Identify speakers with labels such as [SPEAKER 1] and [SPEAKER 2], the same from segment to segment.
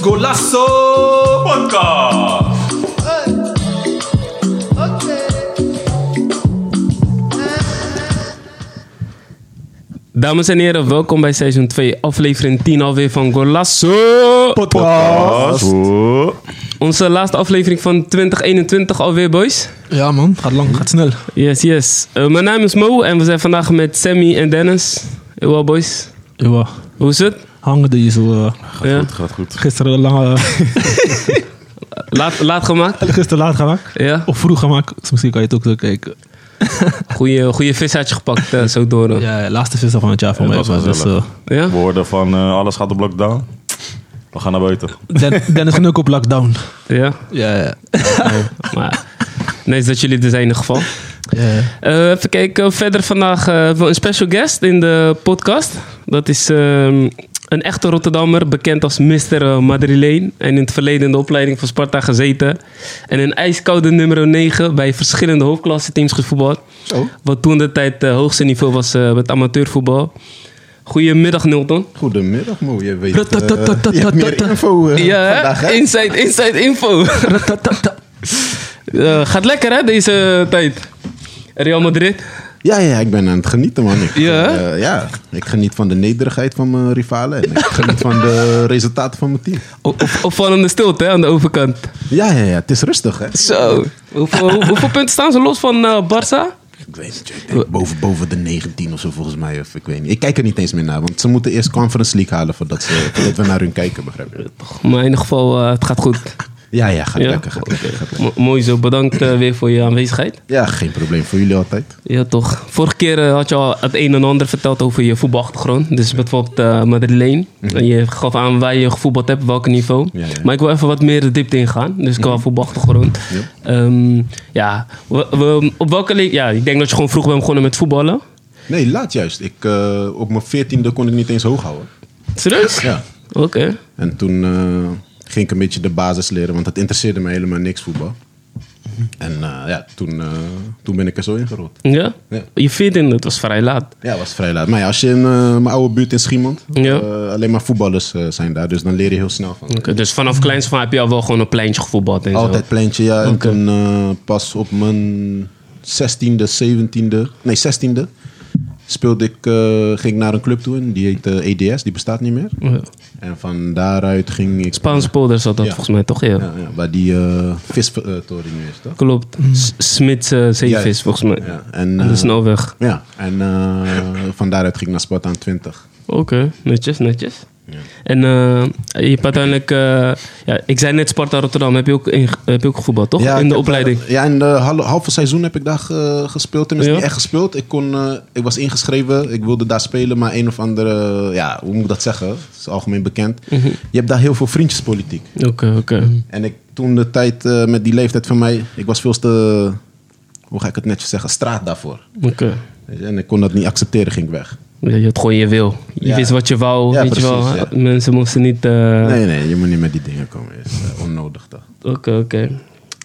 [SPEAKER 1] Golasso Podcast.
[SPEAKER 2] Dames en heren, welkom bij seizoen 2, aflevering 10 alweer van Golasso. Onze laatste aflevering van 2021 alweer, boys.
[SPEAKER 3] Ja man, gaat lang, gaat snel.
[SPEAKER 2] Yes, yes. Eh, mijn naam is Mo en we zijn vandaag met Sammy en Dennis. Hello, boys.
[SPEAKER 3] Ja,
[SPEAKER 2] Hoe is het?
[SPEAKER 3] hangen die zo. eh,
[SPEAKER 2] Ja.
[SPEAKER 4] Goed, gaat goed.
[SPEAKER 3] gisteren lang, eh,
[SPEAKER 2] Laat, laat gemaakt?
[SPEAKER 3] gisteren laat gemaakt.
[SPEAKER 2] Ja.
[SPEAKER 3] Of vroeg gemaakt, dus misschien kan je het ook zo kijken.
[SPEAKER 2] Goeie, goeie vis had je gepakt, eh, zo door. eh.
[SPEAKER 3] Ja, laatste vissa van het jaar voor
[SPEAKER 4] Ja,
[SPEAKER 3] mij.
[SPEAKER 4] dat was
[SPEAKER 3] maar Dus,
[SPEAKER 4] gezellig.
[SPEAKER 3] eh,
[SPEAKER 2] Ja?
[SPEAKER 4] We hoorden van eh, alles gaat op lockdown. We gaan naar buiten.
[SPEAKER 3] Den- Dennis ging ook op lockdown.
[SPEAKER 2] Ja. Oh,
[SPEAKER 3] Ja, ja.
[SPEAKER 2] Maar, nice dat jullie er zijn in ieder geval.
[SPEAKER 3] ja.
[SPEAKER 2] Eh, even kijken, verder vandaag eh, hebben we een special guest in de podcast. Dat is ehm, een echte Rotterdammer, bekend als Mr. Madrileen. En in het verleden in de opleiding van Sparta gezeten. En een ijskoude nummer 9 bij verschillende hoofdklasseteams gevoetbald.
[SPEAKER 5] Oh.
[SPEAKER 2] Wat toen de tijd het hoogste niveau was eh, met amateurvoetbal. Goedemiddag, Nilton.
[SPEAKER 5] Goedemiddag, Mo. Je weet eh,
[SPEAKER 3] Ratatatatata.
[SPEAKER 5] je hebt meer info eh,
[SPEAKER 2] Ja,
[SPEAKER 5] vandaag,
[SPEAKER 2] hè?
[SPEAKER 5] hè?
[SPEAKER 2] inside, inside info. Eh, gaat lekker, hè, deze tijd? Real Madrid.
[SPEAKER 5] Ja, ja, ik ben aan het genieten, man. Ik,
[SPEAKER 2] Ja?
[SPEAKER 5] eh, ja, ik geniet van de nederigheid van mijn rivalen. En ik geniet van de resultaten van mijn team.
[SPEAKER 2] O- Of, of van aan de stilte, hè, aan de overkant.
[SPEAKER 5] Ja, ja, ja. Het is rustig, hè?
[SPEAKER 2] Zo. Hoeveel, hoe- hoeveel punten staan ze los van eh Barça?
[SPEAKER 5] Ik weet niet, ik denk boven, boven de 19 of zo, volgens mij. Of, ik weet niet. Ik kijk er niet eens meer naar, want ze moeten eerst Conference League halen voordat, ze, voordat we naar hun kijken, begrijp je?
[SPEAKER 2] Maar in ieder geval, eh, het gaat goed.
[SPEAKER 5] Ja, ja, gaat
[SPEAKER 2] Ja.
[SPEAKER 5] lekker, gaat lekker, gaat lekker.
[SPEAKER 2] Mo- mooi zo, bedankt eh, weer voor je aanwezigheid.
[SPEAKER 5] Ja, geen probleem voor jullie altijd.
[SPEAKER 2] Ja, toch. Vorige keer eh, had je al het een en ander verteld over je voetbalachtergrond. Dus bijvoorbeeld eh Madeleine. En je gaf aan waar je gevoetbald hebt, op welk niveau.
[SPEAKER 5] Mhm. Ja, Mhm. ja.
[SPEAKER 2] Maar ik wil even wat meer de diepte ingaan. Dus qua voetbalachtergrond. Ehm, ja, we, we- op welke le- Ja, ik denk dat je gewoon vroeg bent begonnen met voetballen.
[SPEAKER 5] Nee, laat juist. Ik, eh, op mijn 14e kon ik niet eens hoog houden.
[SPEAKER 2] Serieus?
[SPEAKER 5] Ja.
[SPEAKER 2] Oké.
[SPEAKER 5] En toen eh, ging ik een beetje de basis leren, want het interesseerde me helemaal niks voetbal. En eh, ja, toen, eh, toen ben ik er zo in gerold.
[SPEAKER 2] Ja?
[SPEAKER 5] Ja.
[SPEAKER 2] Je 14, dat was vrij laat.
[SPEAKER 5] Ja, was vrij laat. Maar ja, als je in eh, mijn oude buurt in Schiemond,
[SPEAKER 2] Ja.
[SPEAKER 5] eh, alleen maar voetballers eh, zijn daar, dus dan leer je heel snel van.
[SPEAKER 2] Oké, dus vanaf kleins van heb je al wel gewoon een pleintje gevoetbald en
[SPEAKER 5] Altijd
[SPEAKER 2] zo.
[SPEAKER 5] pleintje, ja. En toen eh, pas op mijn 16e, 17e, nee 16e, speelde ik, eh, ging ik naar een club toe, en die heet eh, EDS, die bestaat niet meer.
[SPEAKER 2] Ja.
[SPEAKER 5] En van daaruit ging ik...
[SPEAKER 2] Spaans polder zat dat
[SPEAKER 5] Ja.
[SPEAKER 2] volgens mij toch? Ja.
[SPEAKER 5] Ja, ja, waar die eh visvertoring nu is, toch?
[SPEAKER 2] Klopt. S- Smits eh, zeevis
[SPEAKER 5] Ja.
[SPEAKER 2] volgens mij.
[SPEAKER 5] Ja, en,
[SPEAKER 2] Aan de
[SPEAKER 5] eh,
[SPEAKER 2] snelweg.
[SPEAKER 5] Ja, en eh, van daaruit ging ik naar Sparta aan 20.
[SPEAKER 2] Oké, netjes, netjes. En eh, je hebt uiteindelijk... eh, ja, ik zei net Sparta Rotterdam. Heb je ook, in, heb je ook gevoetbald, toch?
[SPEAKER 5] Ja, ik
[SPEAKER 2] in de
[SPEAKER 5] heb,
[SPEAKER 2] opleiding.
[SPEAKER 5] eh, ja, in de hal- halve seizoen heb ik daar eh, gespeeld. Tenminste,
[SPEAKER 2] Ja.
[SPEAKER 5] niet echt gespeeld. Ik, kon, eh, ik was ingeschreven, ik wilde daar spelen, maar een of andere... eh, ja, hoe moet ik dat zeggen? Het is algemeen bekend.
[SPEAKER 2] Mhm.
[SPEAKER 5] Je hebt daar heel veel vriendjespolitiek.
[SPEAKER 2] Oké, oké.
[SPEAKER 5] En ik toen de tijd eh, met die leeftijd van mij... Ik was veel te... Hoe ga ik het netjes zeggen? Straat daarvoor.
[SPEAKER 2] Oké.
[SPEAKER 5] Weet je, En ik kon dat niet accepteren, ging ik weg.
[SPEAKER 2] Ja, je had gewoon je wil. Je
[SPEAKER 5] Ja.
[SPEAKER 2] wist wat je wou.
[SPEAKER 5] Ja,
[SPEAKER 2] weet je wel.
[SPEAKER 5] precies, ja.
[SPEAKER 2] Mensen moesten niet... eh,
[SPEAKER 5] Nee, nee, je moet niet met die dingen komen. Het is eh, onnodig, toch?
[SPEAKER 2] Oké, oké.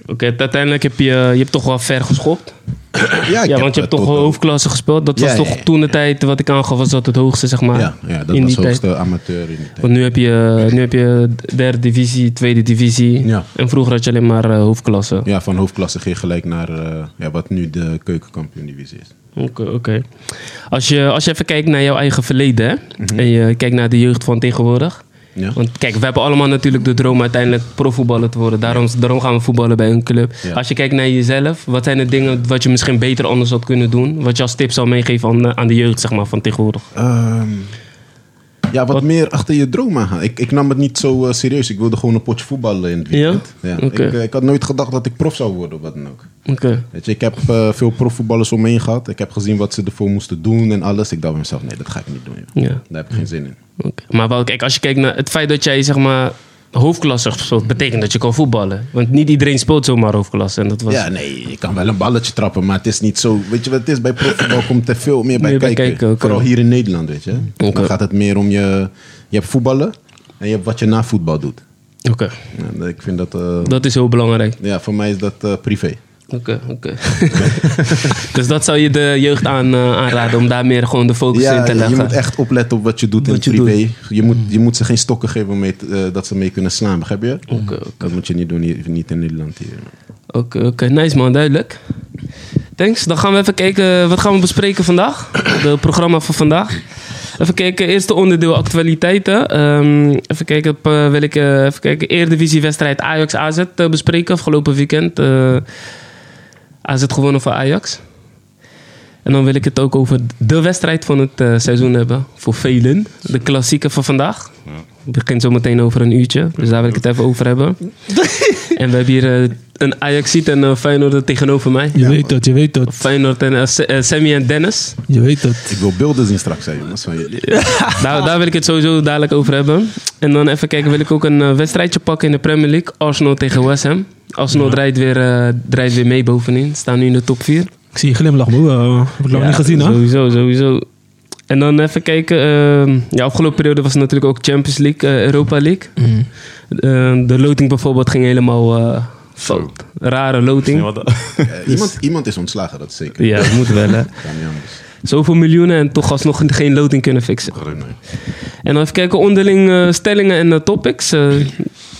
[SPEAKER 2] Oké, uiteindelijk heb je... Je hebt toch wel ver geschopt.
[SPEAKER 5] Ja, ik
[SPEAKER 2] Ja,
[SPEAKER 5] heb,
[SPEAKER 2] want je hebt toch
[SPEAKER 5] eh, tot, eh,
[SPEAKER 2] hoofdklasse gespeeld. Dat
[SPEAKER 5] Ja,
[SPEAKER 2] was
[SPEAKER 5] ja,
[SPEAKER 2] toch
[SPEAKER 5] ja,
[SPEAKER 2] toen de tijd wat ik aangaf, was dat het hoogste, zeg maar.
[SPEAKER 5] Ja, ja dat
[SPEAKER 2] in
[SPEAKER 5] was
[SPEAKER 2] die tijd.
[SPEAKER 5] hoogste amateur in die tijd.
[SPEAKER 2] Want nu heb, je, nu heb je derde divisie, tweede divisie.
[SPEAKER 5] Ja.
[SPEAKER 2] En vroeger had je alleen maar eh, hoofdklasse.
[SPEAKER 5] Ja, van hoofdklasse ging je gelijk naar eh, ja, wat nu de keukenkampioen divisie is.
[SPEAKER 2] Oké, oké. Als, je, als je even kijkt naar jouw eigen verleden hè, en je kijkt naar de jeugd van tegenwoordig.
[SPEAKER 5] Mhm. Ja.
[SPEAKER 2] Want kijk, we hebben allemaal natuurlijk de droom uiteindelijk profvoetballer te worden. Daarom, daarom gaan we voetballen bij een club.
[SPEAKER 5] Ja.
[SPEAKER 2] Als je kijkt naar jezelf, wat zijn de dingen wat je misschien beter anders had kunnen doen? Wat je als tip zou meegeven aan, eh, aan de jeugd zeg maar, van tegenwoordig?
[SPEAKER 5] Ehm, ja, wat, meer achter je droom aan gaan. Ik, ik nam het niet zo eh, serieus. Ik wilde gewoon een potje voetballen in het weekend.
[SPEAKER 2] Ja? Oké.
[SPEAKER 5] Ik, eh, ik had nooit gedacht dat ik prof zou worden of wat dan ook.
[SPEAKER 2] Oké.
[SPEAKER 5] Weet je, ik heb eh, veel profvoetballers om me heen gehad. Ik heb gezien wat ze ervoor moesten doen en alles. Ik dacht bij mezelf, nee, dat ga ik niet doen. joh.
[SPEAKER 2] Ja.
[SPEAKER 5] Daar heb ik geen zin in.
[SPEAKER 2] Oké. Maar wel, kijk, als je kijkt naar het feit dat jij zeg maar hoofdklasse speelt, betekent dat je kan voetballen. Want niet iedereen speelt zomaar hoofdklasse. En dat was
[SPEAKER 5] Ja, nee, je kan wel een balletje trappen, maar het is niet zo. Weet je wat het is? Bij profvoetbal komt er veel meer bij
[SPEAKER 2] Meer bij
[SPEAKER 5] kijken.
[SPEAKER 2] kijken, oké.
[SPEAKER 5] Vooral hier in Nederland, weet je.
[SPEAKER 2] Oké.
[SPEAKER 5] Dan gaat het meer om je... Je hebt voetballen en je hebt wat je na voetbal doet.
[SPEAKER 2] Oké,
[SPEAKER 5] Ja, ik vind dat... eh,
[SPEAKER 2] dat is heel belangrijk.
[SPEAKER 5] ja, voor mij is dat eh, privé.
[SPEAKER 2] Oké, oké. dus dat zou je de jeugd aan, eh, aanraden om daar meer gewoon de focus in te
[SPEAKER 5] je
[SPEAKER 2] leggen.
[SPEAKER 5] moet echt opletten op wat je doet in
[SPEAKER 3] Wat je
[SPEAKER 5] het privé. Je moet, je moet ze geen stokken geven om mee, te- eh, dat ze mee kunnen slaan, begrijp je?
[SPEAKER 2] Oké, oké.
[SPEAKER 5] Dat moet je niet doen, hier, niet in Nederland hier.
[SPEAKER 2] Oké, oké. Nice man, duidelijk. Thanks. Dan gaan we even kijken, wat gaan we bespreken vandaag? Het programma van vandaag. Even kijken, eerste onderdeel actualiteiten. Ehm, even kijken, op, eh, wil ik eh, even kijken. Eerdivisiewedstrijd Ajax-AZ eh, bespreken afgelopen weekend. Eh, AZ gewonnen van Ajax. En dan wil ik het ook over de wedstrijd van het eh, seizoen hebben. Voor velen. De klassieke van vandaag. Het begint zo meteen over een uurtje. Dus daar wil ik het even over hebben. en we hebben hier eh, een Ajaxiet en een Feyenoord tegenover mij.
[SPEAKER 3] Je weet dat, je weet dat.
[SPEAKER 2] Feyenoord en eh, Se- eh, Sammy en Dennis.
[SPEAKER 3] Je weet dat.
[SPEAKER 5] Ik wil beelden zien straks, hè, jongens. Van jullie.
[SPEAKER 2] Daar, daar wil ik het sowieso dadelijk over hebben. En dan even kijken, wil ik ook een eh, wedstrijdje pakken in de Premier League. Arsenal tegen West Ham. Arsenal draait, weer, eh, draait weer mee bovenin. Staan nu in de top 4.
[SPEAKER 3] Ik zie je glimlach, broer. Eh, heb ik lang
[SPEAKER 2] Ja,
[SPEAKER 3] niet gezien, hè?
[SPEAKER 2] Sowieso, sowieso. En dan even kijken. ehm, ja, afgelopen periode was het natuurlijk ook Champions League, eh, Europa League.
[SPEAKER 3] Mhm.
[SPEAKER 2] Ehm, de loting bijvoorbeeld ging helemaal eh, fout. Rare
[SPEAKER 4] Nee,
[SPEAKER 2] loting.
[SPEAKER 4] wat-
[SPEAKER 5] Eh, iemand, iemand is ontslagen, dat is zeker.
[SPEAKER 2] Ja, dat moet wel hè.
[SPEAKER 5] Kan niet anders.
[SPEAKER 2] Zoveel miljoenen en toch alsnog geen loting kunnen fixen. En dan even kijken, onderling eh, stellingen en eh, topics. Eh,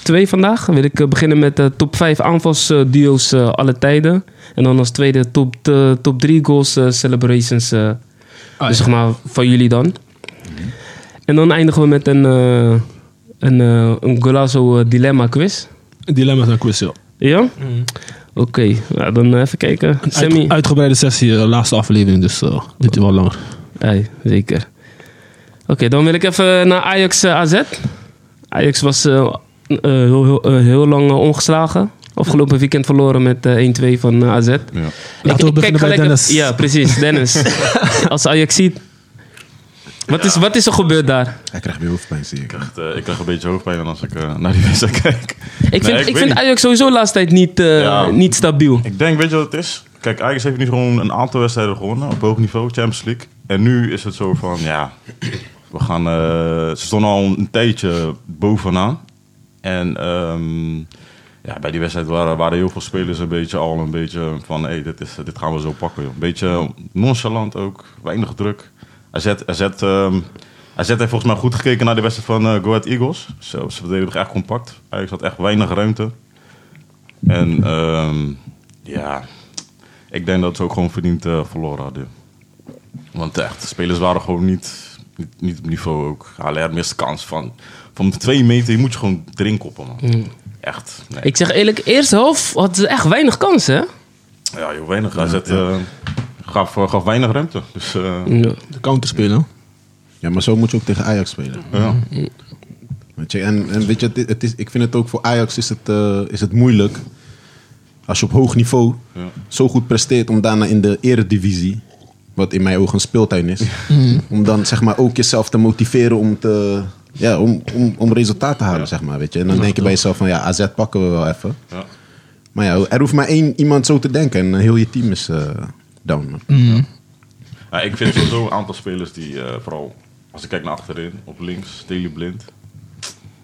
[SPEAKER 2] twee vandaag. Wil ik eh, beginnen met de top 5 aanvalsduo's eh alle tijden. En dan als tweede top, eh, top 3 goals eh, celebrations. eh, dus zeg maar van jullie dan. En dan eindigen we met een, eh, een, eh, een Golazo eh, dilemma quiz.
[SPEAKER 3] Dilemma's en quiz, joh.
[SPEAKER 2] Ja? Oké, nou, dan eh, even kijken.
[SPEAKER 3] Een
[SPEAKER 2] Sammy.
[SPEAKER 3] uit- uitgebreide sessie, eh, laatste aflevering, dus eh, dit is wel langer.
[SPEAKER 2] Ei, zeker. Oké, dan wil ik even naar Ajax eh, AZ. Ajax was eh, eh, heel, heel, eh, heel lang eh, ongeslagen. Afgelopen weekend verloren met eh, 1-2 van eh, AZ.
[SPEAKER 4] ja.
[SPEAKER 3] Laten we beginnen bij
[SPEAKER 2] gelijk-
[SPEAKER 3] Dennis.
[SPEAKER 2] Ja, precies, Dennis. Als Ajax ziet. Wat is, wat is er gebeurd daar?
[SPEAKER 5] Hij krijgt weer hoofdpijn, zie ik.
[SPEAKER 4] Echt, eh, ik krijg een beetje hoofdpijn als ik eh, naar die wedstrijd kijk.
[SPEAKER 2] Ik vind,
[SPEAKER 4] Nee,
[SPEAKER 2] ik
[SPEAKER 4] weet
[SPEAKER 2] vind
[SPEAKER 4] niet.
[SPEAKER 2] Ajax sowieso de laatste tijd niet, eh,
[SPEAKER 4] Ja.
[SPEAKER 2] niet stabiel.
[SPEAKER 4] Ik denk, weet je wat het is? Kijk, Ajax heeft nu gewoon een aantal wedstrijden gewonnen op hoog niveau, Champions League. En nu is het zo van, ja, we gaan... eh, ze stonden al een tijdje bovenaan. En ehm, ja, bij die wedstrijd waren, waren heel veel spelers een beetje al een beetje van... Hé, hey, dit, is- dit gaan we zo pakken, joh. Een beetje nonchalant ook, weinig druk. AZ, AZ, ehm, AZ heeft volgens mij goed gekeken naar de wedstrijd van eh Go Ahead Eagles. Zo, ze verdedigen echt compact. Ajax had echt weinig ruimte. En ehm, ja, ik denk dat ze ook gewoon verdiend eh, verloren hadden. Want echt, de spelers waren gewoon niet, niet, niet op niveau ook. HLR miste kans van, van de twee meter, je moet je gewoon erin koppen, man. Echt. Nee.
[SPEAKER 2] Ik zeg eerlijk, eerste helft had ze echt weinig kansen. hè?
[SPEAKER 4] Ja, heel weinig. AZ eh, gaf, eh, gaf weinig ruimte. Dus eh,
[SPEAKER 2] Ja.
[SPEAKER 3] De counterspelen.
[SPEAKER 5] Ja, maar zo moet je ook tegen Ajax spelen.
[SPEAKER 4] ja.
[SPEAKER 5] Weet je, en, en weet je, het, het is, ik vind het ook voor Ajax is het, eh, is het moeilijk. Als je op hoog niveau
[SPEAKER 4] Ja.
[SPEAKER 5] zo goed presteert om daarna in de eredivisie, wat in mijn ogen een speeltuin is, om dan zeg maar ook jezelf te motiveren om, te, ja, om, om, om resultaat te halen, zeg maar. Weet je. En dan denk je bij jezelf van ja, AZ pakken we wel even.
[SPEAKER 4] Ja.
[SPEAKER 5] Maar ja, er hoeft maar één iemand zo te denken en eh, heel je team is eh, down. man.
[SPEAKER 4] Ja, ik vind sowieso een aantal spelers die, eh, vooral als ik kijk naar achterin, op links, Daley Blind.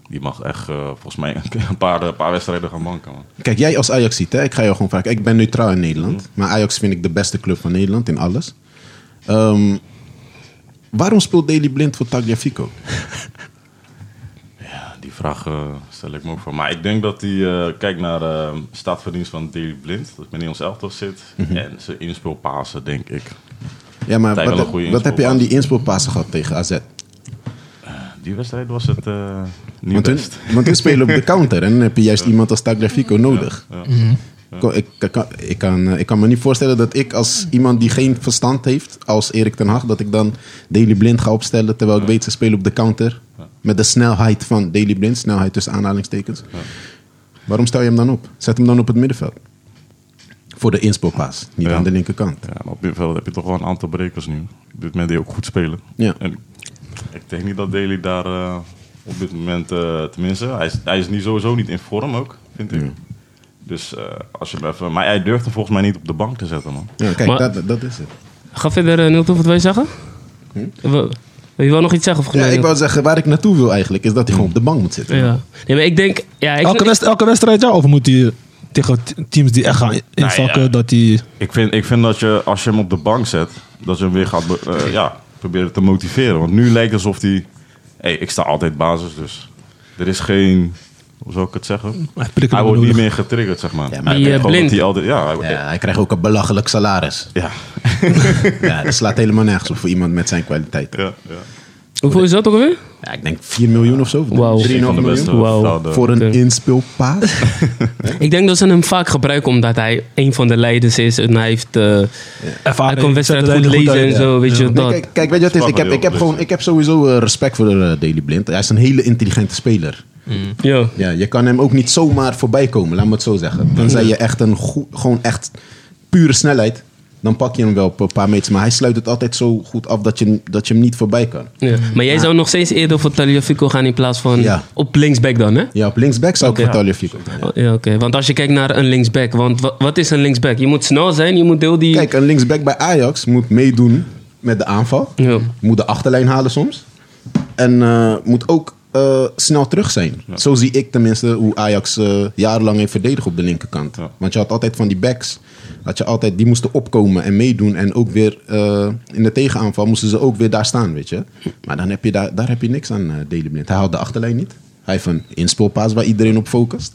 [SPEAKER 4] Die mag echt eh, volgens mij een paar, een paar wedstrijden gaan manken. Man.
[SPEAKER 5] Kijk, jij als Ajax ziet, hè, ik ga jou gewoon vragen. Ik ben neutraal in
[SPEAKER 4] Mhm.
[SPEAKER 5] Nederland. Maar Ajax vind ik de beste club van Nederland in alles. Ehm, waarom speelt Daily Blind voor Tagliafico?
[SPEAKER 4] Ja, die vraag eh, stel ik me ook voor. Maar ik denk dat die, eh kijk naar eh staatverdienst van Daley Blind, dat meneer ons elftal zit. En zijn inspeelpasen, denk ik.
[SPEAKER 5] Ja, maar
[SPEAKER 4] Lijkt wel een
[SPEAKER 5] wat,
[SPEAKER 4] goede
[SPEAKER 5] wat heb je
[SPEAKER 4] inspeelpaas.
[SPEAKER 5] aan die inspeelpassen gehad tegen AZ?
[SPEAKER 4] Die wedstrijd was het eh niet
[SPEAKER 5] Want hun,
[SPEAKER 4] best.
[SPEAKER 5] want hun spelen op de counter en dan heb je juist iemand als Tagliafico nodig. Ko- Ik, ik, kan- ik, kan, eh, ik kan me niet voorstellen dat ik als iemand die geen verstand heeft, als Erik ten Hag, dat ik dan Daily Blind ga opstellen terwijl ik weet ze spelen op de counter. Met de snelheid van Daily Blind, snelheid tussen aanhalingstekens. Waarom stel je hem dan op? Zet hem dan op het middenveld. Voor de inspoorpaas, niet
[SPEAKER 4] Ja.
[SPEAKER 5] aan de linkerkant.
[SPEAKER 4] Ja, maar op middenveld heb je toch wel een aantal brekers nu. Op dit moment die ook goed spelen.
[SPEAKER 5] Ja.
[SPEAKER 4] En ik denk niet dat Daley daar eh, op dit moment, eh, tenminste, hij is, hij is niet, sowieso niet in vorm ook, vind ik. Dus eh, als je hem even. Maar hij durft hem volgens mij niet op de bank te zetten, man.
[SPEAKER 5] Ja, kijk,
[SPEAKER 2] Maar-
[SPEAKER 5] dat, dat is het.
[SPEAKER 2] Ga verder, uh, Nilton, wat wil je zeggen?
[SPEAKER 4] Hm?
[SPEAKER 2] Wil- wil je wel nog iets zeggen? volgens
[SPEAKER 5] Ja,
[SPEAKER 2] mij,
[SPEAKER 5] ik wou zeggen, waar ik naartoe wil eigenlijk, is dat hij gewoon op de bank moet zitten.
[SPEAKER 2] Ja. Nee, maar ik denk... Ja, ik,
[SPEAKER 3] Elke, wedst- elke wedstrijd, ja? Of moet hij tegen t- teams die echt gaan inzakken,
[SPEAKER 4] ja.
[SPEAKER 3] dat die...
[SPEAKER 4] Ik vind, ik vind dat je, als je hem op de bank zet, dat je hem weer gaat be- eh, ja, proberen te motiveren. Want nu lijkt het alsof hij... Hey, ik sta altijd basis, dus er is geen... Hoe zou ik het zeggen?
[SPEAKER 3] Hij prikkelt
[SPEAKER 4] Hij
[SPEAKER 3] hem
[SPEAKER 4] wordt niet
[SPEAKER 3] nodig.
[SPEAKER 4] meer getriggerd, zeg maar.
[SPEAKER 5] Ja,
[SPEAKER 4] Ja,
[SPEAKER 5] maar
[SPEAKER 2] Die, eh, blind.
[SPEAKER 4] hij altijd, ja, hij-
[SPEAKER 5] Ja, hij krijgt ook een belachelijk salaris.
[SPEAKER 4] ja,
[SPEAKER 5] Ja, dat slaat helemaal nergens op voor iemand met zijn kwaliteit.
[SPEAKER 4] ja, ja.
[SPEAKER 2] Hoeveel is dat ook alweer?
[SPEAKER 5] Ja, ik denk 4 miljoen of zo.
[SPEAKER 2] Wauw.
[SPEAKER 5] 3,5
[SPEAKER 4] Een van de beste
[SPEAKER 5] miljoen.
[SPEAKER 2] Wauw.
[SPEAKER 4] velden.
[SPEAKER 5] Voor een
[SPEAKER 2] Oké.
[SPEAKER 5] inspeelpaas.
[SPEAKER 2] Ik denk dat ze hem vaak gebruiken omdat hij een van de leiders is. En hij heeft... eh, Hij
[SPEAKER 3] Ervaring,
[SPEAKER 2] kon wedstrijd
[SPEAKER 3] zet
[SPEAKER 2] goed
[SPEAKER 3] er
[SPEAKER 2] lezen
[SPEAKER 3] uit,
[SPEAKER 2] en
[SPEAKER 3] ja.
[SPEAKER 2] zo, weet je
[SPEAKER 5] Nee,
[SPEAKER 2] dat.
[SPEAKER 5] kijk, kijk, weet je wat het is? Ik heb, ik heb, gewoon, ik heb sowieso eh, respect voor eh, Daley Blind. Hij is een hele intelligente speler.
[SPEAKER 2] Ja.
[SPEAKER 5] Ja, je kan hem ook niet zomaar voorbij komen, laat me het zo zeggen. Tenzij je echt een goe- gewoon echt pure snelheid, dan pak je hem wel op een paar meters. Maar hij sluit het altijd zo goed af dat je, dat je hem niet voorbij kan.
[SPEAKER 2] Ja. Maar jij zou nog steeds eerder voor Taliafico gaan in plaats van
[SPEAKER 5] Ja.
[SPEAKER 2] op linksback dan, hè?
[SPEAKER 5] Ja, op linksback zou ik
[SPEAKER 2] Oké.
[SPEAKER 5] voor Taliafico gaan, ja.
[SPEAKER 2] Ja, oké. Want als je kijkt naar een linksback, want wa- wat is een linksback? Je moet snel zijn, je moet deel die...
[SPEAKER 5] Kijk, een linksback bij Ajax moet meedoen met de aanval.
[SPEAKER 2] Ja.
[SPEAKER 5] Moet de achterlijn halen soms. En eh, moet ook eh, snel terug zijn. Zo zie ik tenminste hoe Ajax eh, jarenlang heeft verdedigd op de linkerkant.
[SPEAKER 4] Ja.
[SPEAKER 5] Want je had altijd van die backs. Had je altijd, die moesten opkomen en meedoen. En ook weer eh, in de tegenaanval moesten ze ook weer daar staan, weet je. Maar dan heb je daar, daar heb je niks aan, eh Daley Blind. Hij haalt de achterlijn niet. Hij heeft een inspeelpaas waar iedereen op focust.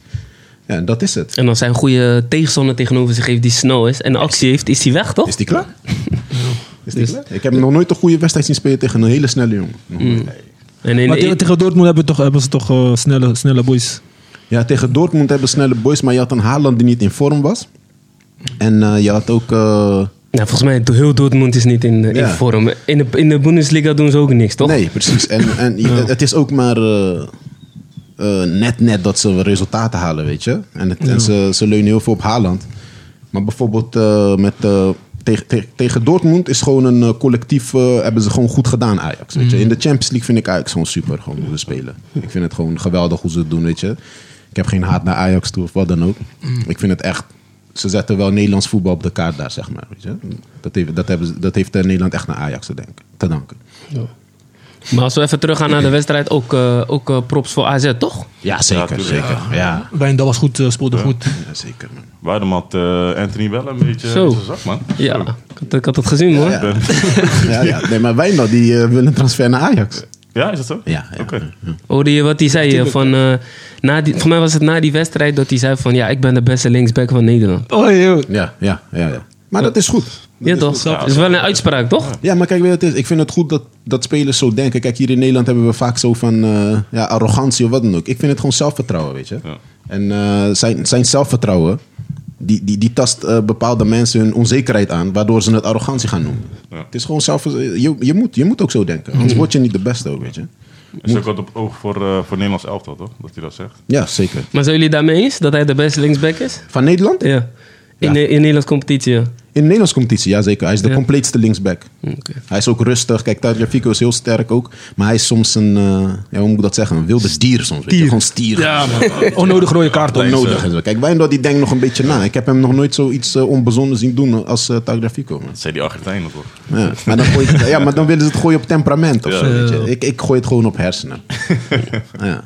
[SPEAKER 5] Ja, en dat is het.
[SPEAKER 2] En als hij een goede tegenstander tegenover zich heeft die snel is en actie heeft, is hij weg, toch?
[SPEAKER 5] Is die klaar? Is die klaar? Ik heb nog nooit een goede wedstrijd zien spelen tegen een hele snelle jongen. Nog nooit.
[SPEAKER 2] En in
[SPEAKER 3] Maar
[SPEAKER 2] de- e-
[SPEAKER 3] tegen, tegen Dortmund hebben, toch, hebben ze toch eh, snelle, snelle boys.
[SPEAKER 5] Ja, tegen Dortmund hebben snelle boys, maar je had een Haaland die niet in vorm was. En eh, je had ook... eh,
[SPEAKER 2] Nou, volgens mij, heel Dortmund is niet in, in
[SPEAKER 5] Ja.
[SPEAKER 2] vorm. In de, in de Bundesliga doen ze ook niks, toch?
[SPEAKER 5] Nee, precies. En, en je- het is ook maar eh, eh, net net dat ze resultaten halen, weet je. En, het, en ze, ze leunen heel veel op Haaland. Maar bijvoorbeeld eh, met, eh, tegen- tegen- tegen Dortmund is gewoon een eh, collectief... eh, hebben ze gewoon goed gedaan, Ajax. Weet je? In de Champions League vind ik Ajax gewoon super, gewoon hoe ze spelen. Ik vind het gewoon geweldig hoe ze het doen, weet je. Ik heb geen haat naar Ajax toe of wat dan ook. Ik vind het echt... Ze zetten wel Nederlands voetbal op de kaart daar, zeg maar. Weet je? Dat, heeft, dat, hebben, ze- dat heeft eh, Nederland echt naar Ajax te, denken, te danken.
[SPEAKER 2] Maar als we even teruggaan naar de wedstrijd, ook, eh, ook eh, props voor AZ, toch?
[SPEAKER 5] Ja,
[SPEAKER 4] Ja,
[SPEAKER 5] zeker,
[SPEAKER 4] tuurlijk.
[SPEAKER 5] zeker. Ja.
[SPEAKER 3] Wijn, dat was goed, eh, speelde goed.
[SPEAKER 5] Ja, zeker. man.
[SPEAKER 4] Waarom had eh, Anthony wel een beetje
[SPEAKER 2] Zo.
[SPEAKER 4] in zijn zak, man?
[SPEAKER 2] Ja, ik had, ik had dat gezien, hoor.
[SPEAKER 5] Ja, ja. ja, ja. Nee, maar Wijndal, die eh, wil een transfer naar Ajax.
[SPEAKER 4] Ja, is dat zo?
[SPEAKER 5] Ja, ja.
[SPEAKER 4] Oké.
[SPEAKER 2] Hoorde je wat hij zei? eh, Van, eh, na die, voor mij was het na die wedstrijd dat hij zei van... Ja, ik ben de beste linksback van Nederland.
[SPEAKER 3] Oh, joh.
[SPEAKER 5] Ja, ja, ja. ja. Maar dat is goed.
[SPEAKER 2] Ja, toch?
[SPEAKER 4] goed.
[SPEAKER 2] Dat is wel een uitspraak, toch?
[SPEAKER 5] Ja, maar kijk, weet je wat het is? ik vind het goed dat, dat spelers zo denken. Kijk, hier in Nederland hebben we vaak zo van eh, ja, arrogantie of wat dan ook. Ik vind het gewoon zelfvertrouwen, weet je.
[SPEAKER 4] Ja.
[SPEAKER 5] En eh, zijn, zijn zelfvertrouwen, die, die, die tast eh, bepaalde mensen hun onzekerheid aan, waardoor ze het arrogantie gaan noemen. Het is gewoon zelf, eh, je, je, moet, je moet ook zo denken, anders word je niet de beste ook, weet je.
[SPEAKER 4] Is ook wat op oog voor, eh, voor Nederlands elftal, toch? Dat hij dat zegt.
[SPEAKER 5] Ja, zeker.
[SPEAKER 2] Maar zijn jullie daarmee eens dat hij de beste linksback is?
[SPEAKER 5] Van Nederland?
[SPEAKER 2] Ja. In,
[SPEAKER 5] Ja.
[SPEAKER 2] de- in Nederlandse competitie, ja.
[SPEAKER 5] In de Nederlandse competitie, ja zeker. Hij is de
[SPEAKER 2] Ja.
[SPEAKER 5] compleetste linksback.
[SPEAKER 2] Oké.
[SPEAKER 5] Hij is ook rustig. Kijk, Tagliafico is heel sterk ook. Maar hij is soms een, eh, ja, hoe moet ik dat zeggen? Een wilde dier soms. Weet je? Gewoon stier.
[SPEAKER 3] Ja, eh, man. Onnodig rode kaart. ook.
[SPEAKER 5] Onnodig en zo. Kijk, Wijndal die denkt nog een beetje na. Ik heb hem nog nooit zoiets eh, onbezonnen zien doen als eh Tagliafico. man.
[SPEAKER 4] Dat zei die Argentijnen, toch?
[SPEAKER 5] Ja. Maar, dan gooi je- ja, maar dan willen ze het gooien op temperament of
[SPEAKER 4] Ja.
[SPEAKER 5] zo. Weet je? Ik, ik gooi het gewoon op hersenen. ja.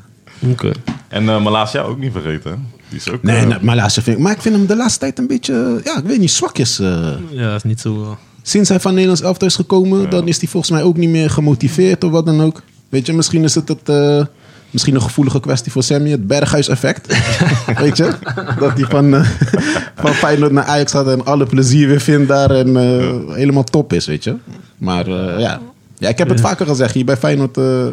[SPEAKER 2] Oké.
[SPEAKER 4] En eh Malasia ook niet vergeten, hè? Die is ook...
[SPEAKER 5] Nee, nou,
[SPEAKER 4] eh,
[SPEAKER 5] nee, maar, laatste vind ik, maar ik vind hem de laatste tijd een beetje, eh, ja, ik weet niet, zwakjes. eh.
[SPEAKER 3] Ja, dat is niet zo... eh.
[SPEAKER 5] sinds hij van Nederlands elftal is gekomen, dan is hij volgens mij ook niet meer gemotiveerd of wat dan ook. Weet je, misschien is het, het eh, misschien een gevoelige kwestie voor Sammy, het Berghuis-effect. Weet je, dat hij van, eh, van Feyenoord naar Ajax gaat en alle plezier weer vindt daar en eh, helemaal top is, weet je. Maar eh, ja. ja, ik heb het vaker gezegd, hier bij Feyenoord, eh,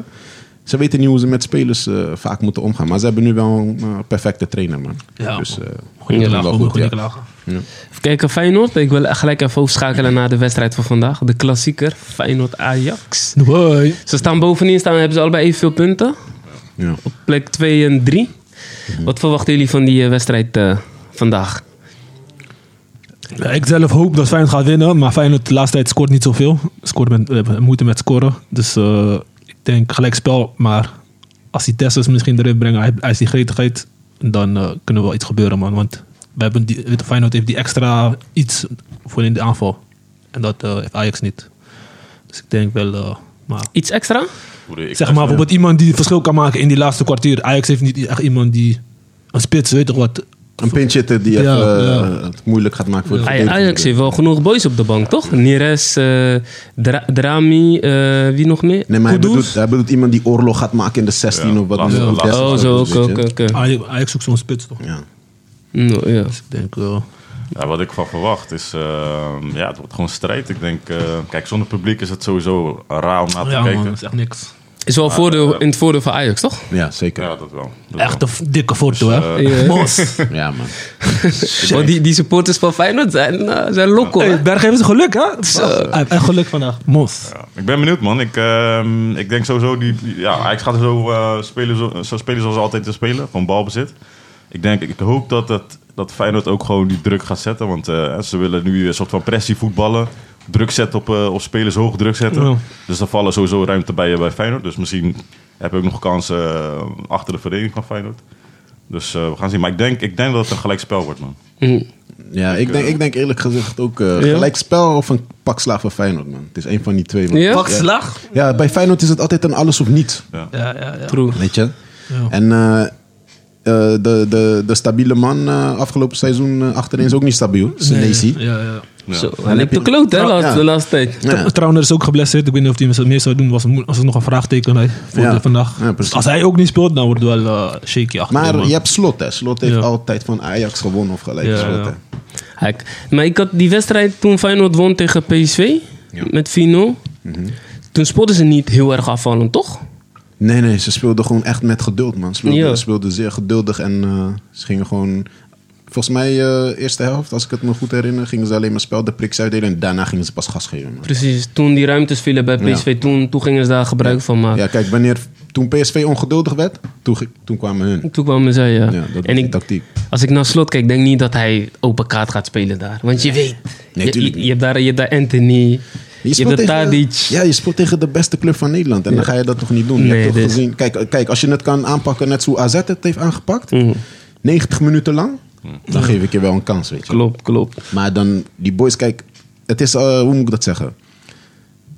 [SPEAKER 5] ze weten niet hoe ze met spelers eh, vaak moeten omgaan. Maar ze hebben nu wel een eh, perfecte trainer, man.
[SPEAKER 3] Ja,
[SPEAKER 5] dus, eh,
[SPEAKER 3] Goeie
[SPEAKER 5] doen wel
[SPEAKER 3] klagen,
[SPEAKER 5] goed,
[SPEAKER 3] goeie
[SPEAKER 5] ja.
[SPEAKER 3] klagen.
[SPEAKER 2] Even kijken, Feyenoord. Ik wil gelijk even overschakelen naar de wedstrijd van vandaag. De klassieker, Feyenoord-Ajax.
[SPEAKER 3] Doei.
[SPEAKER 2] Ze staan bovenin, staan, hebben ze allebei evenveel punten.
[SPEAKER 5] Ja.
[SPEAKER 2] Op plek 2 en 3. Wat verwachten jullie van die eh, wedstrijd eh, vandaag?
[SPEAKER 3] Ja, ik zelf hoop dat Feyenoord gaat winnen, maar Feyenoord de laatste tijd scoort niet zoveel. Scoort met, eh, we hebben moeite met scoren. Dus eh, ik denk gelijk spel, maar als die Tessus misschien erin brengen, hij, hij is die gretigheid, dan eh, kunnen we wel iets gebeuren man. Want we hebben die, Feyenoord heeft die extra iets voor in de aanval. En dat eh, heeft Ajax niet. Dus ik denk wel, eh, maar...
[SPEAKER 2] Iets extra?
[SPEAKER 4] hoe ik
[SPEAKER 5] eh,
[SPEAKER 3] Zeg maar bijvoorbeeld iemand die het verschil kan maken in die laatste kwartier. Ajax heeft niet echt iemand die. Een spits, weet toch wat.
[SPEAKER 5] Een pinchitter die even,
[SPEAKER 3] Ja, ja.
[SPEAKER 5] eh, het moeilijk gaat maken voor de
[SPEAKER 2] Aj-
[SPEAKER 5] verdediging.
[SPEAKER 2] Ajax heeft wel genoeg boys op de bank, toch? Neres, eh, Dra- Drami, eh, wie nog meer?
[SPEAKER 5] Nee, maar hij
[SPEAKER 2] Kudus?
[SPEAKER 5] bedoelt, hij bedoelt iemand die oorlog gaat maken in de 16
[SPEAKER 4] Ja,
[SPEAKER 5] of wat
[SPEAKER 4] laatste-
[SPEAKER 5] dan ook.
[SPEAKER 4] laatste-
[SPEAKER 2] Oh, zo, oké,
[SPEAKER 5] Weet je.
[SPEAKER 2] oké, oké.
[SPEAKER 3] Aj- Ajax zoekt zo'n spits toch?
[SPEAKER 5] Ja.
[SPEAKER 2] Nou, ja.
[SPEAKER 3] Dus ik denk wel.
[SPEAKER 4] Ja, wat ik van verwacht is, ehm, ja, het wordt gewoon strijd. Ik denk, eh, kijk, zonder publiek is het sowieso raar om naar te
[SPEAKER 3] ja,
[SPEAKER 4] kijken.
[SPEAKER 3] man, dat is echt niks.
[SPEAKER 2] Is
[SPEAKER 5] Ah,
[SPEAKER 2] wel voordeel, in het voordeel van Ajax, toch?
[SPEAKER 5] ja, zeker.
[SPEAKER 4] Ja, dat wel. Dat
[SPEAKER 3] Echt een f- dikke foto, hè?
[SPEAKER 2] eh, Ja.
[SPEAKER 3] Mos.
[SPEAKER 5] Ja, man.
[SPEAKER 2] Want die, die supporters van Feyenoord zijn, eh, zijn loco, hè?
[SPEAKER 3] Hey, Berg heeft zijn geluk, hè? Hij heeft echt geluk vandaag. Mos.
[SPEAKER 4] Ja, ik ben benieuwd, man. Ik, ehm, ik denk sowieso... Die, die- ja, Ajax gaat zo, eh, spelen, zo, zo spelen zoals ze altijd te spelen. Gewoon balbezit. Ik, denk, ik hoop dat, dat, dat Feyenoord ook gewoon die druk gaat zetten. Want eh, ze willen nu een soort van pressie voetballen. Druk zetten op, eh, op spelers, hoog druk zetten.
[SPEAKER 3] Ja.
[SPEAKER 4] Dus daar vallen sowieso ruimte bij, eh, bij Feyenoord. Dus misschien heb ik ook nog kansen eh, achter de verdediging van Feyenoord. Dus eh, we gaan zien. Maar ik denk, ik denk dat het een gelijk spel wordt, man.
[SPEAKER 2] Hm.
[SPEAKER 5] Ja, ik denk, ik denk eerlijk gezegd ook eh
[SPEAKER 2] Ja?
[SPEAKER 5] gelijk spel of een pak slaag voor Feyenoord, man. Het is een van die twee. man.
[SPEAKER 2] Ja?
[SPEAKER 3] Pak slag.
[SPEAKER 5] Ja, bij Feyenoord is het altijd een alles of niets.
[SPEAKER 3] Ja, ja, ja.
[SPEAKER 2] True.
[SPEAKER 5] Weet je?
[SPEAKER 3] Ja.
[SPEAKER 5] En eh, eh, de, de, de stabiele man eh, afgelopen seizoen eh, achterin is ook niet stabiel. Senesi.
[SPEAKER 3] Nee, Ja, ja.
[SPEAKER 2] Zo,
[SPEAKER 5] Dan
[SPEAKER 2] hij
[SPEAKER 5] heb
[SPEAKER 2] liep
[SPEAKER 5] je-
[SPEAKER 2] de kloot, hè,
[SPEAKER 5] Ja.
[SPEAKER 2] laatst- de laatste tijd.
[SPEAKER 5] Ja.
[SPEAKER 3] Trouwens, is ook geblesseerd. Ik weet niet of hij het meer zou doen. Was, mo- was er nog een vraagteken hè, voor
[SPEAKER 5] Ja.
[SPEAKER 3] de- vandaag.
[SPEAKER 5] Ja, precies.
[SPEAKER 3] Als hij ook niet speelt, dan wordt het wel eh, shaky achter.
[SPEAKER 5] Maar je hebt Slot, hè. Slot heeft
[SPEAKER 3] Ja.
[SPEAKER 5] altijd van Ajax gewonnen of gelijk
[SPEAKER 3] Ja,
[SPEAKER 5] gespeeld,
[SPEAKER 3] ja.
[SPEAKER 5] hè.
[SPEAKER 2] Hij- Maar ik had die wedstrijd toen Feyenoord won tegen PSV met 4-0.
[SPEAKER 5] Mhm.
[SPEAKER 2] Toen speelden ze niet heel erg afvallend, toch?
[SPEAKER 5] Nee, nee, ze speelden gewoon echt met geduld, man. Ze speelden,
[SPEAKER 2] Ja.
[SPEAKER 5] ze speelden zeer geduldig en eh, ze gingen gewoon... Volgens mij, eh, eerste helft, als ik het me goed herinner, gingen ze alleen maar spel de priks uitdelen. En daarna gingen ze pas gas geven, man.
[SPEAKER 2] Precies, toen die ruimtes vielen bij PSV, toen, toen gingen ze daar gebruik van maken.
[SPEAKER 5] Ja, kijk, wanneer, toen PSV ongeduldig werd, toen, ge- toen kwamen hun.
[SPEAKER 2] Toen kwamen zij, ja.
[SPEAKER 5] Ja, dat
[SPEAKER 2] en
[SPEAKER 5] is de
[SPEAKER 2] ik,
[SPEAKER 5] tactiek.
[SPEAKER 2] als ik naar slot kijk, denk niet dat hij open kaart gaat spelen daar. Want je weet, je,
[SPEAKER 5] tuurlijk
[SPEAKER 2] je,
[SPEAKER 5] niet.
[SPEAKER 2] je hebt daar, je hebt daar Anthony, je,
[SPEAKER 5] speelt
[SPEAKER 2] hebt daar
[SPEAKER 5] tegen-
[SPEAKER 2] Tadic.
[SPEAKER 5] Ja, je speelt tegen de beste club van Nederland. En dan ga je dat toch niet doen. je
[SPEAKER 2] Nee,
[SPEAKER 5] hebt toch
[SPEAKER 2] dit-
[SPEAKER 5] gezien... Kijk, kijk, als je het kan aanpakken net zoals AZ het heeft aangepakt.
[SPEAKER 2] Mhm. Mm.
[SPEAKER 5] 90 minuten lang. Dan geef ik je wel een kans, weet je.
[SPEAKER 2] Klopt, klopt.
[SPEAKER 5] Maar dan, die boys, kijk, het is, eh, hoe moet ik dat zeggen?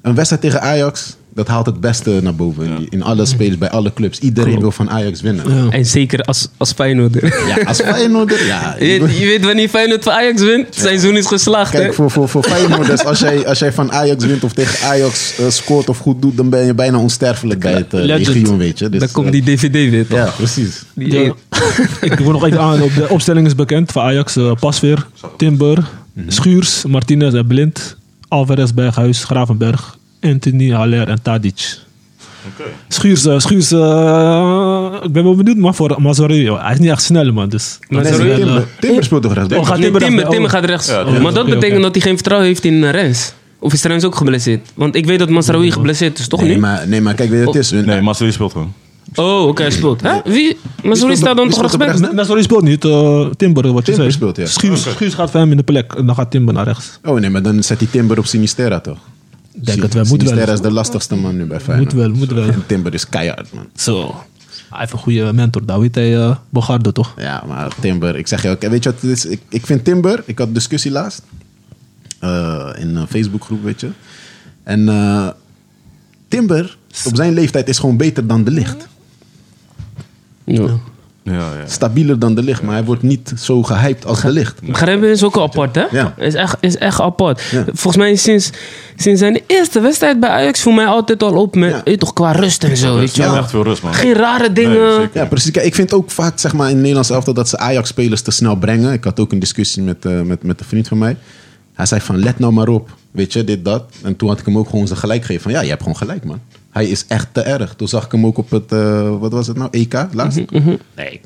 [SPEAKER 5] Een wedstrijd tegen Ajax, dat haalt het beste naar boven. In, die- in alle spelers, bij alle clubs. Iedereen wil van Ajax winnen. Ja,
[SPEAKER 2] En zeker als, als Feyenoorder.
[SPEAKER 5] als Feyenoorder, ja.
[SPEAKER 2] je, weet- je weet wanneer Feyenoord van Ajax wint, het seizoen is geslaagd. hè?
[SPEAKER 5] Kijk, voor, voor, voor Feyenoorders, als jij, als jij van Ajax wint of tegen Ajax eh, scoort of goed doet, dan ben je bijna onsterfelijk bij het eh,
[SPEAKER 2] Legend.
[SPEAKER 5] legioen, weet je. Dus,
[SPEAKER 2] Dan komt
[SPEAKER 5] eh,
[SPEAKER 2] die DVD weer, toch?
[SPEAKER 5] Ja, precies.
[SPEAKER 2] Die eh,
[SPEAKER 3] Ja. ik wil nog even aan. Op de opstelling is bekend van Ajax. eh, Pasveer, Timber, Schuurs, Martinez en Blind. Alvarez, Berghuis, Gravenberg, Anthony, Haller en Tadic.
[SPEAKER 4] Oké.
[SPEAKER 3] Schuurs, eh, Schuurs eh, ik ben wel benieuwd, maar voor Mazarui, joh, hij is niet echt snel, man. Dus,
[SPEAKER 2] Maar
[SPEAKER 5] Nee,
[SPEAKER 2] Sorry?
[SPEAKER 5] Timber, Timber speelt toch rechts?
[SPEAKER 3] Oh, gaat
[SPEAKER 2] Nee,
[SPEAKER 3] Timber
[SPEAKER 2] Timber,
[SPEAKER 3] dan-
[SPEAKER 2] Timber
[SPEAKER 3] oh.
[SPEAKER 2] gaat rechts.
[SPEAKER 4] Ja,
[SPEAKER 2] maar
[SPEAKER 4] Timber.
[SPEAKER 2] dat
[SPEAKER 3] Oké, oké.
[SPEAKER 2] betekent dat hij geen vertrouwen heeft in eh, Rens. Of is Rens ook geblesseerd? Want ik weet dat Masraoui geblesseerd is, toch
[SPEAKER 5] Nee
[SPEAKER 2] niet?
[SPEAKER 5] maar, nee, maar kijk, weet je, het is... hun-
[SPEAKER 4] Nee, Marcelo speelt gewoon.
[SPEAKER 2] Oh, oké, hij speelt. Hè? Wie? Masraoui
[SPEAKER 5] op-
[SPEAKER 2] staat dan
[SPEAKER 5] wie
[SPEAKER 2] toch
[SPEAKER 5] speelt op
[SPEAKER 2] rechtsback?
[SPEAKER 5] rechts?
[SPEAKER 3] Mazarui speelt niet, eh, Timber, wat je
[SPEAKER 5] Timber
[SPEAKER 3] zei.
[SPEAKER 5] speelt, ja.
[SPEAKER 3] Schuurs, Schuurs gaat voor hem in de plek en dan gaat Timber naar rechts.
[SPEAKER 5] Oh nee, maar dan zet hij Timber op Sinistera, toch?
[SPEAKER 3] Ik Denk het wel, moet
[SPEAKER 5] Sinistera
[SPEAKER 3] wel.
[SPEAKER 5] is de lastigste man nu bij Feyenoord.
[SPEAKER 3] Moet wel, moet wel.
[SPEAKER 5] En Timber is keihard, man.
[SPEAKER 3] Zo. Hij heeft een goede mentor, daar weet hij eh Bogardo toch?
[SPEAKER 5] Ja, maar Timber, ik zeg je ook. Weet je wat het is? Ik, ik vind Timber, ik had discussie laatst. eh, in een Facebookgroep, weet je. En eh, Timber, op zijn leeftijd, is gewoon beter dan de licht.
[SPEAKER 2] Ja.
[SPEAKER 4] Ja, ja.
[SPEAKER 5] Stabieler dan de licht, maar hij wordt niet zo gehyped als de licht.
[SPEAKER 2] Grebben is ook al apart, hè?
[SPEAKER 5] Ja.
[SPEAKER 2] Is, echt, is echt apart.
[SPEAKER 5] Ja.
[SPEAKER 2] Volgens mij sinds, sinds zijn eerste wedstrijd bij Ajax voel mij altijd al op met,
[SPEAKER 5] Ja.
[SPEAKER 2] eh, toch, qua rust en zo. Weet je
[SPEAKER 4] Ja,
[SPEAKER 2] wel.
[SPEAKER 4] echt veel rust, man.
[SPEAKER 2] Geen rare
[SPEAKER 4] Nee,
[SPEAKER 2] dingen.
[SPEAKER 4] zeker.
[SPEAKER 5] Ja, precies. Kijk, ik vind ook vaak zeg maar, in Nederlands elftal dat ze Ajax-spelers te snel brengen. Ik had ook een discussie met, eh, met, met een vriend van mij. Hij zei van, let nou maar op. Weet je, dit, dat. En toen had ik hem ook gewoon zijn gelijk gegeven. Van, ja, je hebt gewoon gelijk, man. Hij is echt te erg. Toen zag ik hem ook op het, eh, wat was het nou, EK laatst? Nee.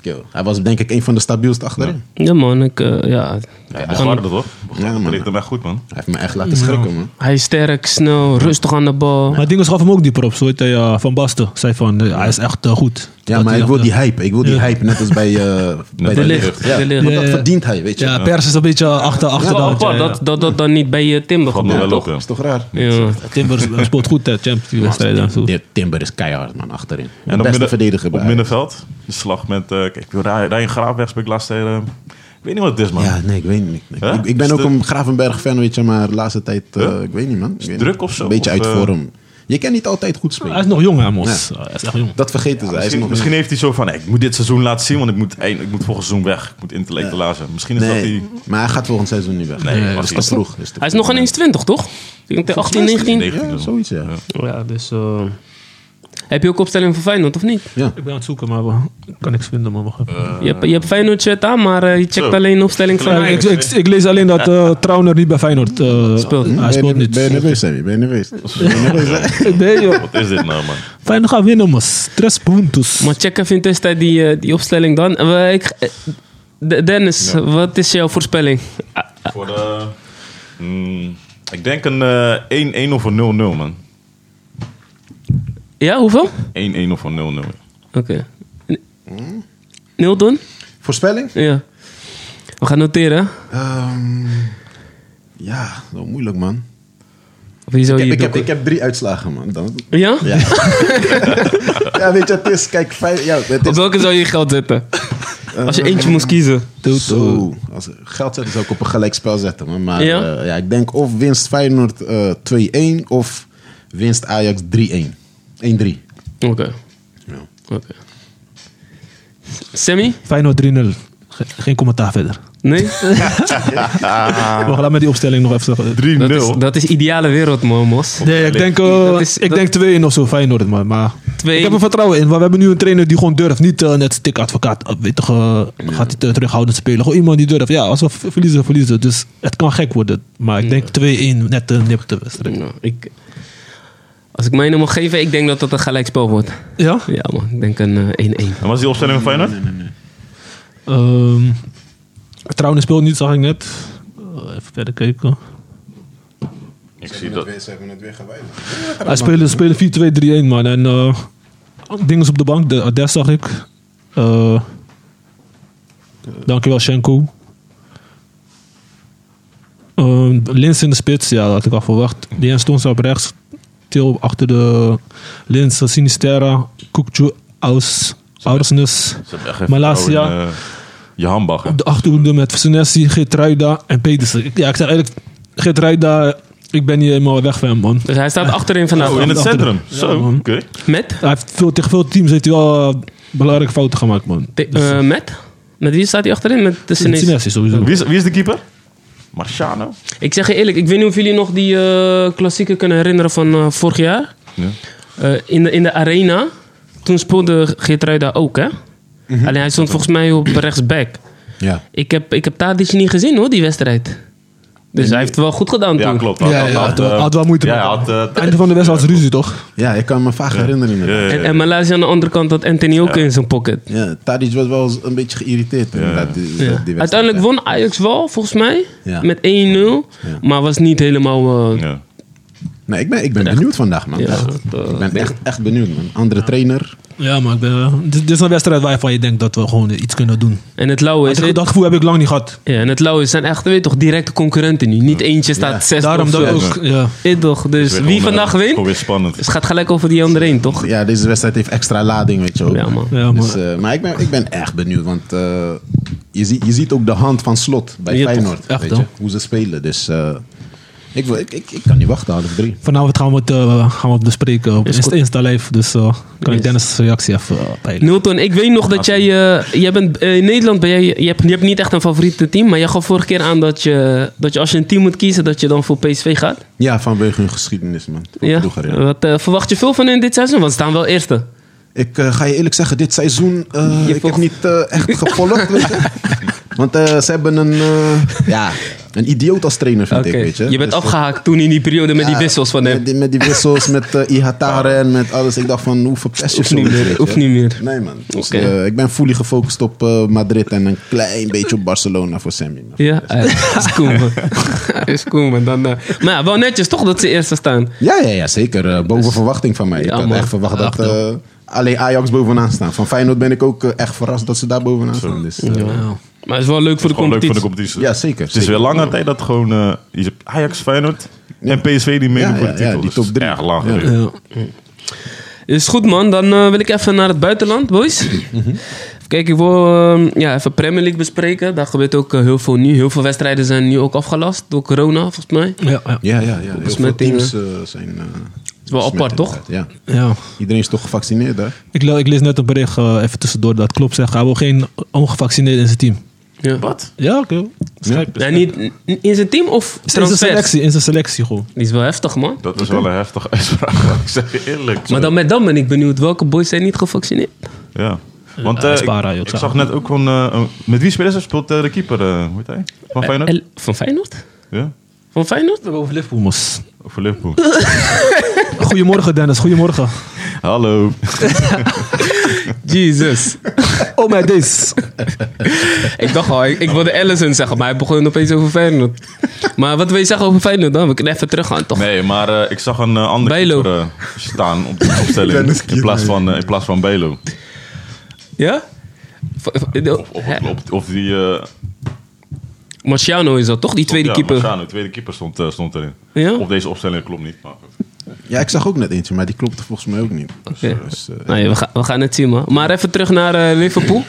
[SPEAKER 5] Kill. Hij was denk ik een van de stabielste achterin.
[SPEAKER 2] ja, man. Ik, eh, ja.
[SPEAKER 4] Ja, Bogarde, toch?
[SPEAKER 5] Ja, man.
[SPEAKER 4] Dat ligt hem echt goed, man.
[SPEAKER 5] Hij heeft me echt laten schrikken, man.
[SPEAKER 2] Hij is sterk, snel, rustig aan de bal.
[SPEAKER 3] Maar Dinges gaf hem ook die prop, zo heet hij eh, Van Basten. Zei van, eh, hij is echt eh, goed.
[SPEAKER 5] Ja,
[SPEAKER 3] Dat
[SPEAKER 5] maar
[SPEAKER 3] hij
[SPEAKER 5] ik wil
[SPEAKER 3] echt,
[SPEAKER 5] die
[SPEAKER 3] eh,
[SPEAKER 5] hype. Ik wil die
[SPEAKER 3] Ja.
[SPEAKER 5] hype, net als bij, eh bij
[SPEAKER 4] De
[SPEAKER 2] Ligt,
[SPEAKER 5] Ja,
[SPEAKER 2] De Ligt.
[SPEAKER 5] want dat
[SPEAKER 3] Ja, ja.
[SPEAKER 5] verdient hij, weet je.
[SPEAKER 3] Ja, pers is een beetje achter, achter
[SPEAKER 2] Dat is wel apart
[SPEAKER 3] ja, ja.
[SPEAKER 2] Dat, dat dat dan niet bij eh, Timber
[SPEAKER 4] Valt me
[SPEAKER 2] gebeurt,
[SPEAKER 4] wel op,
[SPEAKER 2] toch?
[SPEAKER 4] ja.
[SPEAKER 5] Dat is toch raar?
[SPEAKER 2] Ja.
[SPEAKER 3] Timber speelt goed, hè, Champions League wedstrijden en zo.
[SPEAKER 5] Dit Timber is keihard, man, achterin. De
[SPEAKER 4] op
[SPEAKER 5] beste
[SPEAKER 4] midden-
[SPEAKER 5] verdediger bij
[SPEAKER 4] Op
[SPEAKER 5] Ajax.
[SPEAKER 4] middenveld. De slag met... eh kijk, Rij- Rijn Graafweg speel ik laatst tegen... eh, ik weet niet wat het is, man.
[SPEAKER 5] Ja, nee, ik weet niet. Ik,
[SPEAKER 4] Hè?
[SPEAKER 5] ik, ik ben
[SPEAKER 4] Is
[SPEAKER 5] ook
[SPEAKER 4] het-
[SPEAKER 5] een Gravenberg fan, weet je, maar de laatste tijd, eh,
[SPEAKER 4] Huh?
[SPEAKER 5] ik weet niet, man. Ik weet
[SPEAKER 4] druk
[SPEAKER 5] niet.
[SPEAKER 4] of zo?
[SPEAKER 5] Een beetje
[SPEAKER 4] Of,
[SPEAKER 5] uit
[SPEAKER 4] eh,
[SPEAKER 5] vorm. Je kan niet altijd goed spelen.
[SPEAKER 3] Hij is nog jong, Amos. Hij is echt jong.
[SPEAKER 5] Dat vergeten ze. Hij is
[SPEAKER 4] Misschien,
[SPEAKER 5] nog
[SPEAKER 4] misschien heeft hij zo van, hey, ik moet dit seizoen laten zien, want ik moet, eind- ik moet volgend seizoen weg. Ik moet intellectueel zijn. Misschien is dat
[SPEAKER 5] Nee,
[SPEAKER 4] die...
[SPEAKER 5] maar hij gaat volgend seizoen niet weg.
[SPEAKER 4] Nee,
[SPEAKER 5] Nee,
[SPEAKER 4] maar
[SPEAKER 5] dat is te
[SPEAKER 4] dat-
[SPEAKER 5] vroeg. is te
[SPEAKER 2] Hij is
[SPEAKER 5] vroeg.
[SPEAKER 2] nog ineens 20, toch? Ik denk de 18, 19.
[SPEAKER 5] Ja, zoiets, ja. Hm.
[SPEAKER 2] Ja, dus... eh, heb je ook opstelling voor Feyenoord, of niet?
[SPEAKER 3] Ik ben aan het zoeken, maar we- ik kan niks vinden. Maar wacht even.
[SPEAKER 2] Je hebt, je hebt Feyenoord shirt aan, maar eh, je checkt
[SPEAKER 4] Zo.
[SPEAKER 2] alleen opstelling van...
[SPEAKER 3] Ja, ik, ik, ik lees alleen dat eh Trauner niet bij Feyenoord eh,
[SPEAKER 2] Speelt niet.
[SPEAKER 3] Hij
[SPEAKER 5] Ben je-
[SPEAKER 3] speelt niet.
[SPEAKER 5] Ben je nerveus, Sammy? Ben je nerveus?
[SPEAKER 3] Nee, joh.
[SPEAKER 4] Wat is dit nou, man?
[SPEAKER 3] Feyenoord gaat winnen, mas. Tres puntos.
[SPEAKER 2] Maar check even in tussentijd die, eh, die opstelling dan. Eh, ik, eh, De- Dennis, wat is jouw voorspelling?
[SPEAKER 4] Voor de... Mm, ik denk een eh 1-1 of een 0-0, man.
[SPEAKER 2] Ja, hoeveel?
[SPEAKER 4] 1-1 of een 0-0.
[SPEAKER 2] Oké. N- Nul doen?
[SPEAKER 5] Voorspelling?
[SPEAKER 2] Ja. We gaan noteren.
[SPEAKER 5] Ehm, ja, wel moeilijk, man.
[SPEAKER 2] Of je zou
[SPEAKER 5] Ik,
[SPEAKER 2] hier
[SPEAKER 5] ik heb,
[SPEAKER 2] doeken.
[SPEAKER 5] ik heb drie uitslagen, man. Dan,
[SPEAKER 2] Ja?
[SPEAKER 5] ja. ja, weet je, het is... Kijk, vijf... Ja, het
[SPEAKER 2] Op
[SPEAKER 5] is,
[SPEAKER 2] welke zou je je geld zetten? Als je eentje moest kiezen.
[SPEAKER 5] zo. Als geld zetten zou ik op een gelijkspel zetten, man. Maar eh,
[SPEAKER 2] Ja?
[SPEAKER 5] ja? ja, ik denk of winst Feyenoord eh, 2-1 of winst Ajax 3-1. 1-3.
[SPEAKER 2] Oké.
[SPEAKER 5] Ja.
[SPEAKER 2] Oké. Sammy?
[SPEAKER 3] Feyenoord 3-0. Ge- geen commentaar verder.
[SPEAKER 2] Nee? Ah.
[SPEAKER 3] We gaan met die opstelling nog even...
[SPEAKER 4] 3-0.
[SPEAKER 2] Dat is, dat is ideale wereld, man, Mos.
[SPEAKER 3] Nee, ik denk, eh,
[SPEAKER 2] Dat is-
[SPEAKER 3] ik
[SPEAKER 2] dat-
[SPEAKER 3] denk 2-1 of zo, Feyenoord. Maar, maar
[SPEAKER 2] Twee-
[SPEAKER 3] ik heb er vertrouwen in. Want we hebben nu een trainer die gewoon durft. Niet eh, net stikadvocaat, eh, weet toch, eh, gaat hij te- terughoudend spelen. Gewoon iemand die durft. Ja, als we v- verliezen, verliezen. we. Dus het kan gek worden. Maar ik denk 2-1, net een nipte wedstrijd.
[SPEAKER 2] Nou, ik, als ik mijn mag geven, ik denk dat dat een gelijkspel wordt.
[SPEAKER 3] Ja?
[SPEAKER 2] Ja, man. Ik denk een eh, 1-1.
[SPEAKER 4] En wat is die opstelling van Feyenoord?
[SPEAKER 3] Ehm Trouwen speelt niet, zag ik net. Eh, even verder kijken.
[SPEAKER 4] Ik zie dat.
[SPEAKER 5] Ze hebben het weer gewijzigd.
[SPEAKER 3] Hij spelen, spelen 4-2-3-1, man. En eh dingen op de bank, de, Des zag ik. Eh, dankjewel, Schenko. Ehm Lins in de spits, ja, dat had ik al verwacht. Die en stond op rechts. Til achter de Lins, Sinisterra, Kukcu, Aus, Oudersnes.
[SPEAKER 4] Ze hebben echt even
[SPEAKER 3] Malasia.
[SPEAKER 4] vertrouwen in, eh, je handbag. hè?
[SPEAKER 3] Op de achterhoede met Senesi, Geertruida en Petersen. Ik- Ja, ik zeg eigenlijk, Geertruida, ik ben hier helemaal weg van hem, man.
[SPEAKER 2] Dus hij staat achterin vandaag.
[SPEAKER 4] Oh, in het centrum. Zo, oké.
[SPEAKER 3] man.
[SPEAKER 2] Met?
[SPEAKER 3] Hij heeft veel, tegen veel teams heeft hij wel eh, belangrijke fouten gemaakt, man.
[SPEAKER 2] Te- eh, met? Met wie staat hij achterin? Met de Chinese.
[SPEAKER 3] Sinesi sowieso.
[SPEAKER 4] Wie is, wie is de keeper? Marciano?
[SPEAKER 2] Ik zeg je eerlijk, ik weet niet of jullie nog die eh klassieker kunnen herinneren van eh, vorig jaar.
[SPEAKER 4] Ja.
[SPEAKER 2] Eh, in, de, in de arena, toen speelde Geertruida ook, hè? Alleen hij stond volgens mij op rechtsback.
[SPEAKER 5] Ja.
[SPEAKER 2] Ik heb, ik heb Tadic niet gezien, hoor, die wedstrijd. Dus hij heeft het wel goed gedaan
[SPEAKER 4] Ja,
[SPEAKER 2] toen.
[SPEAKER 4] klopt.
[SPEAKER 3] Ja, ja, had wel-
[SPEAKER 4] eh,
[SPEAKER 3] had wel moeite
[SPEAKER 4] Ja,
[SPEAKER 3] met-
[SPEAKER 4] had, eh,
[SPEAKER 3] Einde van de wedstrijd was ruzie, toch?
[SPEAKER 5] ja, ik kan me vaag herinneren. inderdaad.
[SPEAKER 4] eh,
[SPEAKER 2] En, en Malaysia aan de andere kant had Anthony ook in zijn pocket.
[SPEAKER 5] Ja, Tadic was wel een beetje geïrriteerd. inderdaad, die- die wedstrijd.
[SPEAKER 2] Uiteindelijk won Ajax wel, volgens mij.
[SPEAKER 5] Ja.
[SPEAKER 2] Met 1-0. Maar was niet helemaal... eh,
[SPEAKER 4] ja.
[SPEAKER 5] Nee, ik ben, ik ben benieuwd vandaag, man.
[SPEAKER 2] Ja,
[SPEAKER 5] Echt.
[SPEAKER 2] dat, eh,
[SPEAKER 5] ik ben echt, echt benieuwd, man. Andere trainer.
[SPEAKER 3] Ja, maar ik ben, eh, dit, dit is een wedstrijd waarvan je denkt dat we gewoon eh, iets kunnen doen.
[SPEAKER 2] En het lauwe is...
[SPEAKER 3] Dat, dat gevoel heb ik lang niet gehad.
[SPEAKER 2] Ja, en het lauwe is, zijn echt, weet je toch, directe concurrenten nu. Niet eentje staat zes
[SPEAKER 3] Daarom
[SPEAKER 2] of
[SPEAKER 3] dat
[SPEAKER 2] zo.
[SPEAKER 3] ook. Ja.
[SPEAKER 2] Weet je toch, dus
[SPEAKER 4] Weer
[SPEAKER 2] wie
[SPEAKER 4] gewoon,
[SPEAKER 2] vandaag
[SPEAKER 4] eh,
[SPEAKER 2] wint,
[SPEAKER 4] Gewoon weer
[SPEAKER 2] dus
[SPEAKER 4] spannend.
[SPEAKER 2] het gaat gelijk over die andere één, toch?
[SPEAKER 5] Ja, deze wedstrijd heeft extra lading, weet je ook.
[SPEAKER 2] Ja, man.
[SPEAKER 3] Ja, maar,
[SPEAKER 5] Dus, eh, maar ik ben, ik ben echt benieuwd, want eh, je, ziet, je ziet ook de hand van Slot bij
[SPEAKER 2] Ja, toch.
[SPEAKER 5] Feyenoord.
[SPEAKER 3] Echt,
[SPEAKER 5] weet je,
[SPEAKER 3] hoor.
[SPEAKER 5] hoe ze spelen. Dus eh, ik, wil, ik, ik, ik kan niet wachten, half drie.
[SPEAKER 3] vanavond gaan we het, eh, gaan we het bespreken op
[SPEAKER 2] Is
[SPEAKER 3] Insta-
[SPEAKER 2] goed.
[SPEAKER 3] Insta-live. Dus eh, kan
[SPEAKER 2] Yes.
[SPEAKER 3] ik Dennis' reactie even eh, peilen.
[SPEAKER 2] Newton, ik weet nog dat jij, eh, jij bent, eh, in Nederland ben jij, je hebt, je hebt niet echt een favoriete team, maar jij gaf vorige keer aan dat je, dat je als je een team moet kiezen, dat je dan voor PSV gaat.
[SPEAKER 5] Ja, vanwege hun geschiedenis, man. Van
[SPEAKER 2] Ja.
[SPEAKER 5] vroeger, ja.
[SPEAKER 2] Wat eh, verwacht je veel van in dit seizoen? Want ze staan wel eerste.
[SPEAKER 5] Ik eh, ga je eerlijk zeggen, dit seizoen, eh,
[SPEAKER 2] Je
[SPEAKER 5] ik
[SPEAKER 2] volgt-
[SPEAKER 5] heb niet eh, echt gevolgd. weet je. Want eh, ze hebben een, eh, ja, een idioot als trainer, vind
[SPEAKER 2] Oké.
[SPEAKER 5] ik, weet je.
[SPEAKER 2] Je bent
[SPEAKER 5] Dus, eh,
[SPEAKER 2] afgehaakt toen in die periode met die
[SPEAKER 5] Ja,
[SPEAKER 2] wissels van hem.
[SPEAKER 5] Ah, Met die, met die wissels, met eh Ihatare en met alles. Ik dacht van, hoe verpest je
[SPEAKER 2] Hoeft niet
[SPEAKER 5] zoiets,
[SPEAKER 2] meer,
[SPEAKER 5] weet je?
[SPEAKER 2] hoeft niet meer.
[SPEAKER 5] Nee man. Dus,
[SPEAKER 2] Oké.
[SPEAKER 5] eh, ik ben fully gefocust op eh, Madrid en een klein beetje op Barcelona voor Sammy. man.
[SPEAKER 2] Ja, eh, is cool man. is cool man. Dan, eh, maar ja, wel netjes toch dat ze eerste staan.
[SPEAKER 5] Ja, ja, ja zeker. Eh, boven verwachting van mij. Ik
[SPEAKER 2] Dus- Ja,
[SPEAKER 5] had
[SPEAKER 2] man.
[SPEAKER 5] echt verwacht
[SPEAKER 3] Ach,
[SPEAKER 5] dat eh, alleen Ajax bovenaan staan. Van Feyenoord ben ik ook eh, echt verrast dat ze daar bovenaan staan. Dus, eh, ja.
[SPEAKER 2] Maar het is wel leuk voor de
[SPEAKER 4] Gewoon leuk voor de
[SPEAKER 2] competitie.
[SPEAKER 4] competitie.
[SPEAKER 5] zeker.
[SPEAKER 4] Het is weer lange tijd dat gewoon eh, je hebt Ajax, Feyenoord en PSV die meedoen
[SPEAKER 5] Ja,
[SPEAKER 4] voor de
[SPEAKER 5] ja, ja,
[SPEAKER 4] titel.
[SPEAKER 5] die
[SPEAKER 4] Dus het is
[SPEAKER 5] top drie.
[SPEAKER 4] Erg lang
[SPEAKER 5] Ja.
[SPEAKER 4] geleden.
[SPEAKER 2] Is goed man, dan eh, wil ik even naar het buitenland, boys.
[SPEAKER 3] Mhm.
[SPEAKER 2] Kijk, ik wil ehm, ja, even Premier League bespreken. Daar gebeurt ook eh, heel veel nu. Heel veel wedstrijden zijn nu ook afgelast door corona, volgens mij.
[SPEAKER 3] Ja, ja.
[SPEAKER 5] Ja, ja, ja. Heel
[SPEAKER 2] mij
[SPEAKER 5] veel teams eh, zijn, eh,
[SPEAKER 2] is wel apart, toch?
[SPEAKER 5] Ja.
[SPEAKER 3] Ja.
[SPEAKER 5] Iedereen is toch gevaccineerd, hè?
[SPEAKER 3] Ik, le- ik lees net een bericht, eh, even tussendoor, dat klopt zegt, hij wil geen ongevaccineerden in zijn team.
[SPEAKER 2] Ja.
[SPEAKER 4] Wat?
[SPEAKER 3] Ja, oké. Schrijf-
[SPEAKER 2] Ja, niet in- in zijn team of
[SPEAKER 3] In zijn
[SPEAKER 2] transfers?
[SPEAKER 3] selectie, in zijn selectie gewoon.
[SPEAKER 2] Die is wel heftig, man.
[SPEAKER 4] Dat is wel een heftige uitspraak, maar ik zeg je eerlijk.
[SPEAKER 2] Maar dan met dan ben ik benieuwd, welke boys zijn niet gevaccineerd?
[SPEAKER 4] Ja. Want
[SPEAKER 3] Ja,
[SPEAKER 4] eh,
[SPEAKER 3] Spara, joh,
[SPEAKER 4] ik, ik
[SPEAKER 3] zou-
[SPEAKER 4] zag net ook van... eh, een- met wie speelt ze? Speelt eh, de keeper, eh, hoe heet hij? Van Feyenoord?
[SPEAKER 2] El- Eh, Van Feyenoord?
[SPEAKER 4] ja?
[SPEAKER 2] Van Feyenoord?
[SPEAKER 3] Over Liverpool, mos.
[SPEAKER 4] Of voor Liverpool?
[SPEAKER 3] Goedemorgen, Dennis. Goedemorgen.
[SPEAKER 4] Hallo.
[SPEAKER 2] Jesus.
[SPEAKER 3] Oh my days.
[SPEAKER 2] ik dacht al, ik, ik wilde Ellison zeggen, maar hij begon opeens over Feyenoord. maar wat wil je zeggen over Feyenoord dan? We kunnen even teruggaan, toch?
[SPEAKER 4] Nee, maar eh, ik zag een eh, andere
[SPEAKER 2] Bijlo.
[SPEAKER 4] keeper eh, staan op de opstelling.
[SPEAKER 5] Dennis
[SPEAKER 4] in, plaats
[SPEAKER 5] Kier,
[SPEAKER 4] van, eh, in plaats van Belo.
[SPEAKER 2] Ja? V- v-
[SPEAKER 4] Of, of, of, of die... eh,
[SPEAKER 2] Marciano is dat toch, die tweede
[SPEAKER 4] ja,
[SPEAKER 2] keeper?
[SPEAKER 4] Marciano, tweede keeper stond, eh, stond erin.
[SPEAKER 2] Ja?
[SPEAKER 4] Op deze opstelling klopt niet. Maar, goed.
[SPEAKER 5] Ja, ik zag ook net eentje, maar die klopte volgens mij ook niet. Dus,
[SPEAKER 2] Oké.
[SPEAKER 5] eh, dus, eh,
[SPEAKER 2] Nou ja, we, gaan, we gaan het zien, man. Maar even terug naar eh, Liverpool.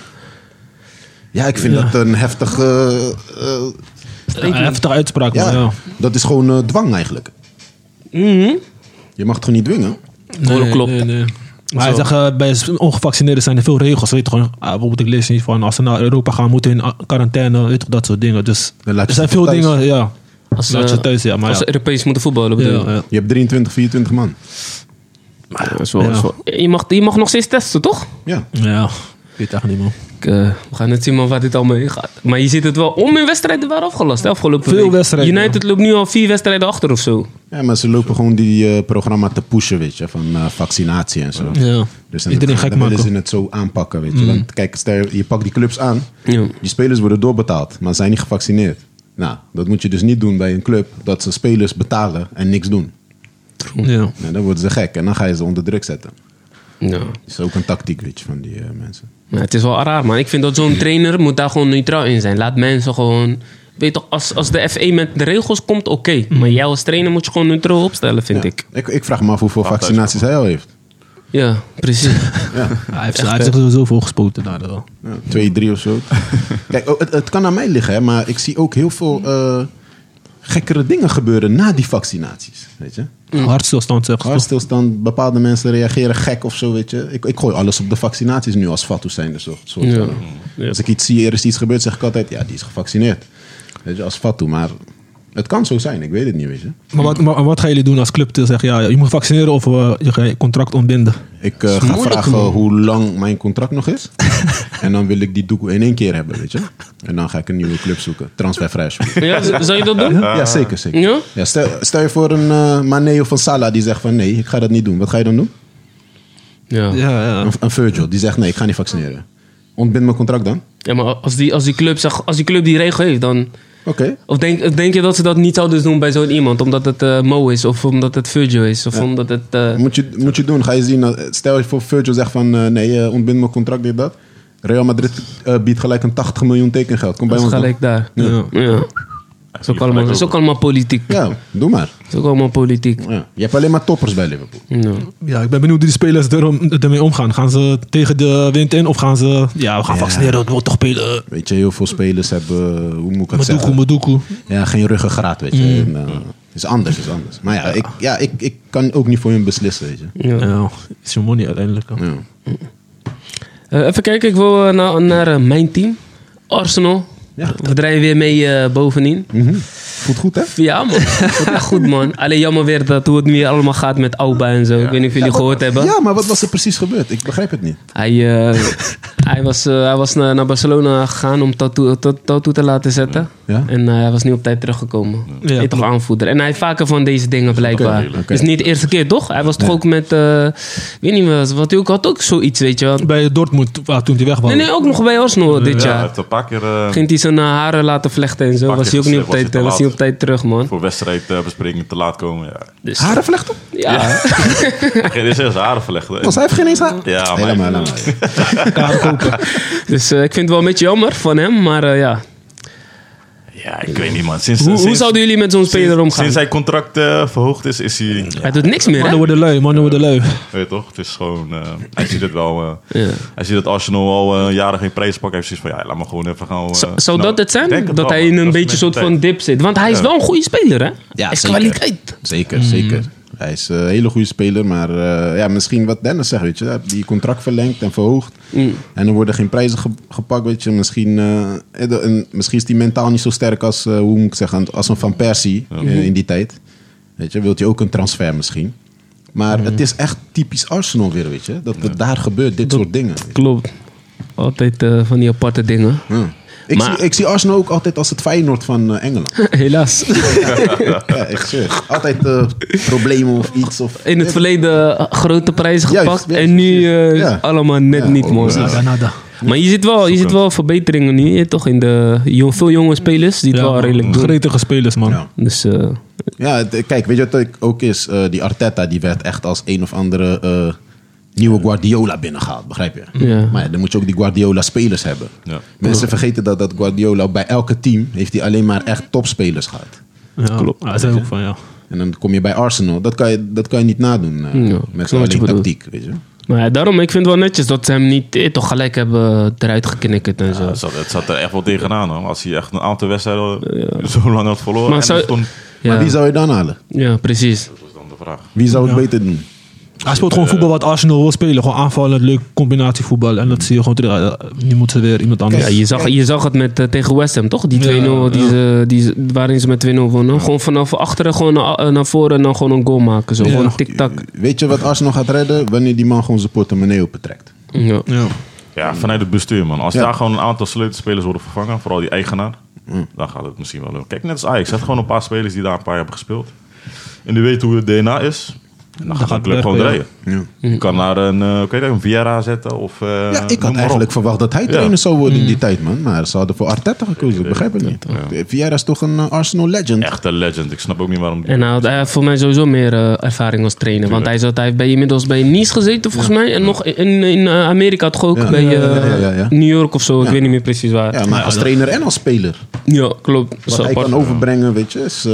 [SPEAKER 5] ja, ik vind dat een heftige... eh, eh,
[SPEAKER 3] Heftige uitspraak,
[SPEAKER 5] ja,
[SPEAKER 3] maar ja.
[SPEAKER 5] dat is gewoon eh, dwang eigenlijk.
[SPEAKER 2] Mhm.
[SPEAKER 5] Je mag het gewoon niet dwingen.
[SPEAKER 2] Nee, dat klopt.
[SPEAKER 3] nee, nee. Maar hij
[SPEAKER 2] Zo.
[SPEAKER 3] zegt, eh, bij ongevaccineerden zijn er veel regels. Weet je, gewoon, Ah, bijvoorbeeld, ik lees niet van als ze naar Europa gaan, moeten hun in quarantaine, weet je, dat soort dingen. Dus
[SPEAKER 5] Dan laat je
[SPEAKER 3] er zijn
[SPEAKER 5] ze
[SPEAKER 3] veel
[SPEAKER 5] thuis.
[SPEAKER 3] dingen, ja.
[SPEAKER 2] Als,
[SPEAKER 3] Laat
[SPEAKER 2] eh,
[SPEAKER 3] je thuis, ja, maar
[SPEAKER 2] als
[SPEAKER 3] ja.
[SPEAKER 2] ze Europees moeten voetballen,
[SPEAKER 3] Ja,
[SPEAKER 2] bedoel je?
[SPEAKER 3] ja.
[SPEAKER 5] Je hebt 23, 24 man.
[SPEAKER 2] Ja, dat is wel-
[SPEAKER 3] Ja.
[SPEAKER 2] dat is wel- Je, mag, je mag nog steeds testen, toch?
[SPEAKER 5] Ja.
[SPEAKER 3] Ja, ik weet echt niet, man.
[SPEAKER 2] Ik, eh, we gaan het zien man, waar dit allemaal heen gaat. Maar je ziet het wel om in wedstrijden waren afgelast. Hè, afgelopen
[SPEAKER 3] Veel
[SPEAKER 2] week.
[SPEAKER 3] wedstrijden,
[SPEAKER 2] United loopt nu al vier wedstrijden achter of zo.
[SPEAKER 5] ja, maar ze lopen gewoon die eh, programma te pushen, weet je. Van eh, vaccinatie en zo.
[SPEAKER 3] Ja.
[SPEAKER 5] Dus dan-
[SPEAKER 3] Iedereen gek
[SPEAKER 5] dan willen ze
[SPEAKER 3] maken. Mhm.
[SPEAKER 5] het zo aanpakken, weet je. Want kijk, stel, je pakt die clubs aan.
[SPEAKER 2] Ja.
[SPEAKER 5] Die spelers worden doorbetaald, maar zijn niet gevaccineerd. Nou, dat moet je dus niet doen bij een club dat ze spelers betalen en niks doen.
[SPEAKER 3] Ja.
[SPEAKER 5] Nou, dan worden ze gek en dan ga je ze onder druk zetten.
[SPEAKER 2] Ja.
[SPEAKER 5] Dat is ook een tactiek, weet je, van die eh, mensen.
[SPEAKER 2] Maar Nou, het is wel raar, man. Ik vind dat zo'n trainer moet daar gewoon neutraal in zijn. Laat mensen gewoon... Weet toch, als, als de FE met de regels komt, oké. Maar jij als trainer moet je gewoon neutraal opstellen, vind
[SPEAKER 5] Mm. Ja.
[SPEAKER 2] ik.
[SPEAKER 5] Ik, ik vraag me af hoeveel
[SPEAKER 4] Altijd
[SPEAKER 5] vaccinaties hij al heeft.
[SPEAKER 2] Ja, precies.
[SPEAKER 3] Hij heeft, hij heeft zich er zoveel gespoten daar. eh. wel.
[SPEAKER 5] Ja, twee, drie of zo. Kijk, oh, het, het kan aan mij liggen, hè, maar ik zie ook heel veel eh, gekkere dingen gebeuren na die vaccinaties, weet je.
[SPEAKER 3] Mm. Hartstilstand, zeg toch?
[SPEAKER 5] Hartstilstand, bepaalde mensen reageren gek of zo, weet je. Ik, ik gooi alles op de vaccinaties nu als fatsoen zijn. Dus soort, soort
[SPEAKER 2] Ja.
[SPEAKER 5] van. Als ik iets zie, er is iets gebeurd, zeg ik altijd, ja, die is gevaccineerd. Weet je, als fatsoen. Maar het kan zo zijn, ik weet het niet, weet je.
[SPEAKER 3] Maar wat, maar wat gaan jullie doen als club te zeggen, ja, je moet vaccineren of eh, je gaat je contract ontbinden?
[SPEAKER 5] Ik eh, ga vragen hoe lang mijn contract nog is. en dan wil ik die doek in één keer hebben, weet je. En dan ga ik een nieuwe club zoeken, transfervrij zoeken.
[SPEAKER 2] Ja, Ah. z- zou je dat doen?
[SPEAKER 5] ja, zeker, zeker.
[SPEAKER 2] Ja?
[SPEAKER 5] Ja, stel, stel je voor een eh Mane of een Salah die zegt van nee, ik ga dat niet doen. Wat ga je dan doen?
[SPEAKER 2] Ja.
[SPEAKER 3] Ja, ja.
[SPEAKER 5] Een, een Virgil die zegt nee, ik ga niet vaccineren. Ontbind mijn contract dan?
[SPEAKER 2] Ja, maar als die, als die, club, zag, als die club die regel heeft, dan...
[SPEAKER 5] Oké.
[SPEAKER 2] Of denk, of denk je dat ze dat niet zouden doen bij zo'n iemand? Omdat het eh, Mo is, of omdat het Virgil is, of omdat het... eh,
[SPEAKER 5] Moet je, moet je doen. Ga je zien. dat- Stel je voor Virgil zegt van eh, nee, eh, ontbind mijn contract, dit dat. Real Madrid eh, biedt gelijk een 80 miljoen tekengeld. Kom bij
[SPEAKER 2] dat is
[SPEAKER 5] ons. dan.
[SPEAKER 2] gelijk daar. Ja. Dat is ook allemaal, dat is ook allemaal politiek.
[SPEAKER 5] Ja, doe maar.
[SPEAKER 2] Dat is ook allemaal politiek.
[SPEAKER 5] Ja. Je hebt alleen maar toppers bij Liverpool.
[SPEAKER 2] Ja.
[SPEAKER 3] ja, ik ben benieuwd hoe die spelers erom- ermee omgaan. Gaan ze tegen de wind in of gaan ze, ja, we gaan vaccineren, we moeten toch spelen.
[SPEAKER 5] Weet je, heel veel spelers hebben, eh, hoe moet ik het
[SPEAKER 3] Madoekoe,
[SPEAKER 5] zeggen?
[SPEAKER 3] Madoekoe.
[SPEAKER 5] Ja, geen ruggengraat, weet je. En, eh, is anders, is anders. Maar ja, ik, ja ik, ik kan ook niet voor hun beslissen, weet je.
[SPEAKER 2] Ja.
[SPEAKER 3] Ja, is je money uiteindelijk. hè.
[SPEAKER 5] Ja.
[SPEAKER 2] Eh, even kijken, ik wil eh, nou, naar eh, mijn team. Arsenal.
[SPEAKER 5] Ja.
[SPEAKER 2] We draaien weer mee eh, bovenin.
[SPEAKER 5] Mhm. Voelt goed, hè?
[SPEAKER 2] Ja man, dat echt goed man. Alleen jammer weer dat hoe het nu allemaal gaat met Auba en zo. Ik weet niet of jullie gehoord hebben.
[SPEAKER 5] Ja, maar wat was er precies gebeurd? Ik begrijp het niet.
[SPEAKER 2] Hij, eh, hij was, eh, hij was naar, naar Barcelona gegaan om tattoo, ta- tattoo te laten zetten.
[SPEAKER 5] Ja.
[SPEAKER 2] En eh, hij was niet op tijd teruggekomen.
[SPEAKER 3] Ja,
[SPEAKER 2] Ja, toch
[SPEAKER 3] klopt.
[SPEAKER 2] aanvoerder. En hij heeft vaker van deze dingen blijkbaar.
[SPEAKER 5] Oké, oké.
[SPEAKER 2] is niet de eerste keer, toch? Hij was toch ook met... eh, weet niet meer, wat hij ook had ook zoiets, weet je wel.
[SPEAKER 3] Bij Dortmund, waar toen die weg was.
[SPEAKER 2] Nee, nee, ook nog bij Arsenal dit
[SPEAKER 4] Ja, hij
[SPEAKER 2] jaar.
[SPEAKER 4] heeft een paar keer eh,
[SPEAKER 2] Ging hij zijn eh, haren laten vlechten en zo.
[SPEAKER 4] Pak
[SPEAKER 2] Was hij ook
[SPEAKER 4] dit,
[SPEAKER 2] niet op
[SPEAKER 4] was
[SPEAKER 2] tijd,
[SPEAKER 4] hij te
[SPEAKER 2] was hij
[SPEAKER 4] laat.
[SPEAKER 2] op tijd terug, man.
[SPEAKER 4] voor wedstrijdbesprekingen te laat komen. Ja.
[SPEAKER 2] Dus,
[SPEAKER 5] Harenvlechten?
[SPEAKER 2] ja.
[SPEAKER 4] Geen is zelfs haren verlegd. hè.
[SPEAKER 5] Was hij heeft geen eens haar?
[SPEAKER 4] Ja, maar-
[SPEAKER 5] helemaal. helemaal.
[SPEAKER 2] dus eh, ik vind het wel een beetje jammer van hem. Maar eh, ja,
[SPEAKER 4] Ja, ik weet niet, man. Sinds,
[SPEAKER 2] hoe, hoe
[SPEAKER 4] sinds-
[SPEAKER 2] zouden jullie met zo'n speler
[SPEAKER 4] sinds-
[SPEAKER 2] omgaan?
[SPEAKER 4] Sinds zijn contract eh, verhoogd is, is hij...
[SPEAKER 2] Hij doet niks meer, hè?
[SPEAKER 3] Mannen worden lui, mannen worden lui.
[SPEAKER 4] Weet je toch? Het is gewoon... eh, hij ziet het wel... eh,
[SPEAKER 2] Ja.
[SPEAKER 4] Hij ziet dat Arsenal al eh, jaren geen prijs pakken. Hij heeft zoiets van, ja, laat me gewoon even gaan... eh,
[SPEAKER 2] Zou, zou
[SPEAKER 4] nou,
[SPEAKER 2] dat het zijn?
[SPEAKER 4] ik denk
[SPEAKER 2] dat
[SPEAKER 4] wel,
[SPEAKER 2] hij
[SPEAKER 4] man.
[SPEAKER 2] in een
[SPEAKER 4] Dat is
[SPEAKER 2] beetje een soort van
[SPEAKER 4] mentaliteit.
[SPEAKER 2] dip zit. Want hij is wel een goede speler, hè? hij is
[SPEAKER 5] zeker.
[SPEAKER 2] kwaliteit.
[SPEAKER 5] Zeker, zeker. Hij is eh, een hele goede speler, maar eh, ja, misschien wat Dennis zegt, weet je. hij heeft Die contract verlengd en verhoogd.
[SPEAKER 2] Mm.
[SPEAKER 5] En er worden geen prijzen ge- gepakt, weet je. Misschien, eh, eh, de- een- misschien is hij mentaal niet zo sterk als, eh, hoe moet ik zeggen, als een Van Persie eh, in die tijd. Weet je, wilt hij ook een transfer misschien. Maar
[SPEAKER 2] Mhm.
[SPEAKER 5] het is echt typisch Arsenal weer, weet je. Dat het daar gebeurt, dit soort dingen.
[SPEAKER 2] Klopt. Altijd eh, van die aparte dingen.
[SPEAKER 5] Ja. Ik,
[SPEAKER 2] Maar-
[SPEAKER 5] zie, ik zie Arsenal ook altijd als het Feyenoord van eh, Engeland.
[SPEAKER 2] Helaas.
[SPEAKER 5] Ja, ik zweer. Altijd eh, problemen of iets. Of,
[SPEAKER 2] In het verleden eh, grote prijzen
[SPEAKER 5] Juist,
[SPEAKER 2] gepakt.
[SPEAKER 5] juist,
[SPEAKER 2] en nu
[SPEAKER 5] precies.
[SPEAKER 2] eh,
[SPEAKER 5] Ja.
[SPEAKER 2] allemaal net
[SPEAKER 5] Ja,
[SPEAKER 2] niet,
[SPEAKER 5] ook,
[SPEAKER 2] man.
[SPEAKER 5] eh,
[SPEAKER 3] Nada, nada.
[SPEAKER 2] Maar je ziet wel, je ziet wel verbeteringen nu. hè, toch in de jong, veel jonge spelers die het wel
[SPEAKER 3] Ja,
[SPEAKER 2] redelijk doen.
[SPEAKER 3] gretige spelers, man.
[SPEAKER 5] Ja.
[SPEAKER 2] Dus eh,
[SPEAKER 5] Ja, het- kijk, weet je wat het ook is? Eh, die Arteta die werd echt als een of andere eh, nieuwe Guardiola binnengehaald, begrijp je?
[SPEAKER 2] Ja.
[SPEAKER 5] Maar ja, dan moet je ook die Guardiola-spelers hebben.
[SPEAKER 4] Ja.
[SPEAKER 5] Mensen vergeten dat, dat Guardiola bij elke team heeft hij alleen maar echt topspelers gehad.
[SPEAKER 3] Ja. Klopt. Daar zijn we ook van, ja.
[SPEAKER 5] En dan kom je bij Arsenal, dat kan je, dat kan je niet nadoen eh,
[SPEAKER 2] Ja, ik
[SPEAKER 5] met
[SPEAKER 2] snap wat je
[SPEAKER 5] alleen
[SPEAKER 2] bedoelt.
[SPEAKER 5] tactiek, weet je?
[SPEAKER 2] maar nou ja, daarom, ik vind het wel netjes dat ze hem niet eh, toch gelijk hebben eruit geknikkerd en zo.
[SPEAKER 4] Het zat, het zat er echt wel tegenaan. Hoor. Als hij echt een aantal wedstrijden zo lang had verloren.
[SPEAKER 2] Maar
[SPEAKER 4] en
[SPEAKER 2] zou-
[SPEAKER 4] dat stond-
[SPEAKER 2] Ja,
[SPEAKER 5] Maar wie zou je dan halen?
[SPEAKER 2] ja, precies.
[SPEAKER 4] dat was dan de vraag.
[SPEAKER 5] Wie zou het beter doen?
[SPEAKER 3] Hij speelt gewoon voetbal wat Arsenal wil spelen. Gewoon aanvallend, leuk combinatievoetbal. En dat zie je gewoon terug. Eh, Nu moeten ze weer iemand anders.
[SPEAKER 2] Ja, je, zag, je zag het met, eh, tegen West Ham, toch? Die 2-0 die ze, die, ze- waarin ze met 2-0 wonnen. Gewoon vanaf achteren gewoon eh, naar, naar voren en dan gewoon een goal maken. Zo. Gewoon tik-tak.
[SPEAKER 5] Weet je wat Arsenal gaat redden? Wanneer die man gewoon zijn portemonnee optrekt.
[SPEAKER 2] Ja.
[SPEAKER 3] Ja.
[SPEAKER 4] Ja, vanuit het bestuur, man. Als
[SPEAKER 5] Ja.
[SPEAKER 4] daar gewoon een aantal sleutelspelers worden vervangen, vooral die eigenaar,
[SPEAKER 5] Mm.
[SPEAKER 4] dan gaat het misschien wel lukken. Kijk, net als Ajax. Het gewoon een paar spelers die daar een paar jaar hebben gespeeld. En die weten hoe het DNA is. En dan, gaat
[SPEAKER 3] gaat
[SPEAKER 4] de club
[SPEAKER 3] het
[SPEAKER 4] gewoon
[SPEAKER 3] werken,
[SPEAKER 4] draaien. Je kan naar een, eh ik weet niet, een Viera zetten of... eh,
[SPEAKER 5] Ja,
[SPEAKER 4] noem maar
[SPEAKER 5] ik had
[SPEAKER 4] op.
[SPEAKER 5] eigenlijk verwacht dat hij
[SPEAKER 4] Ja.
[SPEAKER 5] trainer zou worden in die tijd, man. Maar ze hadden voor Arteta gekozen, ik begrijp het niet. Vieira is toch een eh, Arsenal legend?
[SPEAKER 4] Echt een legend. Ik snap ook niet waarom... die-
[SPEAKER 2] En hij had, hij had voor mij sowieso meer eh, ervaring als trainer. Want hij, zat, hij heeft bij, inmiddels bij Nice gezeten, volgens mij. En nog in, in eh, Amerika had ook
[SPEAKER 5] Ja.
[SPEAKER 2] bij
[SPEAKER 5] Ja,
[SPEAKER 2] eh,
[SPEAKER 5] ja, ja, ja, ja.
[SPEAKER 2] New York of zo. Ik weet niet meer precies waar.
[SPEAKER 5] Ja,
[SPEAKER 2] Ja,
[SPEAKER 5] maar als trainer en als speler.
[SPEAKER 2] klopt.
[SPEAKER 5] Wat
[SPEAKER 2] Zo
[SPEAKER 5] hij
[SPEAKER 2] apart.
[SPEAKER 5] kan overbrengen, weet je. Is,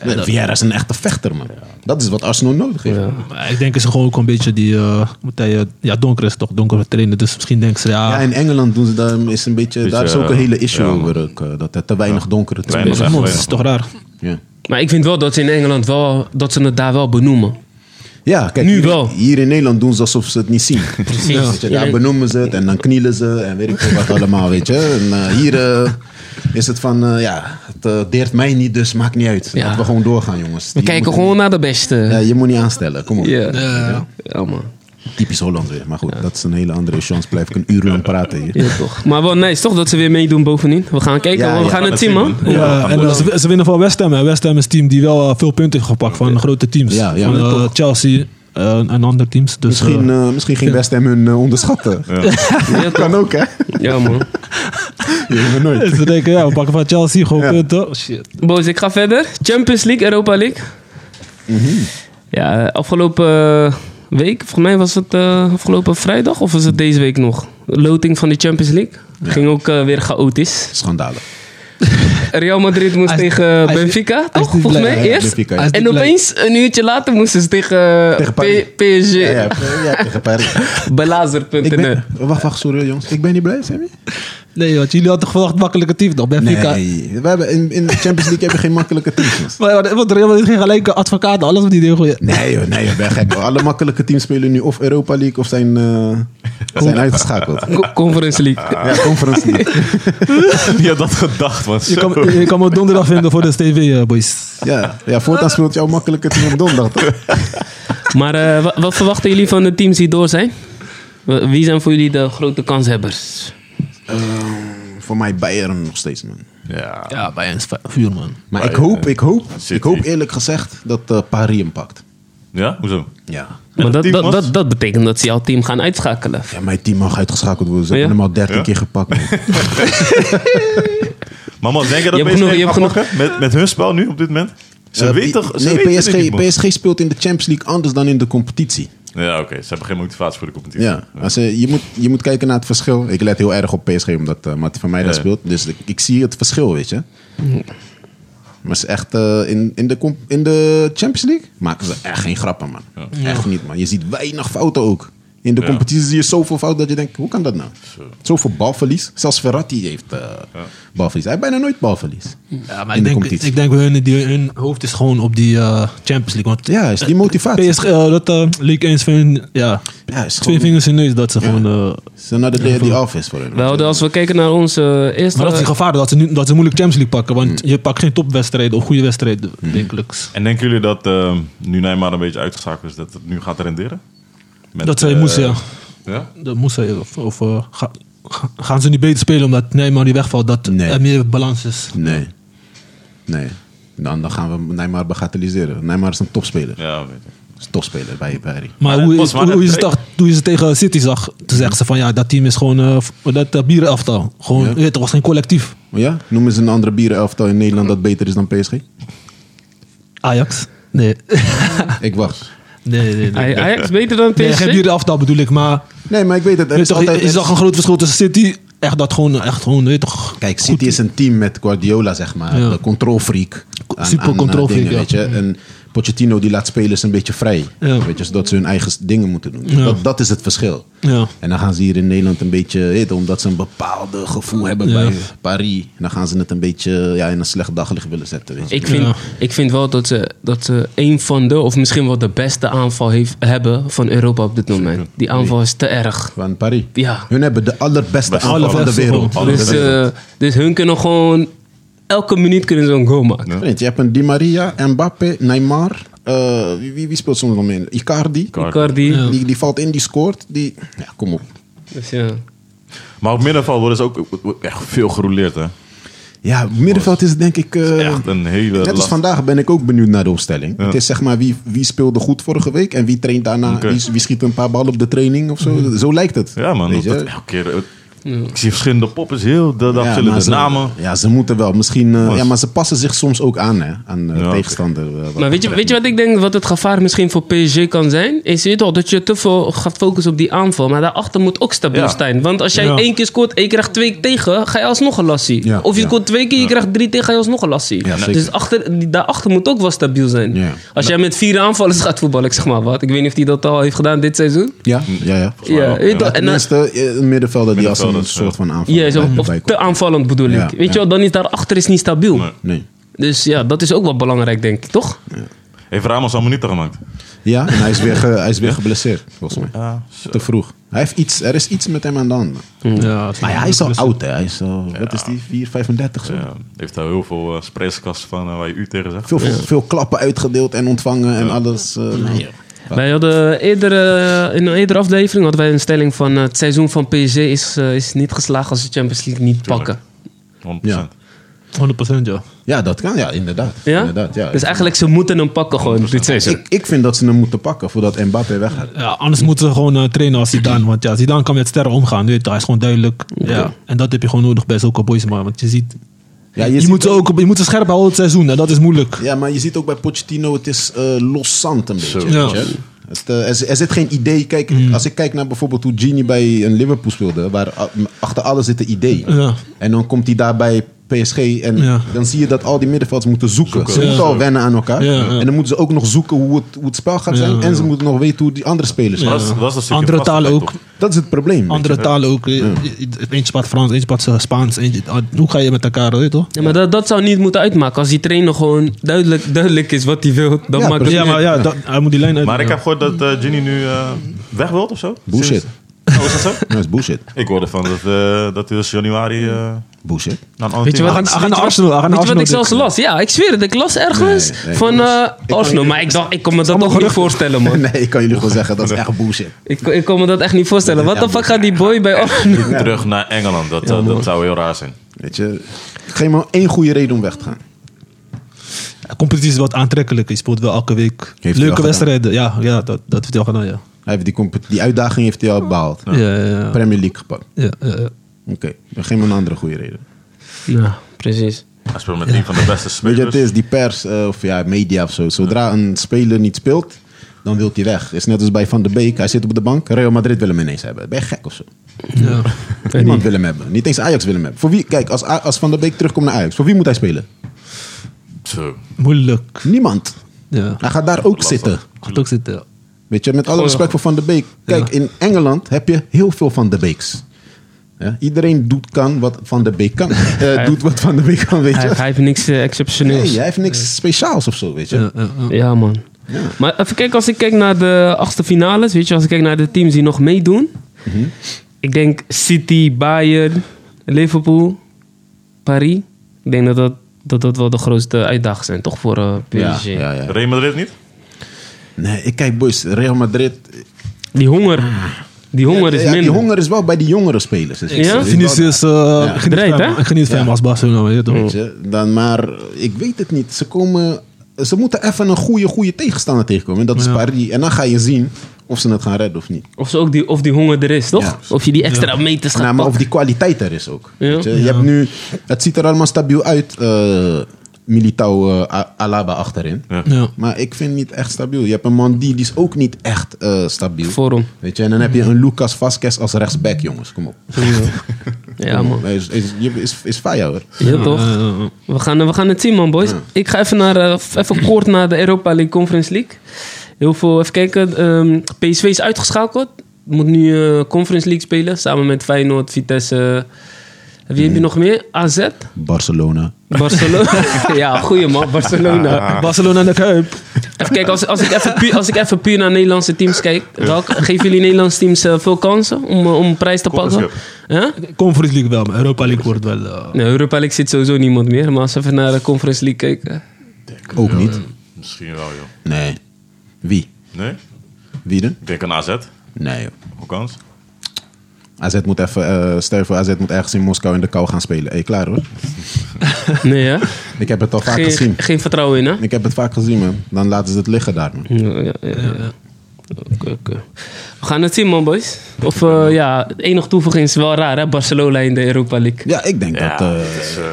[SPEAKER 5] eh, nee, Vieira is een echte vechter, man. Dat is wat Arsenal nodig heeft. Ja,
[SPEAKER 3] Maar ik denk dat ze gewoon ook een beetje die... eh moet hij, eh, ja, donker is toch donkere trainen. Dus misschien denken ze, ja...
[SPEAKER 5] in Engeland doen ze daar, is een beetje, daar is ook een
[SPEAKER 4] eh,
[SPEAKER 5] hele issue
[SPEAKER 4] ja, man.
[SPEAKER 5] over. ook, eh, dat er te weinig donkere
[SPEAKER 4] Weinig.
[SPEAKER 5] trainers
[SPEAKER 3] dat is
[SPEAKER 4] echt
[SPEAKER 3] mond,
[SPEAKER 4] wel,
[SPEAKER 3] is toch raar.
[SPEAKER 5] zijn. Ja.
[SPEAKER 2] Maar ik vind wel dat ze in Engeland wel, dat ze het daar wel benoemen.
[SPEAKER 5] Ja, kijk,
[SPEAKER 2] Nu
[SPEAKER 5] hier,
[SPEAKER 2] wel.
[SPEAKER 5] hier in Nederland doen ze alsof ze het niet zien.
[SPEAKER 2] Precies.
[SPEAKER 5] Weet je, daar benoemen ze het en dan knielen ze en weet ik veel wat allemaal, weet je. En eh, hier eh, is het van, eh, ja, het eh, deert mij niet, dus maakt niet uit.
[SPEAKER 2] Ja.
[SPEAKER 5] Laten we gewoon doorgaan, jongens.
[SPEAKER 2] We kijken gewoon naar de beste.
[SPEAKER 5] Ja,
[SPEAKER 2] Ja,
[SPEAKER 5] je moet niet aanstellen, kom op.
[SPEAKER 2] ja. man.
[SPEAKER 5] Typisch Holland weer. Maar goed, dat is een hele andere chance. Blijf ik een uur lang praten hier.
[SPEAKER 2] Ja, toch. Maar wel nice, toch? Dat ze weer meedoen bovenin. We gaan kijken,
[SPEAKER 5] Ja,
[SPEAKER 2] we
[SPEAKER 5] ja,
[SPEAKER 2] gaan
[SPEAKER 5] we
[SPEAKER 2] het zien, man.
[SPEAKER 4] Ja,
[SPEAKER 3] Ja,
[SPEAKER 4] gaan
[SPEAKER 3] en
[SPEAKER 4] we-
[SPEAKER 3] eh, ze, ze winnen van West Ham. hè. West Ham is een team die wel eh, veel punten heeft gepakt van grote teams.
[SPEAKER 5] Ja, ja.
[SPEAKER 3] van eh, Chelsea eh, en andere teams. Dus,
[SPEAKER 5] Misschien,
[SPEAKER 3] eh,
[SPEAKER 5] eh, misschien ging West Ham hun eh, onderschatten.
[SPEAKER 2] Ja, toch.
[SPEAKER 5] Kan ook, hè?
[SPEAKER 2] Ja, man.
[SPEAKER 5] Je weet het nooit.
[SPEAKER 3] ze denken, ja, we pakken van Chelsea gewoon
[SPEAKER 5] eh, Ja.
[SPEAKER 3] punten. Oh, Shit.
[SPEAKER 2] Boos, ik ga verder. Champions League, Europa League. Ja, eh, afgelopen eh, week, volgens mij was het eh, afgelopen vrijdag of was het deze week nog? De Loting van de Champions League. Ging ook eh, weer chaotisch.
[SPEAKER 5] Schandalen.
[SPEAKER 2] Real Madrid moest
[SPEAKER 3] Hij is-
[SPEAKER 2] tegen eh,
[SPEAKER 3] hij is-
[SPEAKER 2] Benfica,
[SPEAKER 3] hij is
[SPEAKER 2] toch?
[SPEAKER 3] niet
[SPEAKER 2] Volgens
[SPEAKER 3] blij,
[SPEAKER 2] mij
[SPEAKER 5] hè?
[SPEAKER 2] eerst.
[SPEAKER 5] Benfica, ja.
[SPEAKER 3] Hij is
[SPEAKER 2] En
[SPEAKER 3] niet blij.
[SPEAKER 2] opeens, een uurtje later, moesten ze tegen, eh,
[SPEAKER 5] Tegen
[SPEAKER 2] P-
[SPEAKER 5] Paris.
[SPEAKER 2] PSG.
[SPEAKER 5] Ja, ja, ja, tegen Paris.
[SPEAKER 2] Belazer.nl.
[SPEAKER 5] Ik ben, wacht, wacht, sorry jongens. Ik ben niet blij, Sammy.
[SPEAKER 3] Nee, want jullie hadden toch verwacht makkelijke teams nog, Benfica.
[SPEAKER 5] Nee, we hebben in, in de Champions League heb je geen makkelijke teams. jongens.
[SPEAKER 3] Maar, want Real Madrid ging gelijk eh, advocaten, alles wat die deel gooien.
[SPEAKER 5] Nee joh, nee joh, ben gek. hoor. Alle makkelijke teams spelen nu of Europa League of zijn, eh, zijn uitgeschakeld.
[SPEAKER 2] Co- Conference League.
[SPEAKER 5] Ja, Conference League.
[SPEAKER 4] Wie had dat gedacht, man?
[SPEAKER 3] Je
[SPEAKER 4] Zo.
[SPEAKER 3] kan, je kan me donderdag vinden voor de TV, eh, boys.
[SPEAKER 5] Ja, ja voortaan speelt jouw makkelijke team op donderdag. toch?
[SPEAKER 2] Maar eh, wa- wat verwachten jullie van de teams die door zijn? Wa- Wie zijn voor jullie de grote kanshebbers?
[SPEAKER 5] Ehm, Voor mij Bayern nog steeds, man.
[SPEAKER 4] Ja.
[SPEAKER 3] Ja, bij een vuur, man.
[SPEAKER 5] Maar ik hoop, ik hoop,
[SPEAKER 4] City.
[SPEAKER 5] ik hoop eerlijk gezegd dat eh, Paris hem pakt.
[SPEAKER 4] Ja? Hoezo?
[SPEAKER 5] Ja.
[SPEAKER 2] Maar dat,
[SPEAKER 4] team
[SPEAKER 2] dat,
[SPEAKER 4] was-
[SPEAKER 2] dat, dat betekent dat ze jouw team gaan uitschakelen.
[SPEAKER 5] Ja, mijn team mag uitgeschakeld worden. Ze
[SPEAKER 2] Ja?
[SPEAKER 5] hebben hem al dertien
[SPEAKER 4] Ja?
[SPEAKER 5] keer gepakt. man.
[SPEAKER 4] Maar man, denk je dat
[SPEAKER 2] Je hebt
[SPEAKER 4] PSG
[SPEAKER 2] genoeg- je
[SPEAKER 4] gaat
[SPEAKER 2] hebt genoeg-
[SPEAKER 4] pakken? Met, met hun spel nu op dit moment? Ze
[SPEAKER 5] Eh,
[SPEAKER 4] weten
[SPEAKER 5] P-
[SPEAKER 4] toch... Ze
[SPEAKER 5] nee,
[SPEAKER 4] weten dit
[SPEAKER 5] PSG,
[SPEAKER 4] niet, man.
[SPEAKER 5] PSG speelt in de Champions League anders dan in de competitie.
[SPEAKER 4] Ja, oké. Ze hebben geen motivatie voor de competitie.
[SPEAKER 5] Ja, als, eh, je- je, moet, je moet kijken naar het verschil. Ik let heel erg op PSG, omdat eh Matt van mij daar
[SPEAKER 4] Ja.
[SPEAKER 5] speelt. Dus ik, ik zie het verschil, weet je. Maar ze echt, eh, in, in, de, comp- in de Champions League maken ze echt geen grappen, man. Echt niet, man. Je ziet weinig fouten ook. In de
[SPEAKER 4] Ja.
[SPEAKER 5] competitie zie je zoveel fout dat je denkt, hoe kan dat nou? Zoveel balverlies. Zelfs Verratti heeft eh, balverlies. Hij heeft bijna nooit balverlies.
[SPEAKER 3] Ja, maar ik
[SPEAKER 5] In de
[SPEAKER 3] denk,
[SPEAKER 5] competitie.
[SPEAKER 3] ik denk hun, die, hun hoofd is gewoon op die eh, Champions League. Want
[SPEAKER 5] Ja, is die motivatie.
[SPEAKER 3] PSG, eh, dat eh, League 1 van hun, ja,
[SPEAKER 5] Ja, is
[SPEAKER 3] twee
[SPEAKER 5] gewoon-
[SPEAKER 3] vingers in de neus dat ze gewoon... eh,
[SPEAKER 5] It's another day at the office voor hun.
[SPEAKER 2] We hadden, als we kijken naar onze eh, eerste...
[SPEAKER 3] maar dat is het gevaar, dat ze, nu, dat ze moeilijk Champions League pakken. Want
[SPEAKER 5] Mm.
[SPEAKER 3] je pakt geen topwedstrijden of goede wedstrijden, wekelijks.
[SPEAKER 4] En denken jullie dat eh, nu Neymar een beetje uitgeschakeld is, dat het nu gaat renderen? Met,
[SPEAKER 3] Dat zij
[SPEAKER 4] eh,
[SPEAKER 3] moesten, ja.
[SPEAKER 4] ja?
[SPEAKER 3] Dat moest hij, of of eh, ga- ga- gaan ze niet beter spelen omdat Neymar die wegvalt, dat
[SPEAKER 5] Nee.
[SPEAKER 3] er meer balans is.
[SPEAKER 5] Nee. Nee. Dan, dan gaan we Neymar bagatelliseren. Neymar is een topspeler.
[SPEAKER 4] Ja, weet ik.
[SPEAKER 5] Is een topspeler bij bij.
[SPEAKER 3] Maar,
[SPEAKER 4] Maar
[SPEAKER 3] hoe,
[SPEAKER 4] dat
[SPEAKER 3] is,
[SPEAKER 4] was maar
[SPEAKER 3] hoe, is
[SPEAKER 4] dat
[SPEAKER 3] het toch, toen je ze tegen City zag,
[SPEAKER 5] Mm.
[SPEAKER 3] toen zeggen ze van ja, dat team is gewoon eh, v- dat uh, bierenaftal. Gewoon,
[SPEAKER 5] Ja.
[SPEAKER 3] je weet, het was geen collectief.
[SPEAKER 5] Ja? Noemen ze een andere bierenelftal in Nederland dat beter is dan PSG?
[SPEAKER 3] Ajax? Nee.
[SPEAKER 5] Ik wacht.
[SPEAKER 3] nee, nee, nee.
[SPEAKER 2] Aj- Ajax beter dan
[SPEAKER 3] Nee,
[SPEAKER 2] PSG?
[SPEAKER 3] geen bierenaftal bedoel ik, maar
[SPEAKER 5] Nee, maar ik weet het. Er
[SPEAKER 3] je,
[SPEAKER 5] is
[SPEAKER 3] toch,
[SPEAKER 5] altijd
[SPEAKER 3] je zag een groot verschil tussen City. Echt dat gewoon, echt gewoon, weet je toch.
[SPEAKER 5] Kijk,
[SPEAKER 3] goed-
[SPEAKER 5] City is een team met Guardiola, zeg maar.
[SPEAKER 3] Ja.
[SPEAKER 5] De controlfreak.
[SPEAKER 3] Co- super
[SPEAKER 5] eh,
[SPEAKER 3] controlfreak,
[SPEAKER 5] dingen,
[SPEAKER 3] ja.
[SPEAKER 5] weet je. En Pochettino die laat spelers een beetje vrij.
[SPEAKER 3] Ja.
[SPEAKER 5] Weet je, zodat ze hun eigen s- dingen moeten doen.
[SPEAKER 3] Ja.
[SPEAKER 5] Dat, dat is het verschil.
[SPEAKER 3] Ja.
[SPEAKER 5] En dan gaan ze hier in Nederland een beetje... eh, weet je, omdat ze een bepaalde gevoel hebben
[SPEAKER 3] Ja.
[SPEAKER 5] bij Paris. En dan gaan ze het een beetje eh, ja, in een slecht daglicht willen zetten. Weet je.
[SPEAKER 2] Ik vind,
[SPEAKER 3] Ja.
[SPEAKER 2] ik vind wel dat ze, dat ze een van de, of misschien wel de beste aanval heeft, hebben van Europa op dit moment. Die aanval is te erg.
[SPEAKER 5] Van Paris.
[SPEAKER 2] Ja.
[SPEAKER 5] Hun hebben de allerbeste
[SPEAKER 4] Beste
[SPEAKER 5] aanval van de
[SPEAKER 3] allerbeste
[SPEAKER 5] wereld.
[SPEAKER 4] gewoon.
[SPEAKER 2] Dus, eh, dus hun kunnen gewoon, elke minuut kunnen ze een goal maken.
[SPEAKER 5] Vriend, je hebt een Di Maria, Mbappé, Neymar. eh, wie, wie, wie speelt soms nog mee? Icardi.
[SPEAKER 2] Icardi.
[SPEAKER 3] Ja.
[SPEAKER 5] Die, die valt in, die scoort. Die... Ja, kom op.
[SPEAKER 2] Dus ja.
[SPEAKER 4] Maar op middenveld worden ze ook echt veel gerouleerd, hè?
[SPEAKER 5] Ja, middenveld is denk ik... eh,
[SPEAKER 4] Echt een hele
[SPEAKER 5] Net als
[SPEAKER 4] last-
[SPEAKER 5] vandaag ben ik ook benieuwd naar de opstelling. Het is zeg maar wie, wie speelde goed vorige week en wie traint daarna.
[SPEAKER 4] Oké. Mhm.
[SPEAKER 5] Wie, wie schiet een paar ballen op de training of zo. Zo lijkt het.
[SPEAKER 4] Ja, man.
[SPEAKER 5] Weet
[SPEAKER 4] Dat,
[SPEAKER 5] je?
[SPEAKER 4] dat elke keer, eh, Ik zie verschillende poppers heel de dag
[SPEAKER 5] Ja,
[SPEAKER 4] zullen
[SPEAKER 5] maar
[SPEAKER 4] de
[SPEAKER 5] ze-
[SPEAKER 4] namen.
[SPEAKER 5] Ja, ze moeten wel. Misschien, eh,
[SPEAKER 4] Jongens.
[SPEAKER 5] ja, maar ze passen zich soms ook aan hè, aan eh,
[SPEAKER 4] Ja, oké.
[SPEAKER 5] tegenstander. eh, wat
[SPEAKER 2] Maar weet je, weet je wat ik denk, wat het gevaar misschien voor PSG kan zijn? Is je weet toch, dat je te veel gaat focussen op die aanval. Maar daarachter moet ook stabiel
[SPEAKER 4] Ja.
[SPEAKER 2] zijn. Want als jij
[SPEAKER 3] Ja.
[SPEAKER 2] één keer scoort en je krijgt twee tegen, ga je alsnog een lassie.
[SPEAKER 5] Ja,
[SPEAKER 2] Of je
[SPEAKER 5] ja.
[SPEAKER 2] scoort twee keer, je krijgt drie tegen, ga je alsnog een lassie.
[SPEAKER 5] Ja, zeker.
[SPEAKER 2] dus achter, die- daarachter moet ook wel stabiel zijn.
[SPEAKER 5] Ja.
[SPEAKER 2] Als jij met vier aanvallers gaat voetballen, ik zeg maar wat. Ik weet niet of hij dat al heeft gedaan dit seizoen.
[SPEAKER 5] Ja, ja, ja.
[SPEAKER 4] mij wel,
[SPEAKER 2] Ja, weet je
[SPEAKER 4] ja.
[SPEAKER 2] toch, en dan,
[SPEAKER 5] Tenminste, eh, een middenvelder die als een
[SPEAKER 4] Middenvelders,
[SPEAKER 5] soort van aanval.
[SPEAKER 2] ja, zo, of te aanvallend bedoel ik.
[SPEAKER 5] Ja,
[SPEAKER 2] weet
[SPEAKER 5] ja.
[SPEAKER 2] je wel, dan is daarachter is niet stabiel.
[SPEAKER 4] Nee.
[SPEAKER 5] Nee.
[SPEAKER 2] Dus ja, dat is ook wel belangrijk, denk ik, toch?
[SPEAKER 4] Heeft Ramos allemaal niet gemaakt?
[SPEAKER 5] Ja, en hij is weer, ge- hij is weer geblesseerd, volgens mij.
[SPEAKER 4] Ja. dus,
[SPEAKER 5] Te vroeg. Hij heeft iets, er is iets met hem aan de hand.
[SPEAKER 3] Mm. Ja,
[SPEAKER 5] Maar ja, hij is al oud, hè. Hij is al, wat is die, 4, 35 zo?
[SPEAKER 4] Ja, heeft daar heel veel eh, spreekskasten van eh, waar je u tegen zegt.
[SPEAKER 5] Veel, veel klappen uitgedeeld en ontvangen en alles. eh, nou,
[SPEAKER 2] Wij hadden eerder, eh, in een eerdere aflevering hadden wij een stelling van eh, het seizoen van PSG is, eh, is niet geslaagd als ze Champions League niet pakken.
[SPEAKER 4] 100%.
[SPEAKER 5] Ja.
[SPEAKER 3] 100% ja.
[SPEAKER 5] Ja, dat kan. Ja, inderdaad.
[SPEAKER 2] Ja?
[SPEAKER 5] inderdaad ja.
[SPEAKER 2] Dus eigenlijk ze moeten hem pakken gewoon dit seizoen.
[SPEAKER 5] ik, ik vind dat ze hem moeten pakken voordat Mbappé weggaat.
[SPEAKER 3] Ja, anders moeten ze gewoon eh, trainen als Zidane. Want ja, Zidane kan met sterren omgaan. Weet, je, hij is gewoon duidelijk. Ja. En dat heb je gewoon nodig bij zulke boys. Maar, want je ziet...
[SPEAKER 5] Ja,
[SPEAKER 3] je,
[SPEAKER 5] je ziet
[SPEAKER 3] moet ze ook, je moet ze scherp houden het seizoen. En dat is moeilijk.
[SPEAKER 5] Ja, maar je ziet ook bij Pochettino, het is eh, los zand een beetje.
[SPEAKER 3] Ja. Mm.
[SPEAKER 5] weet je. Het, eh, er, er zit geen idee. Kijk, als ik kijk naar bijvoorbeeld hoe Genie bij een Liverpool speelde, waar a- achter alles zit een idee.
[SPEAKER 3] Ja.
[SPEAKER 5] En dan komt hij daar bij PSG en
[SPEAKER 3] Ja.
[SPEAKER 5] dan zie je dat al die middenvelders moeten zoeken. Ze
[SPEAKER 3] Ja.
[SPEAKER 5] moeten al wennen aan elkaar.
[SPEAKER 3] Ja, ja.
[SPEAKER 5] En dan moeten ze ook nog zoeken hoe het, hoe het spel gaat zijn. En ze moeten nog weten hoe die andere spelers
[SPEAKER 4] Maar dat is-
[SPEAKER 5] zijn.
[SPEAKER 4] dat is een stukje
[SPEAKER 3] Andere talen
[SPEAKER 4] vastigheid,
[SPEAKER 3] ook.
[SPEAKER 4] toch?
[SPEAKER 5] Dat is het probleem. weet je.
[SPEAKER 3] Andere talen ook. eh, Eentje praat Frans, eentje praat eh, Spaans. Eentje, ah, hoe ga je met elkaar, weet je toch?
[SPEAKER 2] Ja, maar dat, dat zou niet moeten uitmaken. Als die trainer gewoon duidelijk, duidelijk is wat hij wil, dan
[SPEAKER 5] Ja,
[SPEAKER 2] maakt het
[SPEAKER 3] Ja,
[SPEAKER 2] niet
[SPEAKER 3] maar ja, dat, hij moet die lijn uit.
[SPEAKER 4] Maar ik heb gehoord dat eh, Ginny nu eh, weg wilt of zo.
[SPEAKER 5] Bullshit.
[SPEAKER 4] Sinds- Oh, is dat zo?
[SPEAKER 5] Dat is bullshit.
[SPEAKER 4] Ik hoorde van dat, eh, dat hij dus januari eh,
[SPEAKER 5] Bullshit.
[SPEAKER 4] naar een ander
[SPEAKER 2] Weet je
[SPEAKER 4] team
[SPEAKER 2] wat
[SPEAKER 4] gaat.
[SPEAKER 2] ik,
[SPEAKER 3] Hij gaat naar
[SPEAKER 2] weet je wat-
[SPEAKER 3] Arsenal, hij gaat naar
[SPEAKER 2] weet je wat ik
[SPEAKER 3] Arsenal,
[SPEAKER 2] zelfs las? Ja, ik zweer het. Ik las ergens
[SPEAKER 5] Nee, nee,
[SPEAKER 2] van
[SPEAKER 5] jongens.
[SPEAKER 2] eh,
[SPEAKER 5] Ik kan
[SPEAKER 2] Arsenal.
[SPEAKER 5] jullie-
[SPEAKER 2] Maar ik dacht, ik kon me dat toch niet
[SPEAKER 5] geruchten.
[SPEAKER 2] voorstellen, man.
[SPEAKER 5] Nee, ik kan jullie gewoon zeggen, dat is echt bullshit.
[SPEAKER 2] ik, ik kon me dat echt niet voorstellen. Wat
[SPEAKER 5] Ja,
[SPEAKER 2] de fuck gaat die boy bij Arsenal?
[SPEAKER 4] Terug naar Engeland, dat, eh, dat zou heel raar zijn.
[SPEAKER 5] Weet je, geef me één goede reden om weg te gaan.
[SPEAKER 3] De competitie is wat aantrekkelijk. Je speelt wel elke week
[SPEAKER 5] hij wel
[SPEAKER 3] leuke
[SPEAKER 5] gedaan.
[SPEAKER 3] wedstrijden. Ja, ja, dat, dat heeft hij al gedaan, ja.
[SPEAKER 5] Hij heeft die, compet- die uitdaging heeft hij al behaald.
[SPEAKER 3] Ja, ja, ja.
[SPEAKER 5] Premier League gepakt.
[SPEAKER 3] ja, ja, ja.
[SPEAKER 5] Oké, dan geef me een andere goede reden.
[SPEAKER 2] Ja, Nou, precies.
[SPEAKER 4] Hij speelt met een van de beste
[SPEAKER 5] Weet je, het
[SPEAKER 4] spelers.
[SPEAKER 5] is die pers eh, of ja, media of zo. Zodra een speler niet speelt, dan wil hij weg. Is net als bij Van der Beek. Hij zit op de bank. Real Madrid wil hem ineens hebben. Ben je gek of zo?
[SPEAKER 3] Ja.
[SPEAKER 5] Niemand wil hem hebben. Niet eens Ajax wil hem hebben. Voor wie, kijk, als, A- als Van der Beek terugkomt naar Ajax, voor wie moet hij spelen?
[SPEAKER 4] Zo.
[SPEAKER 3] Moeilijk.
[SPEAKER 5] Niemand.
[SPEAKER 3] Ja.
[SPEAKER 5] Hij gaat daar ook zitten.
[SPEAKER 3] Gaat ook zitten, ja.
[SPEAKER 5] Weet Weet je, met alle
[SPEAKER 2] Gewoon-
[SPEAKER 5] respect voor Van de Beek. Kijk, in Engeland heb je heel veel Van de Beeks. Ja, iedereen doet kan wat Van de Beek kan. Eh, doet wat Van de Beek kan, weet
[SPEAKER 2] Hij,
[SPEAKER 5] je.
[SPEAKER 2] hij heeft niks eh, exceptioneels.
[SPEAKER 5] Nee, hij heeft niks speciaals of zo, weet je.
[SPEAKER 3] Ja, ja, ja.
[SPEAKER 2] Ja, man. Maar even kijken, als ik kijk naar de achtste finales, weet je, als ik kijk naar de teams die nog meedoen. Ik denk City, Bayern, Liverpool, Paris. Ik denk dat dat, dat, dat wel de grootste uitdagingen zijn, toch, voor eh,
[SPEAKER 5] Ja,
[SPEAKER 2] PSG.
[SPEAKER 5] ja, Ah, ja.
[SPEAKER 4] Real Madrid niet?
[SPEAKER 5] Nee, ik kijk, boys, Real Madrid. eh,
[SPEAKER 2] Die honger, die honger is
[SPEAKER 5] Ja,
[SPEAKER 2] minder.
[SPEAKER 5] die honger is wel bij die jongere spelers. is het
[SPEAKER 2] Ja?
[SPEAKER 5] zo.
[SPEAKER 3] Ik geniet is, eh, ik geniet
[SPEAKER 2] Breed,
[SPEAKER 3] van hem.
[SPEAKER 2] hè?
[SPEAKER 3] Ik geniet van hem als Barcelona, weet je toch?
[SPEAKER 5] Weet je, dan maar, ik weet het niet. Ze komen, ze moeten even een goede, goede tegenstander tegenkomen. En dat is Paris. En dan ga je zien of ze het gaan redden of niet.
[SPEAKER 2] Of, ze ook die, of die honger er is, toch?
[SPEAKER 5] Ja.
[SPEAKER 2] Of je die extra meters gaat
[SPEAKER 5] Nou, maar of
[SPEAKER 2] pakken.
[SPEAKER 5] die kwaliteit er is ook.
[SPEAKER 2] Ja.
[SPEAKER 5] Weet je, je hebt nu, het ziet er allemaal stabiel uit. eh Militao eh, A- Alaba achterin.
[SPEAKER 3] Ja.
[SPEAKER 5] Maar ik vind het niet echt stabiel. Je hebt een Mandi, die is ook niet echt eh, stabiel.
[SPEAKER 2] Vorm.
[SPEAKER 5] Weet je, en dan heb je een Lucas Vasquez als rechtsback, jongens. Kom op.
[SPEAKER 2] Ja, man.
[SPEAKER 5] Hij Is, is, je- is, is fire, hoor.
[SPEAKER 2] Ja, toch?
[SPEAKER 3] Ja, ja, ja.
[SPEAKER 2] We gaan, we gaan het zien, man, boys. Ik ga even, naar, eh, even kort naar de Europa League Conference League. Heel veel, even kijken. ehm, PSV is uitgeschakeld. Moet nu eh, Conference League spelen. Samen met Feyenoord, Vitesse. Wie heb je nog meer? AZ?
[SPEAKER 5] Barcelona.
[SPEAKER 2] Barcelona. ja, goeie man, Barcelona.
[SPEAKER 3] Barcelona en de Kuip.
[SPEAKER 2] Even kijken, als, als, ik even puur, als ik even puur naar Nederlandse teams kijk. Welk, geven jullie Nederlandse teams eh, veel kansen om, eh, om een prijs te
[SPEAKER 4] Conference
[SPEAKER 2] pakken? Huh?
[SPEAKER 3] Conference League wel, maar Europa League wordt wel... eh,
[SPEAKER 2] Nee, Europa League zit sowieso niemand meer. Maar als we even naar de Conference League kijken.
[SPEAKER 5] Ook niet.
[SPEAKER 4] Misschien wel, joh.
[SPEAKER 5] Nee. Wie?
[SPEAKER 4] Nee?
[SPEAKER 5] Wie dan?
[SPEAKER 4] Ik denk aan AZ.
[SPEAKER 5] Nee, joh.
[SPEAKER 4] Hoe kans?
[SPEAKER 5] AZ moet even, eh stel je voor, AZ moet ergens in Moskou in de kou gaan spelen. Hé, klaar hoor.
[SPEAKER 2] Nee, hè?
[SPEAKER 5] Ik heb het al vaak
[SPEAKER 2] Geen,
[SPEAKER 5] gezien.
[SPEAKER 2] geen vertrouwen in, hè?
[SPEAKER 5] Ik heb het vaak gezien, man. Dan laten ze het liggen daar, man.
[SPEAKER 2] Ja, ja, ja. Oké, oké. We gaan het zien, man, boys. Of eh, ja, het enige toevoeging is wel raar, hè? Barcelona in de Europa League.
[SPEAKER 5] Ja, ik denk dat... eh,
[SPEAKER 4] het is, eh,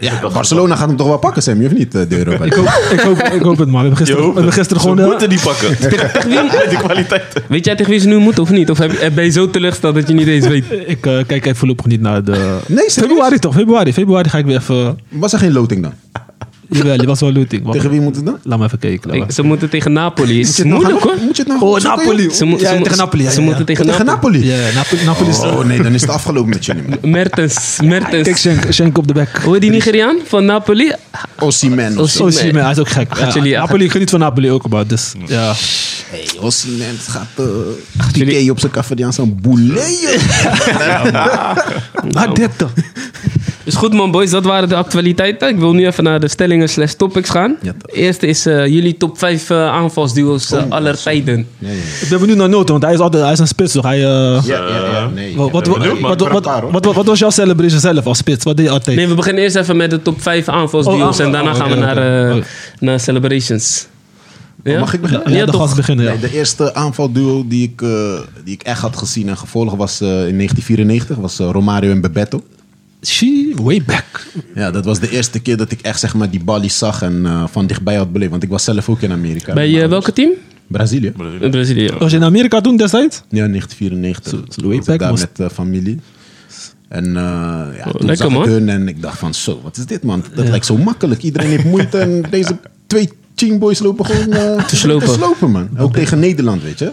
[SPEAKER 5] ja, Barcelona gaat hem toch wel pakken, Sammy, of niet? eh, De Europa
[SPEAKER 3] Ik
[SPEAKER 5] League.
[SPEAKER 3] hoop, ik, hoop, ik hoop het, man. We hebben
[SPEAKER 4] je
[SPEAKER 3] gisteren, we
[SPEAKER 4] hoopt
[SPEAKER 3] hebben
[SPEAKER 4] het.
[SPEAKER 3] gisteren gewoon...
[SPEAKER 4] Ze
[SPEAKER 3] eh,
[SPEAKER 4] moeten die pakken. Die kwaliteit.
[SPEAKER 2] Weet jij tegen wie ze nu moeten of niet? Of heb, eh, ben je zo teleurgesteld dat je niet eens weet?
[SPEAKER 3] ik eh, kijk even voorlopig niet naar de...
[SPEAKER 5] Nee, serieus?
[SPEAKER 3] Februari toch? Februari. Februari ga ik weer even...
[SPEAKER 5] Was er geen loting dan?
[SPEAKER 3] Jawel, die was wel looting. Wacht,
[SPEAKER 5] Tegen wie moet het dan?
[SPEAKER 3] Laat me even kijken. laat me
[SPEAKER 2] Ik-
[SPEAKER 3] even-
[SPEAKER 2] ze moeten tegen Napoli. Het is
[SPEAKER 5] het nou
[SPEAKER 2] moeilijk,
[SPEAKER 5] gaan-
[SPEAKER 2] hoor.
[SPEAKER 5] Moet je het nou opzoeken, joh?
[SPEAKER 2] Ze, mo-
[SPEAKER 3] Oh, Ja,
[SPEAKER 2] ze mo-
[SPEAKER 3] tegen Napoli, ja,
[SPEAKER 2] ze
[SPEAKER 3] ja,
[SPEAKER 2] moeten tegen,
[SPEAKER 5] Tegen
[SPEAKER 2] Napoli.
[SPEAKER 5] Napoli?
[SPEAKER 3] Ja, ja, Napoli, Napoli is...
[SPEAKER 5] Oh nee, dan is het afgelopen met jullie, man.
[SPEAKER 2] Mertens, Mertens.
[SPEAKER 3] Kijk, Schenk, Schenk op de bek.
[SPEAKER 2] Hoor je die Nigeriaan van Napoli?
[SPEAKER 5] Osimhen of zo.
[SPEAKER 3] Oh, zie je, man, hij is ook gek. Ja,
[SPEAKER 2] jullie-
[SPEAKER 3] Napoli, ik geniet van Napoli ook, maar dus... Ja.
[SPEAKER 5] Hey, Osimhen het gaat... eh Piqué op zijn café zo'n boulet, joh. Nou.
[SPEAKER 3] Ah, dit toch?
[SPEAKER 2] Is goed man boys, dat waren de actualiteiten. Ik wil nu even naar de stellingen slash topics gaan.
[SPEAKER 5] Ja, toch.
[SPEAKER 2] Eerste is eh, jullie top 5 aanvalsduo's
[SPEAKER 3] Oh,
[SPEAKER 2] eh, aller tijden.
[SPEAKER 3] Ik ben benieuwd naar Noten, want hij is, altijd, hij is een spits, toch? Hij... eh,
[SPEAKER 5] Ja, ja, ja. Nee.
[SPEAKER 3] Wat, wat,
[SPEAKER 4] ben
[SPEAKER 3] wat,
[SPEAKER 4] benieuwd, maar
[SPEAKER 3] wat,
[SPEAKER 4] ik ben
[SPEAKER 3] wat,
[SPEAKER 5] klaar, hoor.
[SPEAKER 3] wat- wat was jouw celebration zelf als spits? Wat deed je altijd?
[SPEAKER 2] Nee, we beginnen eerst even met de top 5
[SPEAKER 3] Oh,
[SPEAKER 2] aanvalsduo's
[SPEAKER 3] aanval-
[SPEAKER 2] en daarna
[SPEAKER 3] oh,
[SPEAKER 2] gaan we
[SPEAKER 3] oké,
[SPEAKER 2] naar,
[SPEAKER 3] oké,
[SPEAKER 2] eh,
[SPEAKER 3] oké.
[SPEAKER 2] naar celebrations. Ja?
[SPEAKER 5] mag ik beginnen?
[SPEAKER 3] ja,
[SPEAKER 2] Ja,
[SPEAKER 3] de
[SPEAKER 2] toch.
[SPEAKER 3] gast beginnen, ja.
[SPEAKER 5] Nee, de eerste aanvalduo die ik, eh, die ik echt had gezien en gevolgd was eh, in 1994, was eh, Romario en Bebeto.
[SPEAKER 3] She, way back.
[SPEAKER 5] Ja, dat was de eerste keer dat ik echt zeg maar, die balies zag en eh, van dichtbij had beleefd. Want ik was zelf ook in Amerika.
[SPEAKER 2] Bij eh,
[SPEAKER 5] Maar-
[SPEAKER 3] dus.
[SPEAKER 2] welke team?
[SPEAKER 5] Brazilië.
[SPEAKER 2] Eh, Brazilië. ja.
[SPEAKER 3] Was je in Amerika toen destijds?
[SPEAKER 5] Ja, 1994.
[SPEAKER 3] zo way
[SPEAKER 5] was
[SPEAKER 3] back
[SPEAKER 5] ik daar
[SPEAKER 3] was-
[SPEAKER 5] met eh, familie. En eh, ja, toen
[SPEAKER 2] Oh, lekker,
[SPEAKER 5] zag
[SPEAKER 2] man.
[SPEAKER 5] ik hun en ik dacht van zo, wat is dit man? Dat lijkt zo makkelijk. Iedereen heeft moeite en deze twee teamboys lopen gewoon eh,
[SPEAKER 2] slopen.
[SPEAKER 5] te slopen man. Ook tegen Nederland, weet je.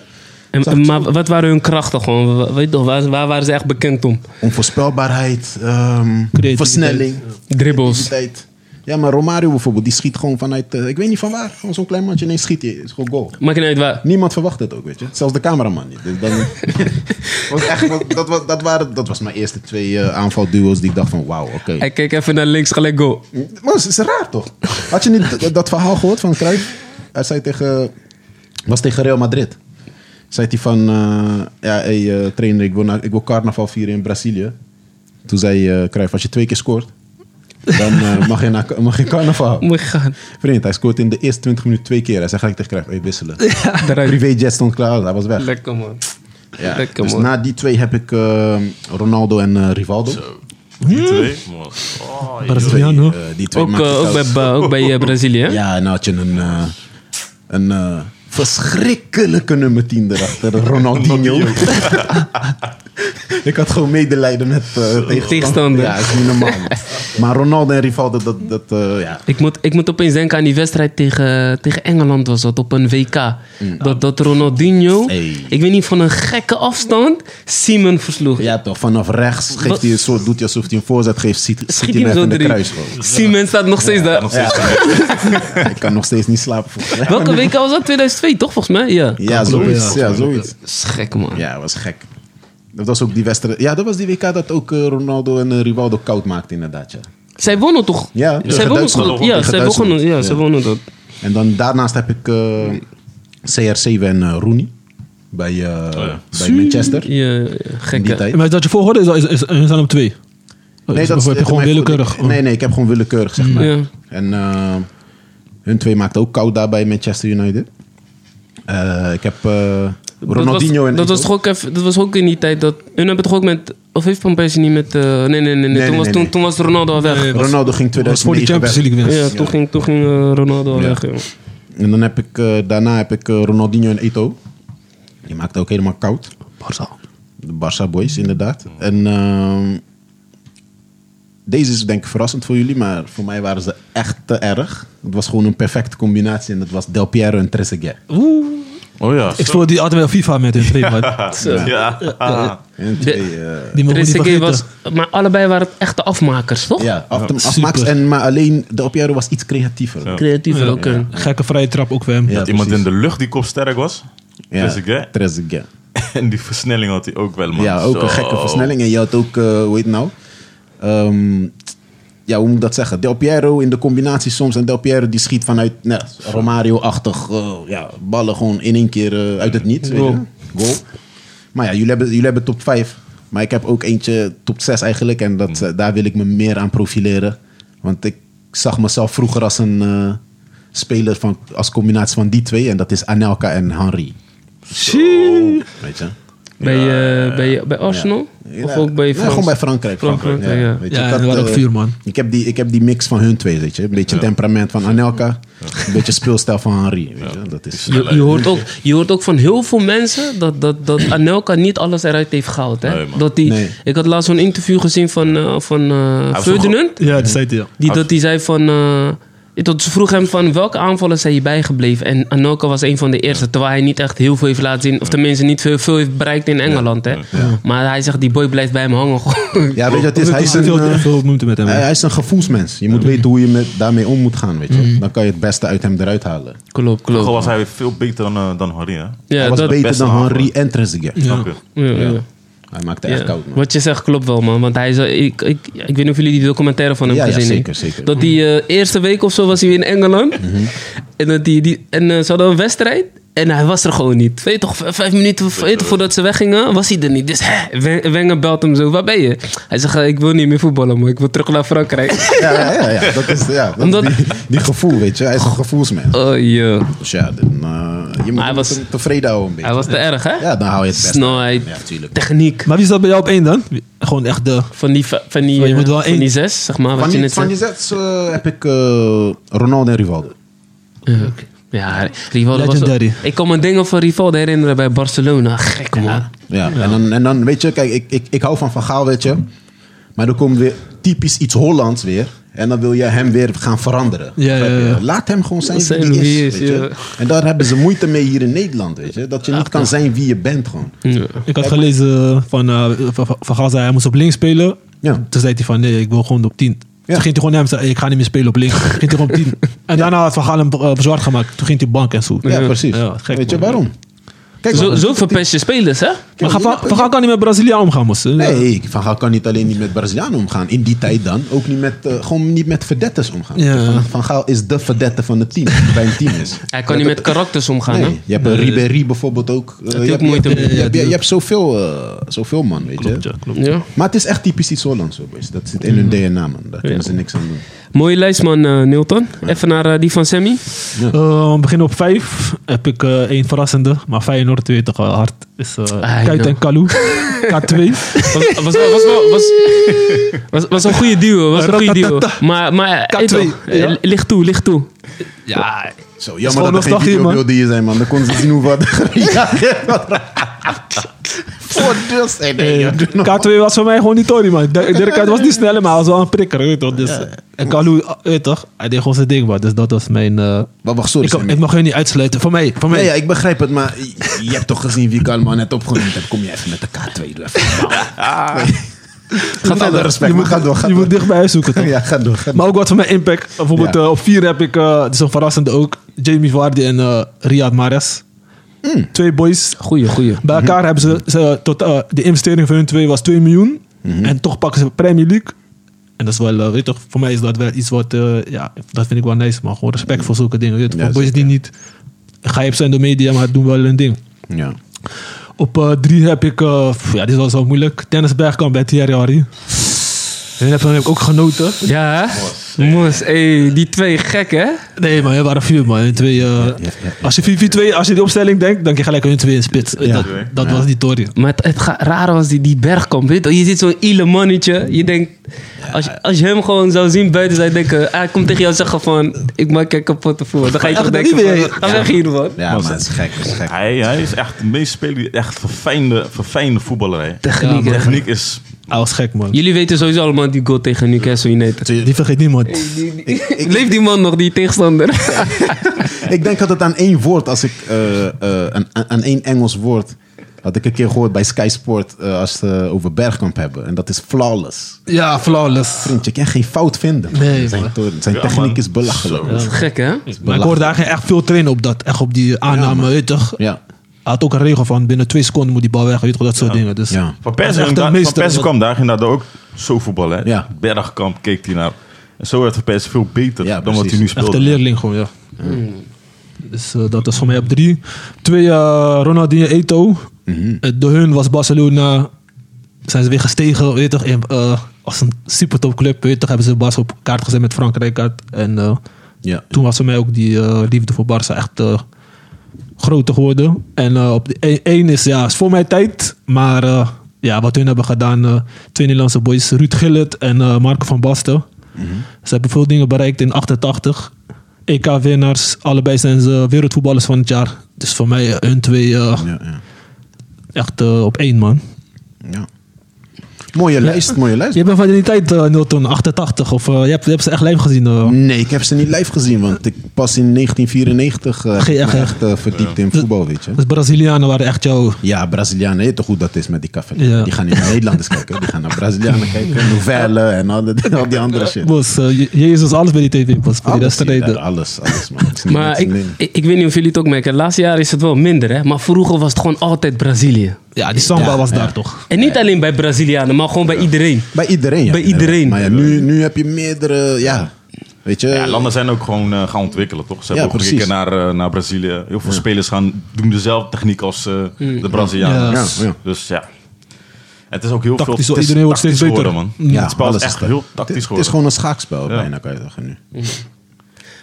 [SPEAKER 2] En,
[SPEAKER 5] Zag ik
[SPEAKER 2] maar wat waren hun krachten gewoon? Wa- Weet je toch, waar, waar waren ze echt bekend om?
[SPEAKER 5] Onvoorspelbaarheid, ehm,
[SPEAKER 3] Creativiteit.
[SPEAKER 5] versnelling.
[SPEAKER 2] Dribbles.
[SPEAKER 5] Creativiteit. Ja, maar Romario bijvoorbeeld, die schiet gewoon vanuit, eh, ik weet niet van waar, gewoon zo'n klein mandje ineens schiet hij. Het is gewoon goal.
[SPEAKER 2] Maakt niet uit waar.
[SPEAKER 5] Niemand verwacht het ook, weet je. Zelfs de cameraman niet. Dus dan, want echt, want dat, was, dat, waren, dat was mijn eerste twee eh, aanvalduo's die ik dacht van wauw, oké.
[SPEAKER 2] Ik kijk even naar links, gelijk go.
[SPEAKER 5] Maar het is raar toch? Had je niet dat- dat verhaal gehoord van Cruijff? Hij zei tegen, was tegen Real Madrid. Zei hij van, eh, ja hey, eh, trainer, ik wil, naar- ik wil carnaval vieren in Brazilië. Toen zei eh Cruijff, als je twee keer scoort, dan eh, mag, je naar, mag je carnaval houden."
[SPEAKER 2] Moet je gaan.
[SPEAKER 5] Vriend, hij scoort in de eerste 20 minuten twee keer. Hij zei, ga ik tegen Cruijff, hey, wisselen.
[SPEAKER 2] Daaruit.
[SPEAKER 5] Privéjet stond klaar, hij was weg.
[SPEAKER 2] Lekker man.
[SPEAKER 5] Ja,
[SPEAKER 2] Lekker
[SPEAKER 5] dus
[SPEAKER 2] man.
[SPEAKER 5] na die twee heb ik eh, Ronaldo en eh, Rivaldo.
[SPEAKER 4] Die twee. man. Oh, joh.
[SPEAKER 3] Braziliaan, hoor.
[SPEAKER 5] Eh, die twee
[SPEAKER 2] Ook,
[SPEAKER 5] maakten
[SPEAKER 2] eh, ook bij,
[SPEAKER 5] zelfs-
[SPEAKER 2] ook bij eh, Brazilië. hè?
[SPEAKER 5] Ja, en dan had je een, eh, een eh, verschrikkelijke nummer 10 erachter. Ronaldinho. ik had gewoon medelijden met eh,
[SPEAKER 2] Tegenstander.
[SPEAKER 5] Ja, is niet normaal. man. maar Ronaldo en Rivaldo, dat, dat eh, ja.
[SPEAKER 2] Ik moet, ik moet opeens denken aan die wedstrijd tegen, tegen Engeland was dat, op een WK. Dat, dat Ronaldinho,
[SPEAKER 5] Mm. Hey.
[SPEAKER 2] ik weet niet, van een gekke afstand, Simon versloeg.
[SPEAKER 5] Ja toch, vanaf rechts geeft
[SPEAKER 2] Wat-
[SPEAKER 5] hij een soort, doet hij alsof hij een voorzet geeft, ziet,
[SPEAKER 2] Schiet
[SPEAKER 5] schiet hij
[SPEAKER 2] hem
[SPEAKER 5] hem even
[SPEAKER 2] zo
[SPEAKER 5] in de
[SPEAKER 2] drie.
[SPEAKER 5] kruis. bro.
[SPEAKER 2] Simon staat nog steeds daar.
[SPEAKER 4] Nog steeds connect.
[SPEAKER 5] Ik kan nog steeds niet slapen. volgens mij.
[SPEAKER 2] Welke WK was dat? 2002 toch, volgens mij? Ja.
[SPEAKER 5] Ja, zoiets. Ja, zoiets.
[SPEAKER 2] Dat is gek, man.
[SPEAKER 5] Ja, was gek. Dat was ook die wedstrijd. Ja, dat was die WK dat ook eh, Ronaldo en eh, Rivaldo koud maakte inderdaad. Ja.
[SPEAKER 2] Zij wonnen toch?
[SPEAKER 5] Ja,
[SPEAKER 2] zij
[SPEAKER 5] tegen
[SPEAKER 2] wonnen
[SPEAKER 5] Duitsland.
[SPEAKER 2] toch? Ja,
[SPEAKER 5] Tegen
[SPEAKER 2] zij
[SPEAKER 5] Duitsland.
[SPEAKER 2] wonnen, ja, zij
[SPEAKER 5] Ja.
[SPEAKER 2] wonnen dat.
[SPEAKER 5] En dan daarnaast heb ik eh, CR7 en eh, Rooney bij, eh, bij Manchester.
[SPEAKER 2] Ja, ja,
[SPEAKER 5] In die
[SPEAKER 2] gekke.
[SPEAKER 5] tijd.
[SPEAKER 3] eh, Maar dat je voorhoorde is, is, is- hun zijn op twee. Dus of heb je
[SPEAKER 5] eh,
[SPEAKER 3] gewoon
[SPEAKER 5] mijn goed,
[SPEAKER 3] willekeurig. oh.
[SPEAKER 5] ik- nee, nee, ik heb gewoon willekeurig, zeg maar.
[SPEAKER 2] Ja.
[SPEAKER 5] En eh, hun twee maakten ook koud daar bij Manchester United. Eh, ik heb eh, Ronaldinho
[SPEAKER 2] dat was,
[SPEAKER 5] en
[SPEAKER 2] dat was,
[SPEAKER 5] Eto'o.
[SPEAKER 2] toch ook even, dat was ook in die tijd dat... Hun hebben toch ook met... Of heeft Van Persie niet met... eh, nee, nee, nee. nee,
[SPEAKER 5] Nee,
[SPEAKER 2] toen,
[SPEAKER 5] nee,
[SPEAKER 2] was,
[SPEAKER 5] nee,
[SPEAKER 2] toen,
[SPEAKER 5] nee.
[SPEAKER 2] toen was Ronaldo al weg.
[SPEAKER 3] Nee, was-
[SPEAKER 5] Ronaldo ging
[SPEAKER 3] was Oh, voor die
[SPEAKER 5] 2009
[SPEAKER 3] Champions
[SPEAKER 5] weg.
[SPEAKER 3] League winst.
[SPEAKER 2] ja, toen ging, toen ging eh, Ronaldo al
[SPEAKER 5] Dus Ja.
[SPEAKER 2] weg. ja.
[SPEAKER 5] En dan heb ik, eh, daarna heb ik eh, Ronaldinho en Eto'o. Die maakten ook helemaal koud. De Barça Boys, inderdaad. En ehm, deze is denk ik verrassend voor jullie, maar voor mij waren ze echt te erg. Het was gewoon een perfecte combinatie en dat was Del Piero en Trezeguet.
[SPEAKER 4] Oh ja.
[SPEAKER 3] Ik speel die altijd wel FIFA met hun twee, man.
[SPEAKER 4] Ja. Ah.
[SPEAKER 5] En twee, eh,
[SPEAKER 3] Die mogen we niet
[SPEAKER 2] Trezeguet
[SPEAKER 3] vergeten.
[SPEAKER 2] was... Maar allebei waren het echte afmakers, toch?
[SPEAKER 5] ja, af,
[SPEAKER 3] super.
[SPEAKER 5] afmaaks en maar alleen Del Piero was iets creatiever. Ja,
[SPEAKER 2] Creatief ook. eh, hè.
[SPEAKER 3] Gekke vrije trap ook voor hem.
[SPEAKER 5] Ja.
[SPEAKER 4] Dat iemand in
[SPEAKER 5] precies.
[SPEAKER 4] de lucht die kopsterk was. Trezeguet.
[SPEAKER 5] Trezeguet.
[SPEAKER 4] En die versnelling had hij ook wel, man.
[SPEAKER 5] Ja, ook
[SPEAKER 4] Zo.
[SPEAKER 5] een gekke versnelling. En je had ook, eh, hoe heet het nou? Ehm, ja, hoe moet ik dat zeggen? Del Piero in de combinatie soms. En Del Piero die schiet vanuit nou, Romario-achtig eh, ja, ballen gewoon in één keer eh, uit het niet. weet je.
[SPEAKER 2] Goal.
[SPEAKER 5] Goal. Maar ja, jullie hebben, jullie hebben top 5. Maar ik heb ook eentje top 6 eigenlijk. En dat,
[SPEAKER 4] Mm.
[SPEAKER 5] eh, daar wil ik me meer aan profileren. Want ik zag mezelf vroeger als een eh, speler van, als combinatie van die twee. En dat is Anelka en Henry. Weet je?
[SPEAKER 2] Bij, eh, bij, bij Arsenal?
[SPEAKER 5] Ja.
[SPEAKER 2] Of ook bij
[SPEAKER 5] Ja,
[SPEAKER 2] Frans?
[SPEAKER 5] gewoon bij Frankrijk.
[SPEAKER 2] Frankrijk, ja.
[SPEAKER 5] weet
[SPEAKER 3] Ja,
[SPEAKER 5] ik
[SPEAKER 3] dat
[SPEAKER 5] had,
[SPEAKER 3] waren ook
[SPEAKER 5] eh,
[SPEAKER 3] vier, man.
[SPEAKER 5] Ik heb, die, ik heb die mix van hun twee, weet je. Een beetje temperament van Anelka. Een beetje speelstijl van Henri, weet je. Dat is...
[SPEAKER 2] Je, je, hoort ook, je hoort ook van heel veel mensen dat, dat, dat Anelka niet alles eruit heeft gehaald. Hè?
[SPEAKER 4] Nee, man.
[SPEAKER 2] dat die,
[SPEAKER 5] Nee.
[SPEAKER 2] Ik had laatst zo'n interview gezien van, eh, van eh,
[SPEAKER 4] was
[SPEAKER 2] Ferdinand.
[SPEAKER 3] Ja, dat zei hij. ja.
[SPEAKER 2] Die, dat die zei van... eh, dat ze vroeg hem van welke aanvallen zijn je bijgebleven? En Anelka was een van de eerste. Terwijl hij niet echt heel veel heeft laten zien. Of tenminste niet veel, veel heeft bereikt in Engeland. Hè? Maar hij zegt, die boy blijft bij hem hangen. gewoon.
[SPEAKER 5] Ja, weet je, het
[SPEAKER 3] Dus
[SPEAKER 5] is, hij,
[SPEAKER 3] Hij
[SPEAKER 5] is
[SPEAKER 3] zit
[SPEAKER 5] een,
[SPEAKER 3] heel
[SPEAKER 5] eh,
[SPEAKER 3] veel moeite met hem.
[SPEAKER 5] hij,
[SPEAKER 3] hè.
[SPEAKER 5] hij is een gevoelsmens. Je moet weten hoe je met, daarmee om moet gaan, weet je. Dan kan je het beste uit hem eruit halen.
[SPEAKER 2] klopt,
[SPEAKER 4] Toch
[SPEAKER 2] klopt.
[SPEAKER 4] was hij veel beter dan, eh, dan Harry, hè?
[SPEAKER 2] Ja,
[SPEAKER 5] hij was
[SPEAKER 2] dat,
[SPEAKER 5] beter
[SPEAKER 4] beste
[SPEAKER 5] dan Henri
[SPEAKER 4] aanvaller.
[SPEAKER 5] en Trezeguet.
[SPEAKER 4] Snap je?
[SPEAKER 2] ja, ja.
[SPEAKER 5] Hij maakte
[SPEAKER 2] Ja,
[SPEAKER 5] echt koud, man.
[SPEAKER 2] Wat je zegt klopt wel, man. Want hij is, eh, ik, ik, ik weet niet of jullie die documentaire van hem
[SPEAKER 5] Ja, ja,
[SPEAKER 2] gezien
[SPEAKER 5] zeker,
[SPEAKER 2] hebben.
[SPEAKER 5] zeker. Mhm.
[SPEAKER 2] Dat die eh, eerste week of zo was hij weer in Engeland. En, dat die, die, en eh, ze hadden een wedstrijd. En hij was er gewoon niet. Weet je toch, v- vijf minuten v- weet je toch, voordat ze weggingen, was hij er niet. Dus hè, Wen- Wenger belt hem zo, waar ben je? Hij zegt, eh, ik wil niet meer voetballen, maar ik wil terug naar Frankrijk.
[SPEAKER 5] Ja, ja, ja. ja. Dat is, ja dat-
[SPEAKER 2] Omdat-
[SPEAKER 5] die, die gevoel, weet je. Hij is een gevoelsmens.
[SPEAKER 2] oh, joh.
[SPEAKER 5] Dus ja, dan, eh, je moet
[SPEAKER 2] hij
[SPEAKER 5] hem
[SPEAKER 2] was-
[SPEAKER 5] tevreden houden een beetje.
[SPEAKER 2] Hij was te erg, hè?
[SPEAKER 5] Ja, dan hou je het beste.
[SPEAKER 2] Snelheid,
[SPEAKER 5] Ja, tuurlijk.
[SPEAKER 2] techniek.
[SPEAKER 3] Maar wie staat bij jou op één dan? Wie- Gewoon echt de...
[SPEAKER 2] Van die, va- van die,
[SPEAKER 3] Maar je
[SPEAKER 2] eh,
[SPEAKER 3] moet wel
[SPEAKER 2] van
[SPEAKER 3] één-
[SPEAKER 2] die zes, zeg maar.
[SPEAKER 5] Van
[SPEAKER 2] wat je
[SPEAKER 5] die,
[SPEAKER 2] net
[SPEAKER 5] van
[SPEAKER 2] zei.
[SPEAKER 5] die zes eh, heb ik eh, Ronaldo en Rivaldo.
[SPEAKER 2] Ja, oké. Ja, Rivaldo was...
[SPEAKER 3] Legendary.
[SPEAKER 2] Ik kan me dingen van Rivaldo herinneren bij Barcelona. Gek, man.
[SPEAKER 5] Ja, En, dan, en dan weet je, kijk, ik, ik, ik hou van Van Gaal, weet je. Maar er komt weer typisch iets Hollands weer. En dan wil je hem weer gaan veranderen.
[SPEAKER 3] Ja, ja,
[SPEAKER 5] Begrijp je?
[SPEAKER 3] ja.
[SPEAKER 5] Laat hem gewoon zijn
[SPEAKER 2] Zijn
[SPEAKER 5] wie hij
[SPEAKER 2] wie
[SPEAKER 5] is.
[SPEAKER 2] is,
[SPEAKER 5] weet je.
[SPEAKER 2] ja.
[SPEAKER 5] En daar hebben ze moeite mee hier in Nederland, weet je. Dat je niet kan zijn wie je bent gewoon.
[SPEAKER 3] Ik had gelezen van, eh van, van Gaal zei hij moest op links spelen.
[SPEAKER 5] Ja.
[SPEAKER 3] Toen zei hij van nee, ik wil gewoon op 10.
[SPEAKER 5] Ja.
[SPEAKER 3] Toen ging hij gewoon naar hem zeggen, ik ga niet meer spelen op links. Toen ging hij gewoon op 10. En daarna had Van Gaal hem eh, bezwaard gemaakt. Toen ging hij bank en zo.
[SPEAKER 5] Ja, precies.
[SPEAKER 3] Ja, gek,
[SPEAKER 5] weet je
[SPEAKER 3] man.
[SPEAKER 5] waarom? Kijk,
[SPEAKER 2] Zo,
[SPEAKER 5] maar-
[SPEAKER 2] zo verpest je spelers, hè?
[SPEAKER 3] Maar Van, Van Gaal kan niet met Braziliaan omgaan, moest.
[SPEAKER 5] Nee, Van Gaal kan niet alleen niet met Brazilianen omgaan. In die tijd dan. Ook niet met, eh, gewoon niet met verdettes omgaan.
[SPEAKER 3] Ja.
[SPEAKER 5] Van, van Gaal is de verdette van het team. Bij een team is.
[SPEAKER 2] Hij kan niet met karakters omgaan,
[SPEAKER 5] Nee,
[SPEAKER 2] hè?
[SPEAKER 5] je hebt een Ribéry bijvoorbeeld ook. Eh, je,
[SPEAKER 2] ook
[SPEAKER 5] hebt,
[SPEAKER 2] moeite
[SPEAKER 5] je,
[SPEAKER 2] mee.
[SPEAKER 5] hebt, je, hebt,
[SPEAKER 3] Ja,
[SPEAKER 5] je hebt zoveel, eh, zoveel man, weet je.
[SPEAKER 3] klopt. Mhm.
[SPEAKER 2] Ja.
[SPEAKER 5] Maar het is echt typisch iets Hollands, zo, boys. Dat zit in hun DNA, man. Daar kunnen ze niks aan doen.
[SPEAKER 2] Mooie lijst, man, eh, Nilton. Even naar eh, die van Sammy.
[SPEAKER 3] Eh, begin op 5 heb ik eh één verrassende, maar Feyenoord weet toch eh, hard. Is eh
[SPEAKER 2] Ah,
[SPEAKER 3] Kuit
[SPEAKER 2] nou.
[SPEAKER 3] en Kalou. K2.
[SPEAKER 2] Was, was, was, was, was, was, was een goede duo. Was een goede duo.
[SPEAKER 3] Ratatata.
[SPEAKER 2] Maar, maar eh,
[SPEAKER 3] K2,
[SPEAKER 2] eh, toch, eh,
[SPEAKER 3] ja.
[SPEAKER 2] ligt toe, ligt toe.
[SPEAKER 3] Ja,
[SPEAKER 5] Zo,
[SPEAKER 3] Is gewoon
[SPEAKER 5] jammer dat er geen
[SPEAKER 3] nostalgie, man.
[SPEAKER 5] videobeelden hier zijn, man. Dan kon ze zien hoe wat Voor dus. Hey,
[SPEAKER 3] Eh,
[SPEAKER 5] nee, joh, doe nog.
[SPEAKER 3] K2 was voor mij gewoon niet Tony, man. De- Dirk Kuyt was niet sneller, maar hij was wel een prikker. Weet je toch? Dus, En Kalou, eh, weet je toch? Hij deed gewoon zijn ding, man. Dus dat was mijn... eh,
[SPEAKER 5] Maar wacht, sorry.
[SPEAKER 3] ik,
[SPEAKER 5] Sammy.
[SPEAKER 3] ik mag hun niet uitsluiten. Voor mij, voor mij.
[SPEAKER 5] Nee, ja, ik begrijp het, maar je- je hebt toch gezien wie ik allemaal net opgenoemd heb. Kom je even met de K2 doen. Even. Ah. Gaat alle respect,
[SPEAKER 3] je
[SPEAKER 5] maar
[SPEAKER 3] moet,
[SPEAKER 5] ga door, ga
[SPEAKER 3] je
[SPEAKER 5] door.
[SPEAKER 3] moet dicht bij huis zoeken, toch?
[SPEAKER 5] Ja, ga door. Ga door.
[SPEAKER 3] Maar ook wat van mijn impact. Bijvoorbeeld
[SPEAKER 5] Ja.
[SPEAKER 3] eh, op 4 heb ik, eh het is een verrassende ook, Jamie Vardy en eh, Riyad Mahrez.
[SPEAKER 5] Mm.
[SPEAKER 3] Twee boys.
[SPEAKER 2] Goeie, goeie.
[SPEAKER 3] Bij elkaar hebben ze, ze tot, eh, de investering van hun twee was 2 miljoen. En toch pakken ze Premier League. En dat is wel, eh, weet je toch, voor mij is dat wel iets wat, eh, ja, dat vind ik wel nice. Maar gewoon respect voor zulke dingen. Weet je,
[SPEAKER 5] Ja,
[SPEAKER 3] voor boys die niet gehyped zijn door media, maar doen wel hun ding.
[SPEAKER 5] Ja.
[SPEAKER 3] Op eh, drie heb ik, eh, pff, ja, dit was wel moeilijk. Dennis Bergkamp bij Thierry Henry. Hun heb, hun heb ik ook genoten.
[SPEAKER 2] Ja, hè? Mos, hey, die twee gek, hè?
[SPEAKER 3] Nee, maar er waren vier, man. En Twee, eh, Als je 4-4-2, als je die opstelling denkt, dan je gelijk hun twee in spits. Eh, Dat, dat was die Tory.
[SPEAKER 2] Maar het, het ga- rare was die, die bergkamp. Weet je, je ziet zo'n ile mannetje. Je denkt, als, je- als je hem gewoon zou zien buiten, zou je denken... ah, Hij komt tegen jou zeggen van, ik maak je kapot ervoor. Dan ga je toch
[SPEAKER 3] Echt, dat
[SPEAKER 2] denken
[SPEAKER 3] niet
[SPEAKER 2] van,
[SPEAKER 3] meer.
[SPEAKER 2] ga weg hier, man.
[SPEAKER 5] Ja, maar het is gek. Het is gek.
[SPEAKER 4] Hij, hij is echt de meest speler, echt verfijnde, verfijnde voetballer. hè.
[SPEAKER 2] Techniek,
[SPEAKER 3] Ja,
[SPEAKER 2] hè?
[SPEAKER 3] man.
[SPEAKER 4] Techniek is...
[SPEAKER 3] Hij was gek, man.
[SPEAKER 2] Jullie weten sowieso allemaal die goal tegen Newcastle United.
[SPEAKER 3] Die vergeet niemand.
[SPEAKER 2] Leeft die man nog, die tegenstander?
[SPEAKER 5] Ik denk altijd aan één woord. Als ik eh, eh, aan, aan- aan één Engels woord had ik een keer gehoord bij Sky Sport eh, als ze het over Bergkamp hebben. En dat is flawless.
[SPEAKER 3] Ja, flawless.
[SPEAKER 5] Vriend, je kan geen fout vinden. man.
[SPEAKER 3] Nee,
[SPEAKER 5] zijn
[SPEAKER 3] man.
[SPEAKER 5] to- zijn
[SPEAKER 4] Ja,
[SPEAKER 5] techniek
[SPEAKER 4] man.
[SPEAKER 5] is belachelijk.
[SPEAKER 2] Dat is gek, hè?
[SPEAKER 3] Maar ik hoorde eigenlijk echt veel trainen op dat. Echt op die aanname, weet je toch?
[SPEAKER 5] Ja.
[SPEAKER 3] Hij had ook een regel van binnen twee seconden moet die bal weg, weet je toch? Dat soort dingen. Dus
[SPEAKER 5] Ja.
[SPEAKER 4] Van
[SPEAKER 3] Hij
[SPEAKER 4] Persie,
[SPEAKER 3] is echt een
[SPEAKER 4] inderdaad- van
[SPEAKER 3] meester.
[SPEAKER 4] Persie kwam daar inderdaad ook zo voetballen. hè.
[SPEAKER 5] Ja.
[SPEAKER 4] Bergkamp keek hij naar. En zo werd Van Persie veel beter
[SPEAKER 5] Ja,
[SPEAKER 4] dan wat hij
[SPEAKER 5] precies.
[SPEAKER 4] nu
[SPEAKER 3] Echt een
[SPEAKER 4] speelt.
[SPEAKER 3] leerling gewoon, ja.
[SPEAKER 5] Hmm.
[SPEAKER 3] Dus eh, dat is voor mij op drie. Twee, eh, Ronaldinho Eto.
[SPEAKER 5] Mhm.
[SPEAKER 3] Eh, door hun was Barcelona... Zijn ze weer gestegen, weet je toch? in, eh, als een supertopclub, weet je toch? Hebben ze Bas op kaart gezet met Frankrijk uit. En eh,
[SPEAKER 5] Ja.
[SPEAKER 3] toen was voor mij ook die eh, liefde voor Barça echt eh, groter geworden. En eh, op de e- één is, ja, is voor mijn tijd. Maar eh, ja, wat hun hebben gedaan, eh, twee Nederlandse boys, Ruud Gillet en eh, Marco van Basten.
[SPEAKER 5] Mhm.
[SPEAKER 3] Ze hebben veel dingen bereikt in 88. EK-winnaars, allebei zijn ze wereldvoetballers van het jaar. Dus voor mij eh, hun twee eh,
[SPEAKER 5] Ja, ja.
[SPEAKER 3] echt eh, op één, man.
[SPEAKER 5] ja. Mooie lijst, mooie lijst.
[SPEAKER 3] Je bent van die tijd, eh Nilton, 88. Of eh, je, hebt, je hebt ze echt live gezien. eh.
[SPEAKER 5] Nee, ik heb ze niet live gezien, want ik pas in 1994 eh, heb ik
[SPEAKER 3] Geen-
[SPEAKER 5] me echt eh, verdiept in voetbal, weet je.
[SPEAKER 3] Dus Brazilianen waren echt jouw...
[SPEAKER 5] Ja, Brazilianen, je weet toch hoe dat is met die café?
[SPEAKER 3] Ja.
[SPEAKER 5] Die gaan niet naar Nederlanders kijken, die gaan naar Brazilianen kijken, novellen en al, die- al die andere shit.
[SPEAKER 3] Was, eh, Je- Jezus, alles bij die tv was. Voor die
[SPEAKER 5] Alles,
[SPEAKER 3] wedstrijden.
[SPEAKER 5] ja, alles, alles, man. Het is niet
[SPEAKER 2] Maar
[SPEAKER 5] niks te
[SPEAKER 2] ik,
[SPEAKER 5] nemen.
[SPEAKER 2] ik, ik weet niet of jullie het ook merken. Laatste jaar is het wel minder, hè? Maar vroeger was het gewoon altijd Brazilië.
[SPEAKER 3] Ja, die samba was daar toch.
[SPEAKER 2] En niet alleen bij Brazilianen, maar gewoon bij iedereen.
[SPEAKER 5] Bij iedereen. ja.
[SPEAKER 2] Bij iedereen.
[SPEAKER 5] Maar ja, nu, nu heb je meerdere, ja, weet je.
[SPEAKER 4] Ja, landen zijn ook gewoon eh, gaan ontwikkelen, toch? Ze
[SPEAKER 5] Ja,
[SPEAKER 4] hebben ook
[SPEAKER 5] precies.
[SPEAKER 4] gekeken naar, eh, naar Brazilië. Heel veel spelers gaan, doen dezelfde techniek als eh, de Brazilianen.
[SPEAKER 5] Ja, ja.
[SPEAKER 4] Dus ja. Het is ook heel
[SPEAKER 3] Tactisch,
[SPEAKER 4] veel
[SPEAKER 3] iedereen wordt
[SPEAKER 4] tactisch
[SPEAKER 3] steeds beter.
[SPEAKER 4] geworden, man.
[SPEAKER 5] Mm. Ja,
[SPEAKER 4] het spel is
[SPEAKER 5] alles
[SPEAKER 4] echt
[SPEAKER 5] dat.
[SPEAKER 4] heel
[SPEAKER 5] Het
[SPEAKER 4] tactisch
[SPEAKER 5] is-
[SPEAKER 4] geworden.
[SPEAKER 5] Het is gewoon een schaakspel,
[SPEAKER 4] Ja.
[SPEAKER 5] bijna kan je zeggen nu.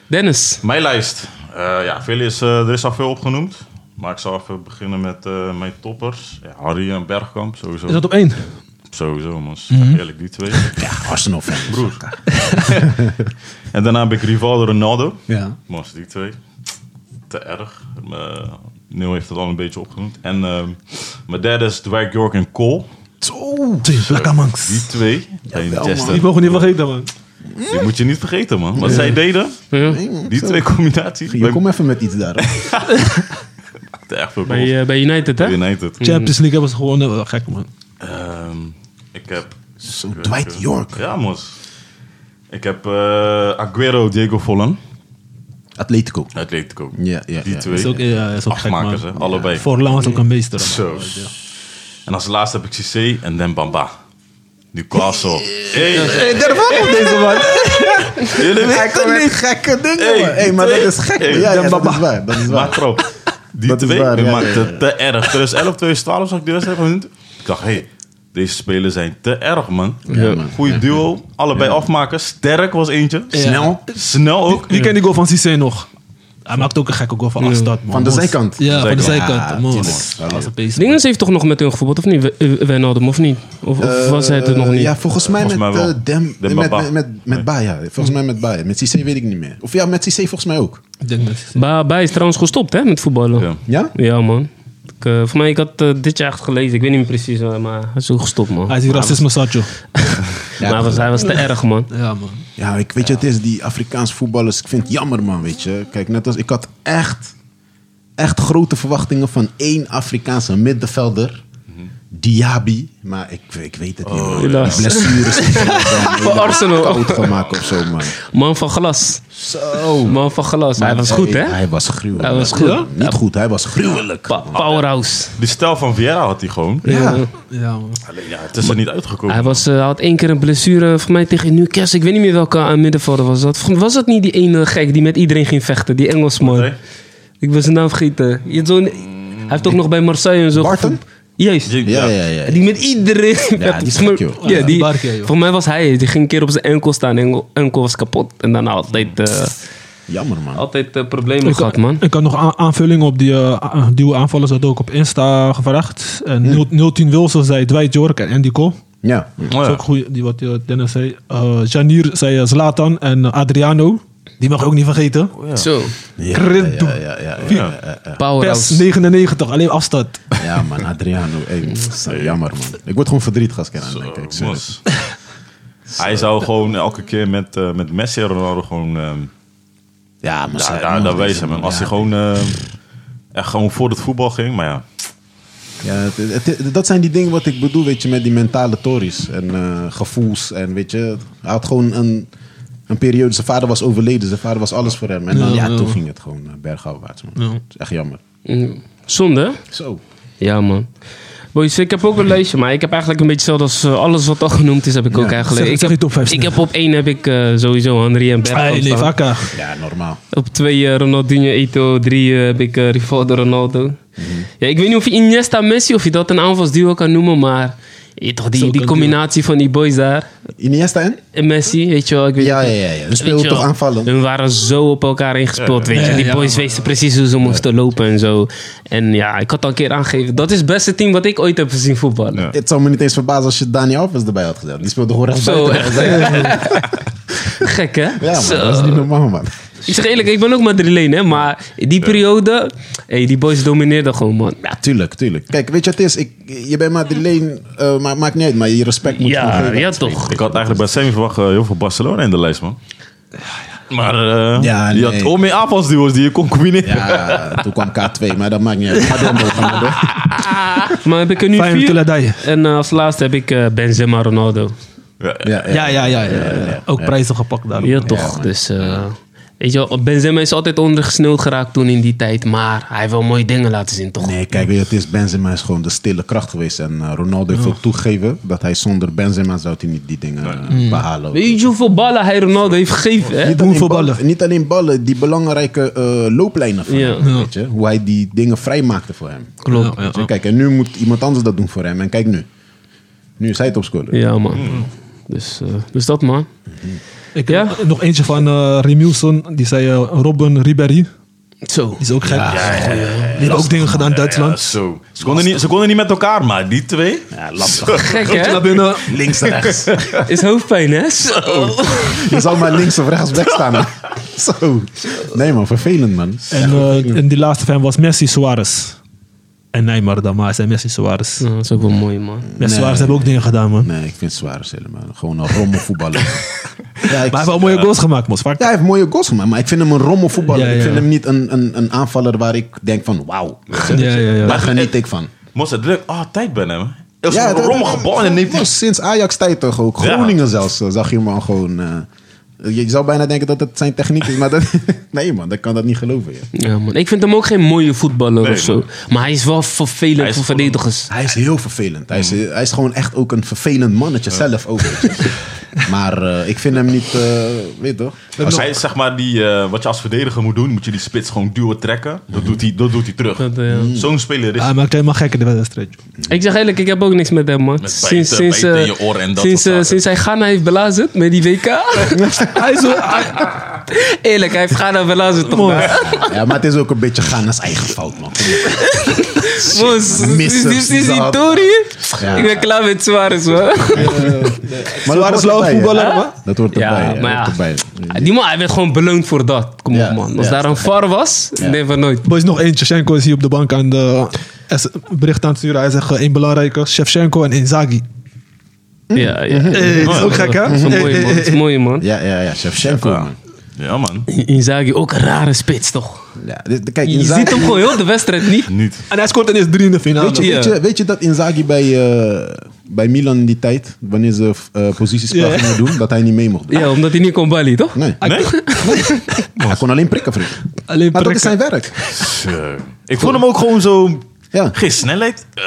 [SPEAKER 2] Dennis,
[SPEAKER 4] Mijn lijst. Eh, ja, veel is, eh, er is al veel opgenoemd. Maar ik zal even beginnen met eh, mijn toppers. Ja, Harry en Bergkamp, sowieso.
[SPEAKER 3] Is dat op één?
[SPEAKER 4] Sowieso, man.
[SPEAKER 5] Mhm.
[SPEAKER 4] Echt Eerlijk, die twee.
[SPEAKER 5] Ja, Arsenal fan.
[SPEAKER 4] Broer. en daarna heb ik Rivaldo Ronaldo.
[SPEAKER 5] Ja.
[SPEAKER 4] Mos, die twee. Te erg. Eh Neil heeft het al een beetje opgenoemd. En ehm, mijn derde is Dwight York en Cole.
[SPEAKER 3] Zo. Lekker man.
[SPEAKER 4] Die twee. Bij Manchester.
[SPEAKER 3] Die mogen we niet vergeten, man.
[SPEAKER 4] Die moet je niet vergeten, man. Wat zij deden, die twee combinaties.
[SPEAKER 5] Je kom even met iets daar. hè.
[SPEAKER 4] Te erg veel
[SPEAKER 2] bij,
[SPEAKER 4] goals.
[SPEAKER 2] eh, bij United, hè?
[SPEAKER 4] United.
[SPEAKER 3] Champions League hebben ze gewonnen. Wel Gek, man.
[SPEAKER 4] Ehm, ik heb...
[SPEAKER 5] Zo, Dwight York.
[SPEAKER 4] Ja, mos. Ik heb eh, Aguero, Diego Vollen.
[SPEAKER 5] Atletico.
[SPEAKER 4] Atletico.
[SPEAKER 5] Ja, ja,
[SPEAKER 4] Die
[SPEAKER 5] ja.
[SPEAKER 4] twee.
[SPEAKER 3] Is ook, ja, is ook gek, man.
[SPEAKER 4] Afmakers, hè. Allebei.
[SPEAKER 3] Forlan was ook een meester. man.
[SPEAKER 4] Zo. En als laatste heb ik CC en Den Bamba. Newcastle. Hey,
[SPEAKER 5] Daar waarom deze man?
[SPEAKER 4] jullie
[SPEAKER 5] Hij kan met gekke dingen,
[SPEAKER 4] Hey,
[SPEAKER 5] man. Hey, maar dat
[SPEAKER 4] hey,
[SPEAKER 5] is gek,
[SPEAKER 4] hey,
[SPEAKER 5] man. Ja,
[SPEAKER 4] dan
[SPEAKER 5] ja, dat
[SPEAKER 4] baba.
[SPEAKER 5] is waar. Dat is
[SPEAKER 4] Maar
[SPEAKER 5] waar.
[SPEAKER 4] bro, die
[SPEAKER 5] Dat is
[SPEAKER 4] twee
[SPEAKER 5] waar,
[SPEAKER 4] die
[SPEAKER 5] ja,
[SPEAKER 4] maakten
[SPEAKER 5] ja, ja.
[SPEAKER 4] te erg. 2011, 2012 zag ik de wedstrijd van hun. Ik dacht, hé, hey, Deze spelers zijn te erg, man.
[SPEAKER 5] Ja, man.
[SPEAKER 4] Goeie duo. Allebei afmaken. Sterk was eentje.
[SPEAKER 5] Snel.
[SPEAKER 4] Snel ook.
[SPEAKER 3] Wie kent die goal van Cissé nog? Hij maakt ook een gekke goal van Astad, man.
[SPEAKER 5] Van de
[SPEAKER 3] Mos.
[SPEAKER 5] zijkant.
[SPEAKER 3] Ja, van de
[SPEAKER 5] Zijkant.
[SPEAKER 3] zijkant.
[SPEAKER 5] Ja,
[SPEAKER 3] Mos.
[SPEAKER 5] tuurlijk.
[SPEAKER 3] Dat was een beest.
[SPEAKER 2] Dingens heeft toch nog met hun gevoetbald, of niet? W- Wijnaldum, of niet? Of, of was hij het er nog niet?
[SPEAKER 5] Eh, Ja, volgens mij
[SPEAKER 4] Volgens
[SPEAKER 5] met
[SPEAKER 4] mij wel.
[SPEAKER 5] eh, Dem...
[SPEAKER 4] Demba
[SPEAKER 5] Met,
[SPEAKER 4] Ba.
[SPEAKER 5] met, met, met Ba, ja. Volgens mij met Ba. ja. Met Cissé weet ik niet meer. Of ja, met Cissé volgens mij ook.
[SPEAKER 3] Ik denk dat-
[SPEAKER 2] Ba Ba is trouwens gestopt, hè, met voetballen.
[SPEAKER 4] Ja.
[SPEAKER 5] Ja?
[SPEAKER 2] Ja, man. Ik, eh, voor mij, ik had eh, dit jaar echt gelezen. Ik weet niet meer precies, eh, maar hij is ook gestopt, man.
[SPEAKER 3] Hij is hier racisme zat, joh.
[SPEAKER 2] maar hij was, hij was te erg, man.
[SPEAKER 3] Ja, man.
[SPEAKER 5] Ja, ik weet je, het is die Afrikaanse voetballers. Ik vind het jammer, man, weet je. Kijk, net als ik had echt, echt grote verwachtingen van één Afrikaanse middenvelder. Diaby, maar ik, ik weet het niet. man.
[SPEAKER 2] Oh, helaas.
[SPEAKER 5] Blessures. die zijn dan
[SPEAKER 2] Voor Arsenal.
[SPEAKER 5] Koud gemaakt of zo, man.
[SPEAKER 2] Man van glas.
[SPEAKER 5] Zo.
[SPEAKER 2] Man van glas. Hij was goed, hè?
[SPEAKER 5] Hij was gruwelijk.
[SPEAKER 2] Hij was goed.
[SPEAKER 5] Ja? Niet goed, hij was gruwelijk.
[SPEAKER 2] Pa- powerhouse.
[SPEAKER 4] Die stijl van Vieira had hij gewoon.
[SPEAKER 5] Ja. Ah,
[SPEAKER 3] Ja, man.
[SPEAKER 4] Alleen, ja, het is er niet uitgekomen.
[SPEAKER 2] Hij was, eh, had één keer een blessure voor mij tegen Newcastle. Ik weet niet meer welke aan middenvelder was dat. Volgens- Was dat niet die ene gek die met iedereen ging vechten? Die Engelsman.
[SPEAKER 4] Nee.
[SPEAKER 2] Ik ben zijn naam vergeten. Je hebt zo'n- hij heeft ook nog bij Marseille en zo.
[SPEAKER 5] Barton?
[SPEAKER 2] gevoet- Juist.
[SPEAKER 4] Je-
[SPEAKER 5] Mm. Ja, ja, ja.
[SPEAKER 2] Die met iedereen. ging vechten.
[SPEAKER 5] die is
[SPEAKER 2] Volgens
[SPEAKER 5] gek,
[SPEAKER 2] mij-
[SPEAKER 5] joh.
[SPEAKER 2] Ja, die,
[SPEAKER 3] Barca, joh.
[SPEAKER 2] Voor mij was hij. Die ging een keer op zijn enkel staan. Enkel, enkel was kapot. En daarna altijd, eh,
[SPEAKER 5] Jammer, man.
[SPEAKER 2] altijd eh, problemen gehad, man.
[SPEAKER 3] Ik had nog aan- aanvullingen op die eh, a- nieuwe aanvallers. Dat ook op Insta gevraagd. En 0- 010 Wilson zei Dwight York en Andy Cole.
[SPEAKER 5] Ja.
[SPEAKER 4] Oh,
[SPEAKER 3] Dat
[SPEAKER 4] ja.
[SPEAKER 3] is ook goed, die wat eh, Dennis zei. Eh Janier zei eh, Zlatan en eh, Adriano. Die mag je ook niet vergeten.
[SPEAKER 2] Zo.
[SPEAKER 5] Ja,
[SPEAKER 3] Credo.
[SPEAKER 5] ja, ja, ja, ja,
[SPEAKER 4] Ja.
[SPEAKER 5] ja, ja, ja.
[SPEAKER 3] Pers
[SPEAKER 2] Powerhouse.
[SPEAKER 3] 99, alleen afstand.
[SPEAKER 5] Ja, man, Adriano. Ey, zo jammer, man. Ik word gewoon verdrietig als ik eraan denk. Ik
[SPEAKER 4] Zo,
[SPEAKER 5] zeg
[SPEAKER 4] mos. Oh, Hij zou gewoon elke keer met, eh, met Messi en Ronaldo gewoon... ehm,
[SPEAKER 5] het. Ja, maar
[SPEAKER 4] daar daar, daar wees hem. En Als hij gewoon, eh, echt gewoon voor het voetbal ging. Maar ja,
[SPEAKER 5] Ja, het- het- het- dat zijn die dingen wat ik bedoel, weet je, met die mentale tories en eh, gevoels. En weet je, hij had gewoon een, een periode. Zijn vader was overleden, zijn vader was alles voor hem. En dan, ja, toen ging het gewoon eh, bergafwaarts, man. Het is echt jammer.
[SPEAKER 2] Mm, Zonde, hè?
[SPEAKER 5] Zo.
[SPEAKER 2] Ja, man. Boys, ik heb ook een lijstje, maar ik heb eigenlijk een beetje hetzelfde als eh, alles wat al genoemd is, heb ik ook eigenlijk.
[SPEAKER 3] zeg-
[SPEAKER 2] ik,
[SPEAKER 3] zeg
[SPEAKER 2] heb,
[SPEAKER 3] je top vijf
[SPEAKER 2] ik
[SPEAKER 3] snel. Ah,
[SPEAKER 2] heb op één heb ik eh, sowieso Henry en Bergkamp
[SPEAKER 3] Hey,
[SPEAKER 2] staan.
[SPEAKER 3] leef akka.
[SPEAKER 5] Ja, normaal.
[SPEAKER 2] Op twee eh, Ronaldinho, Eto. Drie eh, heb ik eh, Rivaldo, Ronaldo.
[SPEAKER 3] Mhm.
[SPEAKER 2] Ja, ik weet niet of je Iniesta, Messi, of je dat een aanvalsduo kan noemen, maar je weet toch, die,
[SPEAKER 3] Zo
[SPEAKER 2] die
[SPEAKER 3] kan
[SPEAKER 2] combinatie van die boys daar
[SPEAKER 5] Iniesta en?
[SPEAKER 2] en Messi, weet je wel. Ik weet
[SPEAKER 5] Ja,
[SPEAKER 2] niet.
[SPEAKER 5] ja, ja. ja. We
[SPEAKER 2] Weet
[SPEAKER 5] speelden
[SPEAKER 2] je
[SPEAKER 5] toch
[SPEAKER 2] wel,
[SPEAKER 5] aanvallen?
[SPEAKER 2] Hun waren zo op elkaar ingespeeld, weet je.
[SPEAKER 3] Ja,
[SPEAKER 2] Die
[SPEAKER 3] ja,
[SPEAKER 2] boys wisten precies hoe ze moesten lopen en zo. En ja, ik had al een keer aangegeven, dat is het beste team wat ik ooit heb gezien voetballen.
[SPEAKER 4] Ja.
[SPEAKER 5] Het zou me niet eens verbazen als je Dani Alves erbij had gezet. Die speelde gewoon rechts
[SPEAKER 2] Zo,
[SPEAKER 5] buiten.
[SPEAKER 2] echt. Gek, hè?
[SPEAKER 5] Ja, man,
[SPEAKER 2] Zo.
[SPEAKER 5] dat is niet normaal, man.
[SPEAKER 2] Ik zeg eerlijk, ik ben ook Madrileen, hè? Maar in die periode, hey, die boys domineerden gewoon, man.
[SPEAKER 5] Ja, tuurlijk, tuurlijk. Kijk, weet je wat het is? Ik, je bent Madeleine, eh maar maakt niet uit, maar je respect moet gewoon
[SPEAKER 2] Ja,
[SPEAKER 5] geven.
[SPEAKER 2] ja toch.
[SPEAKER 4] ik had eigenlijk bij Sammy verwacht eh, heel veel Barcelona in de lijst, man. Maar eh,
[SPEAKER 5] Ja,
[SPEAKER 4] je
[SPEAKER 5] nee.
[SPEAKER 4] had al meer aanvalsduo's die je kon combineren.
[SPEAKER 5] Ja, toen kwam K2, maar dat maakt niet uit. Ga door, Mo, ga maar door.
[SPEAKER 2] Ah. Maar heb ik er nu
[SPEAKER 3] Fijn met de
[SPEAKER 2] vier.
[SPEAKER 3] ladij.
[SPEAKER 2] En eh, als laatste heb ik eh, Benzema Ronaldo.
[SPEAKER 4] Ja,
[SPEAKER 5] Ja,
[SPEAKER 3] Ja, ja, ja. ja, ja. Ook prijzen gepakt daar.
[SPEAKER 2] Ja, toch.
[SPEAKER 5] man.
[SPEAKER 2] dus, eh, weet je wel, Benzema is altijd ondergesneeuwd geraakt toen in die tijd. Maar hij heeft wel mooie dingen laten zien, toch?
[SPEAKER 5] Nee, kijk, weet je, het is Benzema is gewoon de stille kracht geweest. En eh, Ronaldo
[SPEAKER 2] Oh.
[SPEAKER 5] heeft ook toegegeven dat hij zonder Benzema zou hij niet die dingen eh,
[SPEAKER 2] Mm.
[SPEAKER 5] behalen.
[SPEAKER 2] Weet je hoeveel ballen hij Ronaldo heeft gegeven, hè?
[SPEAKER 5] Niet alleen
[SPEAKER 3] Hoeveel
[SPEAKER 5] ballen,
[SPEAKER 3] ballen?
[SPEAKER 5] Niet alleen ballen, die belangrijke eh, looplijnen van
[SPEAKER 2] Ja.
[SPEAKER 5] hem, Weet je? Hoe hij die dingen vrijmaakte voor hem.
[SPEAKER 2] Klopt.
[SPEAKER 5] Weet je, Kijk, en nu moet iemand anders dat doen voor hem. En kijk nu. Nu is hij topscorer.
[SPEAKER 2] Ja, man. Dus, eh, dus dat, man.
[SPEAKER 3] Ik
[SPEAKER 2] Ja?
[SPEAKER 3] heb nog eentje van eh Remielson. Die zei eh, Robin Ribéry.
[SPEAKER 2] Zo.
[SPEAKER 3] Die is ook gek. Die heeft ook dingen gedaan in
[SPEAKER 4] Ja,
[SPEAKER 3] Duitsland.
[SPEAKER 4] zo. Ze konden, niet, ze konden niet met elkaar, maar die twee.
[SPEAKER 5] Ja, lastig.
[SPEAKER 2] Gek, hè?
[SPEAKER 3] Naar binnen.
[SPEAKER 5] links, rechts.
[SPEAKER 2] Is hoofdpijn, hè? Zo.
[SPEAKER 5] Je zal maar links of rechts wegstaan. Zo. Nee man, vervelend man.
[SPEAKER 3] En, eh, en die laatste fan was Messi Suarez. En Neymar dan, maar hij zei Messi Suarez.
[SPEAKER 2] Nou, dat is ook wel mooi, man.
[SPEAKER 3] Messi
[SPEAKER 5] Nee.
[SPEAKER 3] Suarez hebben ook dingen gedaan, man.
[SPEAKER 5] Nee, ik vind Suarez helemaal. Gewoon een rommel voetballer. ja,
[SPEAKER 3] Maar
[SPEAKER 5] ik-
[SPEAKER 3] hij heeft wel mooie goals gemaakt, Mos. Vaak.
[SPEAKER 5] ja, hij heeft mooie goals gemaakt, maar ik vind hem een rommel voetballer.
[SPEAKER 3] Ja, ja.
[SPEAKER 5] Ik vind hem niet een, een, een aanvaller waar ik denk van wauw.
[SPEAKER 3] Ja, ja, ja.
[SPEAKER 5] Daar geniet ik van.
[SPEAKER 4] Moest het druk altijd bij hem. hè. Dat is een
[SPEAKER 5] dat-
[SPEAKER 4] rommige bal en dan neemt hij
[SPEAKER 5] Nou, Sinds Ajax tijd toch ook.
[SPEAKER 4] Ja.
[SPEAKER 5] Groningen zelfs eh, zag je hem al gewoon... eh, je zou bijna denken dat het zijn techniek is, maar dat, nee man, dat kan dat niet geloven. ja.
[SPEAKER 2] Ja, man. Ik vind hem ook geen mooie voetballer
[SPEAKER 4] Nee,
[SPEAKER 2] of zo.
[SPEAKER 4] man.
[SPEAKER 2] Maar hij is wel vervelend
[SPEAKER 4] Hij is
[SPEAKER 2] voor verdedigers.
[SPEAKER 4] Mm.
[SPEAKER 5] Hij is heel vervelend. Hij is, hij is gewoon echt ook een vervelend mannetje zelf ook. weet je. Maar eh, ik vind hem niet, eh, weet je toch?
[SPEAKER 4] Als hij, zeg maar, die, eh, wat je als verdediger moet doen, moet je die spits gewoon duwen trekken. Dat doet hij, dat doet hij terug.
[SPEAKER 2] Dat, eh,
[SPEAKER 4] Zo'n speler is
[SPEAKER 5] Ah.
[SPEAKER 3] Hij maakt helemaal gekker de wedstrijd. joh.
[SPEAKER 2] Ik zeg eerlijk, ik heb ook niks met hem, man.
[SPEAKER 4] Met bijten, bijten in je oren en dat
[SPEAKER 2] sinds,
[SPEAKER 4] soort
[SPEAKER 2] eh,
[SPEAKER 4] zaken.
[SPEAKER 2] sinds hij Ghana heeft belazerd met die WK. hij is wel- hij- eerlijk, hij heeft Ghana belazerd. Toch, man?
[SPEAKER 5] Ja, maar het is ook een beetje Ghana's eigen fout, man. Kom op.
[SPEAKER 2] Moes, dit is- dit is
[SPEAKER 5] dat.
[SPEAKER 2] historie.
[SPEAKER 5] Ja.
[SPEAKER 2] Ik ben klaar met Suarez, man.
[SPEAKER 5] Maar
[SPEAKER 3] Suarez
[SPEAKER 5] dat hoort
[SPEAKER 3] lauwe
[SPEAKER 5] erbij,
[SPEAKER 3] voetballer,
[SPEAKER 5] hè?
[SPEAKER 3] man.
[SPEAKER 5] Dat hoort
[SPEAKER 2] Ja,
[SPEAKER 5] erbij. Ja,
[SPEAKER 2] maar
[SPEAKER 5] dat hoort
[SPEAKER 2] ja.
[SPEAKER 5] erbij.
[SPEAKER 2] Die man, hij werd gewoon beloond voor dat. Kom
[SPEAKER 5] Ja,
[SPEAKER 2] op, man. Als
[SPEAKER 5] ja.
[SPEAKER 2] daar een VAR was, nee, van nooit.
[SPEAKER 3] Boys, nog eentje. Shevchenko is hier op de bank aan de S- bericht aan het sturen. Hij zegt eh, één belangrijke. Shevchenko en Inzaghi.
[SPEAKER 2] Ja, ja.
[SPEAKER 3] Eh, dat is ook gek, hè?
[SPEAKER 2] Dat is een
[SPEAKER 3] Eh,
[SPEAKER 2] mooie,
[SPEAKER 3] eh,
[SPEAKER 2] man. Dat is
[SPEAKER 3] eh,
[SPEAKER 2] een mooie, man.
[SPEAKER 5] Ja, ja, ja. Shevchenko, man.
[SPEAKER 4] Ja, man.
[SPEAKER 2] Inzaghi, ook een rare spits, toch?
[SPEAKER 5] Ja, dit- kijk,
[SPEAKER 2] Je
[SPEAKER 5] Inzaghi-
[SPEAKER 2] ziet hem gewoon heel de wedstrijd niet.
[SPEAKER 4] Niet.
[SPEAKER 3] En hij scoort en is drie in de finale.
[SPEAKER 5] Weet je,
[SPEAKER 2] Ja.
[SPEAKER 5] weet, je, weet je dat Inzaghi bij, eh, bij Milan in die tijd, wanneer ze eh posities
[SPEAKER 3] Ja.
[SPEAKER 5] gingen doen, dat hij niet mee mocht doen?
[SPEAKER 2] Ja, omdat hij niet kon balie, toch?
[SPEAKER 5] Nee,
[SPEAKER 4] Nee?
[SPEAKER 5] hij kon alleen prikken, vriend.
[SPEAKER 3] Alleen
[SPEAKER 5] Maar dat
[SPEAKER 3] prikken.
[SPEAKER 5] is zijn werk.
[SPEAKER 4] Zo. Ik vond hem ook gewoon zo...
[SPEAKER 5] Ja.
[SPEAKER 4] Geen snelheid. eh,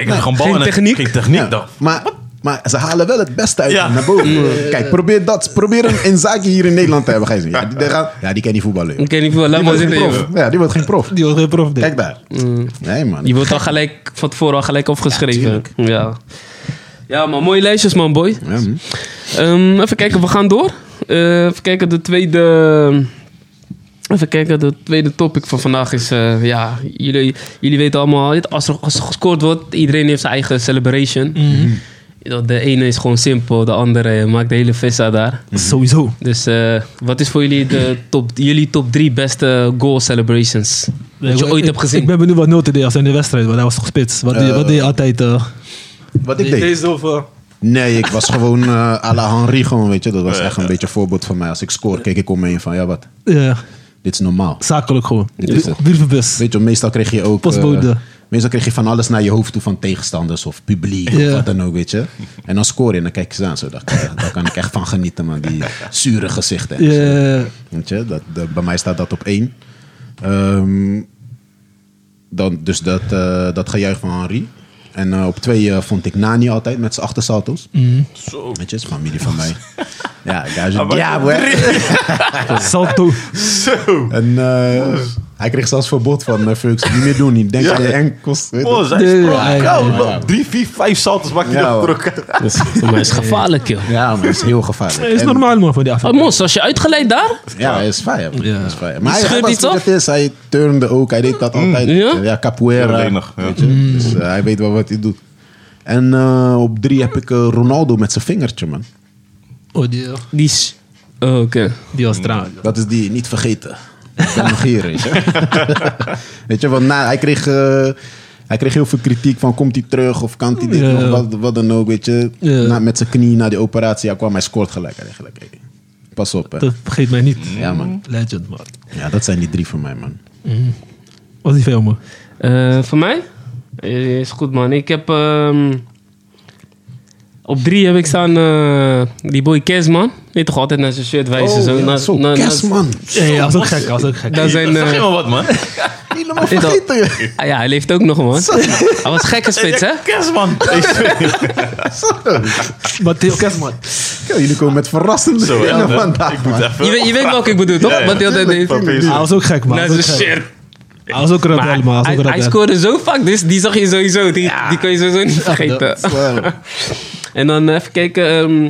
[SPEAKER 4] ik heb gewoon bal
[SPEAKER 2] geen
[SPEAKER 4] en-
[SPEAKER 2] techniek.
[SPEAKER 4] Geen techniek
[SPEAKER 5] Ja.
[SPEAKER 4] dan.
[SPEAKER 5] Maar, maar ze halen wel het beste uit
[SPEAKER 4] Ja.
[SPEAKER 5] hem naar boven. Kijk, probeer dat. Probeer een Inzaghi hier in Nederland te hebben. Ga je zien. Ja, die, die gaan- ja, die kan niet voetballen. joh.
[SPEAKER 2] Ik ken niet veel, laat
[SPEAKER 5] Die
[SPEAKER 2] maar
[SPEAKER 5] wordt Mm. geen
[SPEAKER 2] zitten. joh.
[SPEAKER 5] prof. Ja, die wordt geen prof.
[SPEAKER 3] Die was geen prof. dit.
[SPEAKER 5] Kijk daar. Nee, man.
[SPEAKER 2] Je wordt al gelijk van tevoren al gelijk opgeschreven.
[SPEAKER 5] tuurlijk.
[SPEAKER 2] Ja, ja. maar mooie lijstjes, man, boy.
[SPEAKER 5] Ja, man.
[SPEAKER 2] Ehm, even kijken, we gaan door. Eh, even kijken, de tweede. Even kijken, de tweede topic van vandaag is. eh, ja, jullie, jullie weten allemaal, dit, als er, als er gescoord wordt, iedereen heeft zijn eigen celebration. Dat De ene is gewoon simpel, de andere maakt de hele vissa daar.
[SPEAKER 3] Sowieso.
[SPEAKER 2] Dus eh, wat is voor jullie de top, jullie top drie beste goal celebrations? Dat je
[SPEAKER 3] Ik-
[SPEAKER 2] ooit
[SPEAKER 3] ik-
[SPEAKER 2] hebt gezien?
[SPEAKER 3] Ik ben benieuwd wat Nolte deed als hij in de wedstrijd, want hij was toch spits. Wat, deed-
[SPEAKER 5] Eh,
[SPEAKER 3] wat deed je altijd? eh
[SPEAKER 5] Wat ik deed.
[SPEAKER 3] of...
[SPEAKER 5] Nee, ik was gewoon eh à la Henri gewoon, weet je. Dat was echt een beetje een voorbeeld van mij. Als ik scoor, keek ik om me heen van, ja wat,
[SPEAKER 3] Ja,
[SPEAKER 5] dit is normaal.
[SPEAKER 3] zakelijk gewoon.
[SPEAKER 5] Dit is het.
[SPEAKER 3] Wierverbus.
[SPEAKER 5] Weet je, meestal kreeg je ook...
[SPEAKER 3] Postbode.
[SPEAKER 5] eh, meestal kreeg je van alles naar je hoofd toe van tegenstanders of publiek
[SPEAKER 3] Ja.
[SPEAKER 5] of wat dan ook, weet je. En dan scoor je en dan kijk je ze aan. Zo, daar, kan- daar kan ik echt van genieten, man. Die zure gezichten. en zo.
[SPEAKER 3] Ja,
[SPEAKER 5] Weet je, dat, dat- bij mij staat dat op één. Ehm, dan, dus dat, eh, dat gejuich van Henri. En eh, op twee eh, vond ik Nani altijd met zijn achtersalto's.
[SPEAKER 3] Mhm.
[SPEAKER 4] Zo.
[SPEAKER 5] Weet je, is familie van mij. ja, daar is
[SPEAKER 4] Ah,
[SPEAKER 5] een
[SPEAKER 4] maar-
[SPEAKER 5] diabo, hè.
[SPEAKER 3] Salto.
[SPEAKER 4] Zo.
[SPEAKER 5] En eh, hij kreeg zelfs verbod van uh, Fuchs. Niet meer doen, niet. Denk
[SPEAKER 4] Ja.
[SPEAKER 5] aan je enkels. weet je.
[SPEAKER 4] Oh, zij
[SPEAKER 3] Nee,
[SPEAKER 4] is Oh,
[SPEAKER 3] ja, ja,
[SPEAKER 5] ja, ja.
[SPEAKER 4] Drie, vier, vijf salters maakt hij
[SPEAKER 5] Ja,
[SPEAKER 4] dat
[SPEAKER 5] hoor.
[SPEAKER 4] druk.
[SPEAKER 5] Dus-
[SPEAKER 2] Maar is gevaarlijk, joh.
[SPEAKER 5] ja, maar dat is heel gevaarlijk.
[SPEAKER 3] Dat is
[SPEAKER 5] En-
[SPEAKER 3] normaal man voor die
[SPEAKER 2] Oh,
[SPEAKER 3] afval.
[SPEAKER 2] Mons, was je uitgeleid daar?
[SPEAKER 5] Ja, hij is fire. man.
[SPEAKER 3] Ja.
[SPEAKER 5] Hij is fire. Maar hij,
[SPEAKER 2] Scheurt
[SPEAKER 5] hij was
[SPEAKER 2] iets af?
[SPEAKER 5] niet het is. Hij turnde ook. Hij deed dat altijd.
[SPEAKER 2] Ja?
[SPEAKER 5] Ja, capoeira.
[SPEAKER 4] Ja, weinig, ja.
[SPEAKER 5] Weet je? Dus eh, hij weet wel wat hij doet. En eh, op drie heb ik eh, Ronaldo met zijn vingertje, man.
[SPEAKER 3] Oh, die,
[SPEAKER 2] Die is... Oh, Oké.
[SPEAKER 3] die was trouwens.
[SPEAKER 5] Dat is die niet vergeten. Dat negeren, weet je. weet je, want na, hij, kreeg, eh, hij kreeg heel veel kritiek van komt hij terug of kan hij dit
[SPEAKER 3] Ja.
[SPEAKER 5] nog, wat, wat dan ook, weet je.
[SPEAKER 3] Ja.
[SPEAKER 5] Na, met zijn knie na die operatie, hij kwam, hij scoort gelijk eigenlijk. Hey, Pas op, hè.
[SPEAKER 3] Dat vergeet mij niet.
[SPEAKER 5] Ja, man.
[SPEAKER 3] Legend, man.
[SPEAKER 5] Ja, dat zijn die drie voor mij, man.
[SPEAKER 3] Was die veel, man.
[SPEAKER 2] Eh, voor mij? Eh, Is goed, man. Ik heb... ehm, op drie heb ik staan eh, die boy Kes, man. Weet toch altijd naar zijn shirt wijzen. zo,
[SPEAKER 5] Oh, ja,
[SPEAKER 2] naar-
[SPEAKER 5] zo,
[SPEAKER 2] naar- naar-
[SPEAKER 5] Kes, man.
[SPEAKER 3] Ja, ja, was ook gek, was ook gek.
[SPEAKER 2] Daar zijn...
[SPEAKER 4] Zeg
[SPEAKER 2] eh,
[SPEAKER 4] helemaal wat, man.
[SPEAKER 5] Helemaal
[SPEAKER 2] Is dat-
[SPEAKER 5] vergeten, joh.
[SPEAKER 2] ah, ja, hij leeft ook nog, man. Hij was gekke spits, hè?
[SPEAKER 4] Kerst, man.
[SPEAKER 3] Maar Theo Kerstman.
[SPEAKER 5] Yo, jullie komen met verrassende
[SPEAKER 4] Zo,
[SPEAKER 5] dingen
[SPEAKER 4] ja,
[SPEAKER 5] vandaag,
[SPEAKER 4] ik moet
[SPEAKER 5] man.
[SPEAKER 4] even...
[SPEAKER 2] Je, weet- je weet welke ik bedoel, toch?
[SPEAKER 4] Ja, ja,
[SPEAKER 2] Wat hij altijd deed.
[SPEAKER 4] Van PSV.
[SPEAKER 3] Hij was ook gek, man.
[SPEAKER 2] Naar
[SPEAKER 3] Hij was
[SPEAKER 2] zijn
[SPEAKER 3] ook gek.
[SPEAKER 2] shirt.
[SPEAKER 3] Hij was ook een rebel, man.
[SPEAKER 2] Hij,
[SPEAKER 3] Hij was ook een
[SPEAKER 2] hij
[SPEAKER 3] rebel.
[SPEAKER 2] scoorde zo vaak, dus die zag je sowieso. Die, die kon je sowieso niet vergeten.
[SPEAKER 5] Wow.
[SPEAKER 2] En dan eh, even kijken ehm,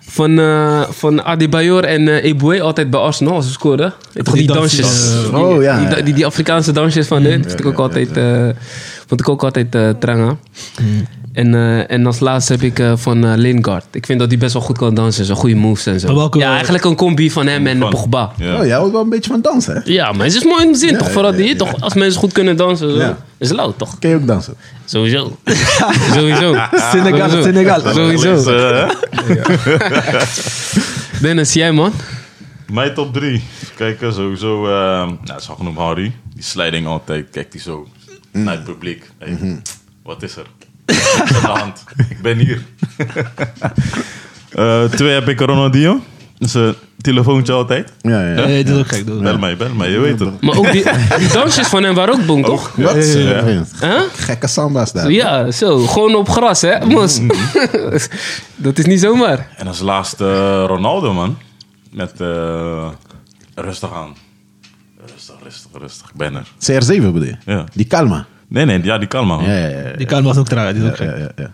[SPEAKER 2] van, eh van Adebayor en eh Eboué altijd bij Arsenal als ze scoren. Toch die
[SPEAKER 3] die
[SPEAKER 2] dansjes.
[SPEAKER 3] dansjes.
[SPEAKER 2] Die-
[SPEAKER 5] Oh, ja,
[SPEAKER 2] die,
[SPEAKER 5] ja, Mm. ja.
[SPEAKER 2] die, die Afrikaanse dansjes van hun. Vond ik ook altijd, eh vond ik ook altijd eh, trang aan.
[SPEAKER 3] Mm.
[SPEAKER 2] En, eh, en als laatste heb ik eh, van eh, Lingard. Ik vind dat hij best wel goed kan dansen. Zo'n goede moves en
[SPEAKER 3] Maar
[SPEAKER 2] zo.
[SPEAKER 3] welke-
[SPEAKER 2] ja, eigenlijk een combi van hem en
[SPEAKER 4] Van-
[SPEAKER 2] Pogba. Ja.
[SPEAKER 5] Oh, jij houdt wel een beetje van dansen, hè?
[SPEAKER 2] maar het is mooi in de zin,
[SPEAKER 5] Ja,
[SPEAKER 2] toch? Vooral
[SPEAKER 5] ja,
[SPEAKER 2] die,
[SPEAKER 5] ja.
[SPEAKER 2] toch? Als mensen goed kunnen dansen, zo.
[SPEAKER 5] Ja.
[SPEAKER 2] is lauw, toch?
[SPEAKER 5] Ken je ook dansen?
[SPEAKER 2] Sowieso. Sowieso.
[SPEAKER 3] Senegal,
[SPEAKER 2] Sowieso.
[SPEAKER 3] Senegal.
[SPEAKER 4] Dus,
[SPEAKER 2] Sowieso.
[SPEAKER 4] eh,
[SPEAKER 2] Dennis, jij man?
[SPEAKER 4] Mijn top 3. Kijken, sowieso. ehm nou, het is al genoemd Harry. Die sliding altijd. Kijkt hij zo
[SPEAKER 5] Mm.
[SPEAKER 4] naar het publiek. Hey,
[SPEAKER 5] Mhm.
[SPEAKER 4] Wat is er? Wat is aan de hand? Ik ben hier. Eh, twee heb ik Ronaldinho. Zijn telefoontje altijd.
[SPEAKER 5] Ja, ja.
[SPEAKER 3] Nee, dat is ook gek. dat is-
[SPEAKER 4] Bel mij, bel mij, je weet het.
[SPEAKER 2] Maar ook die, die dansjes van hem waren ook bong, toch?
[SPEAKER 5] Wat?
[SPEAKER 3] Ja, ja, ja.
[SPEAKER 5] Ja.
[SPEAKER 2] Huh?
[SPEAKER 5] Gekke samba's daar.
[SPEAKER 2] Ja, zo. Gewoon op gras, hè, Mos? dat is niet zomaar.
[SPEAKER 4] En als laatste eh, Ronaldo, man. Met eh, rustig aan. Rustig, rustig, rustig. Ik ben er.
[SPEAKER 5] CR7 bedoel je?
[SPEAKER 4] Ja.
[SPEAKER 5] Die Calma.
[SPEAKER 4] Nee, nee, ja, die kan, man.
[SPEAKER 5] Ja, ja, ja.
[SPEAKER 3] Die kan was ook traag. Die is ook gek.
[SPEAKER 5] ja, ja, ja.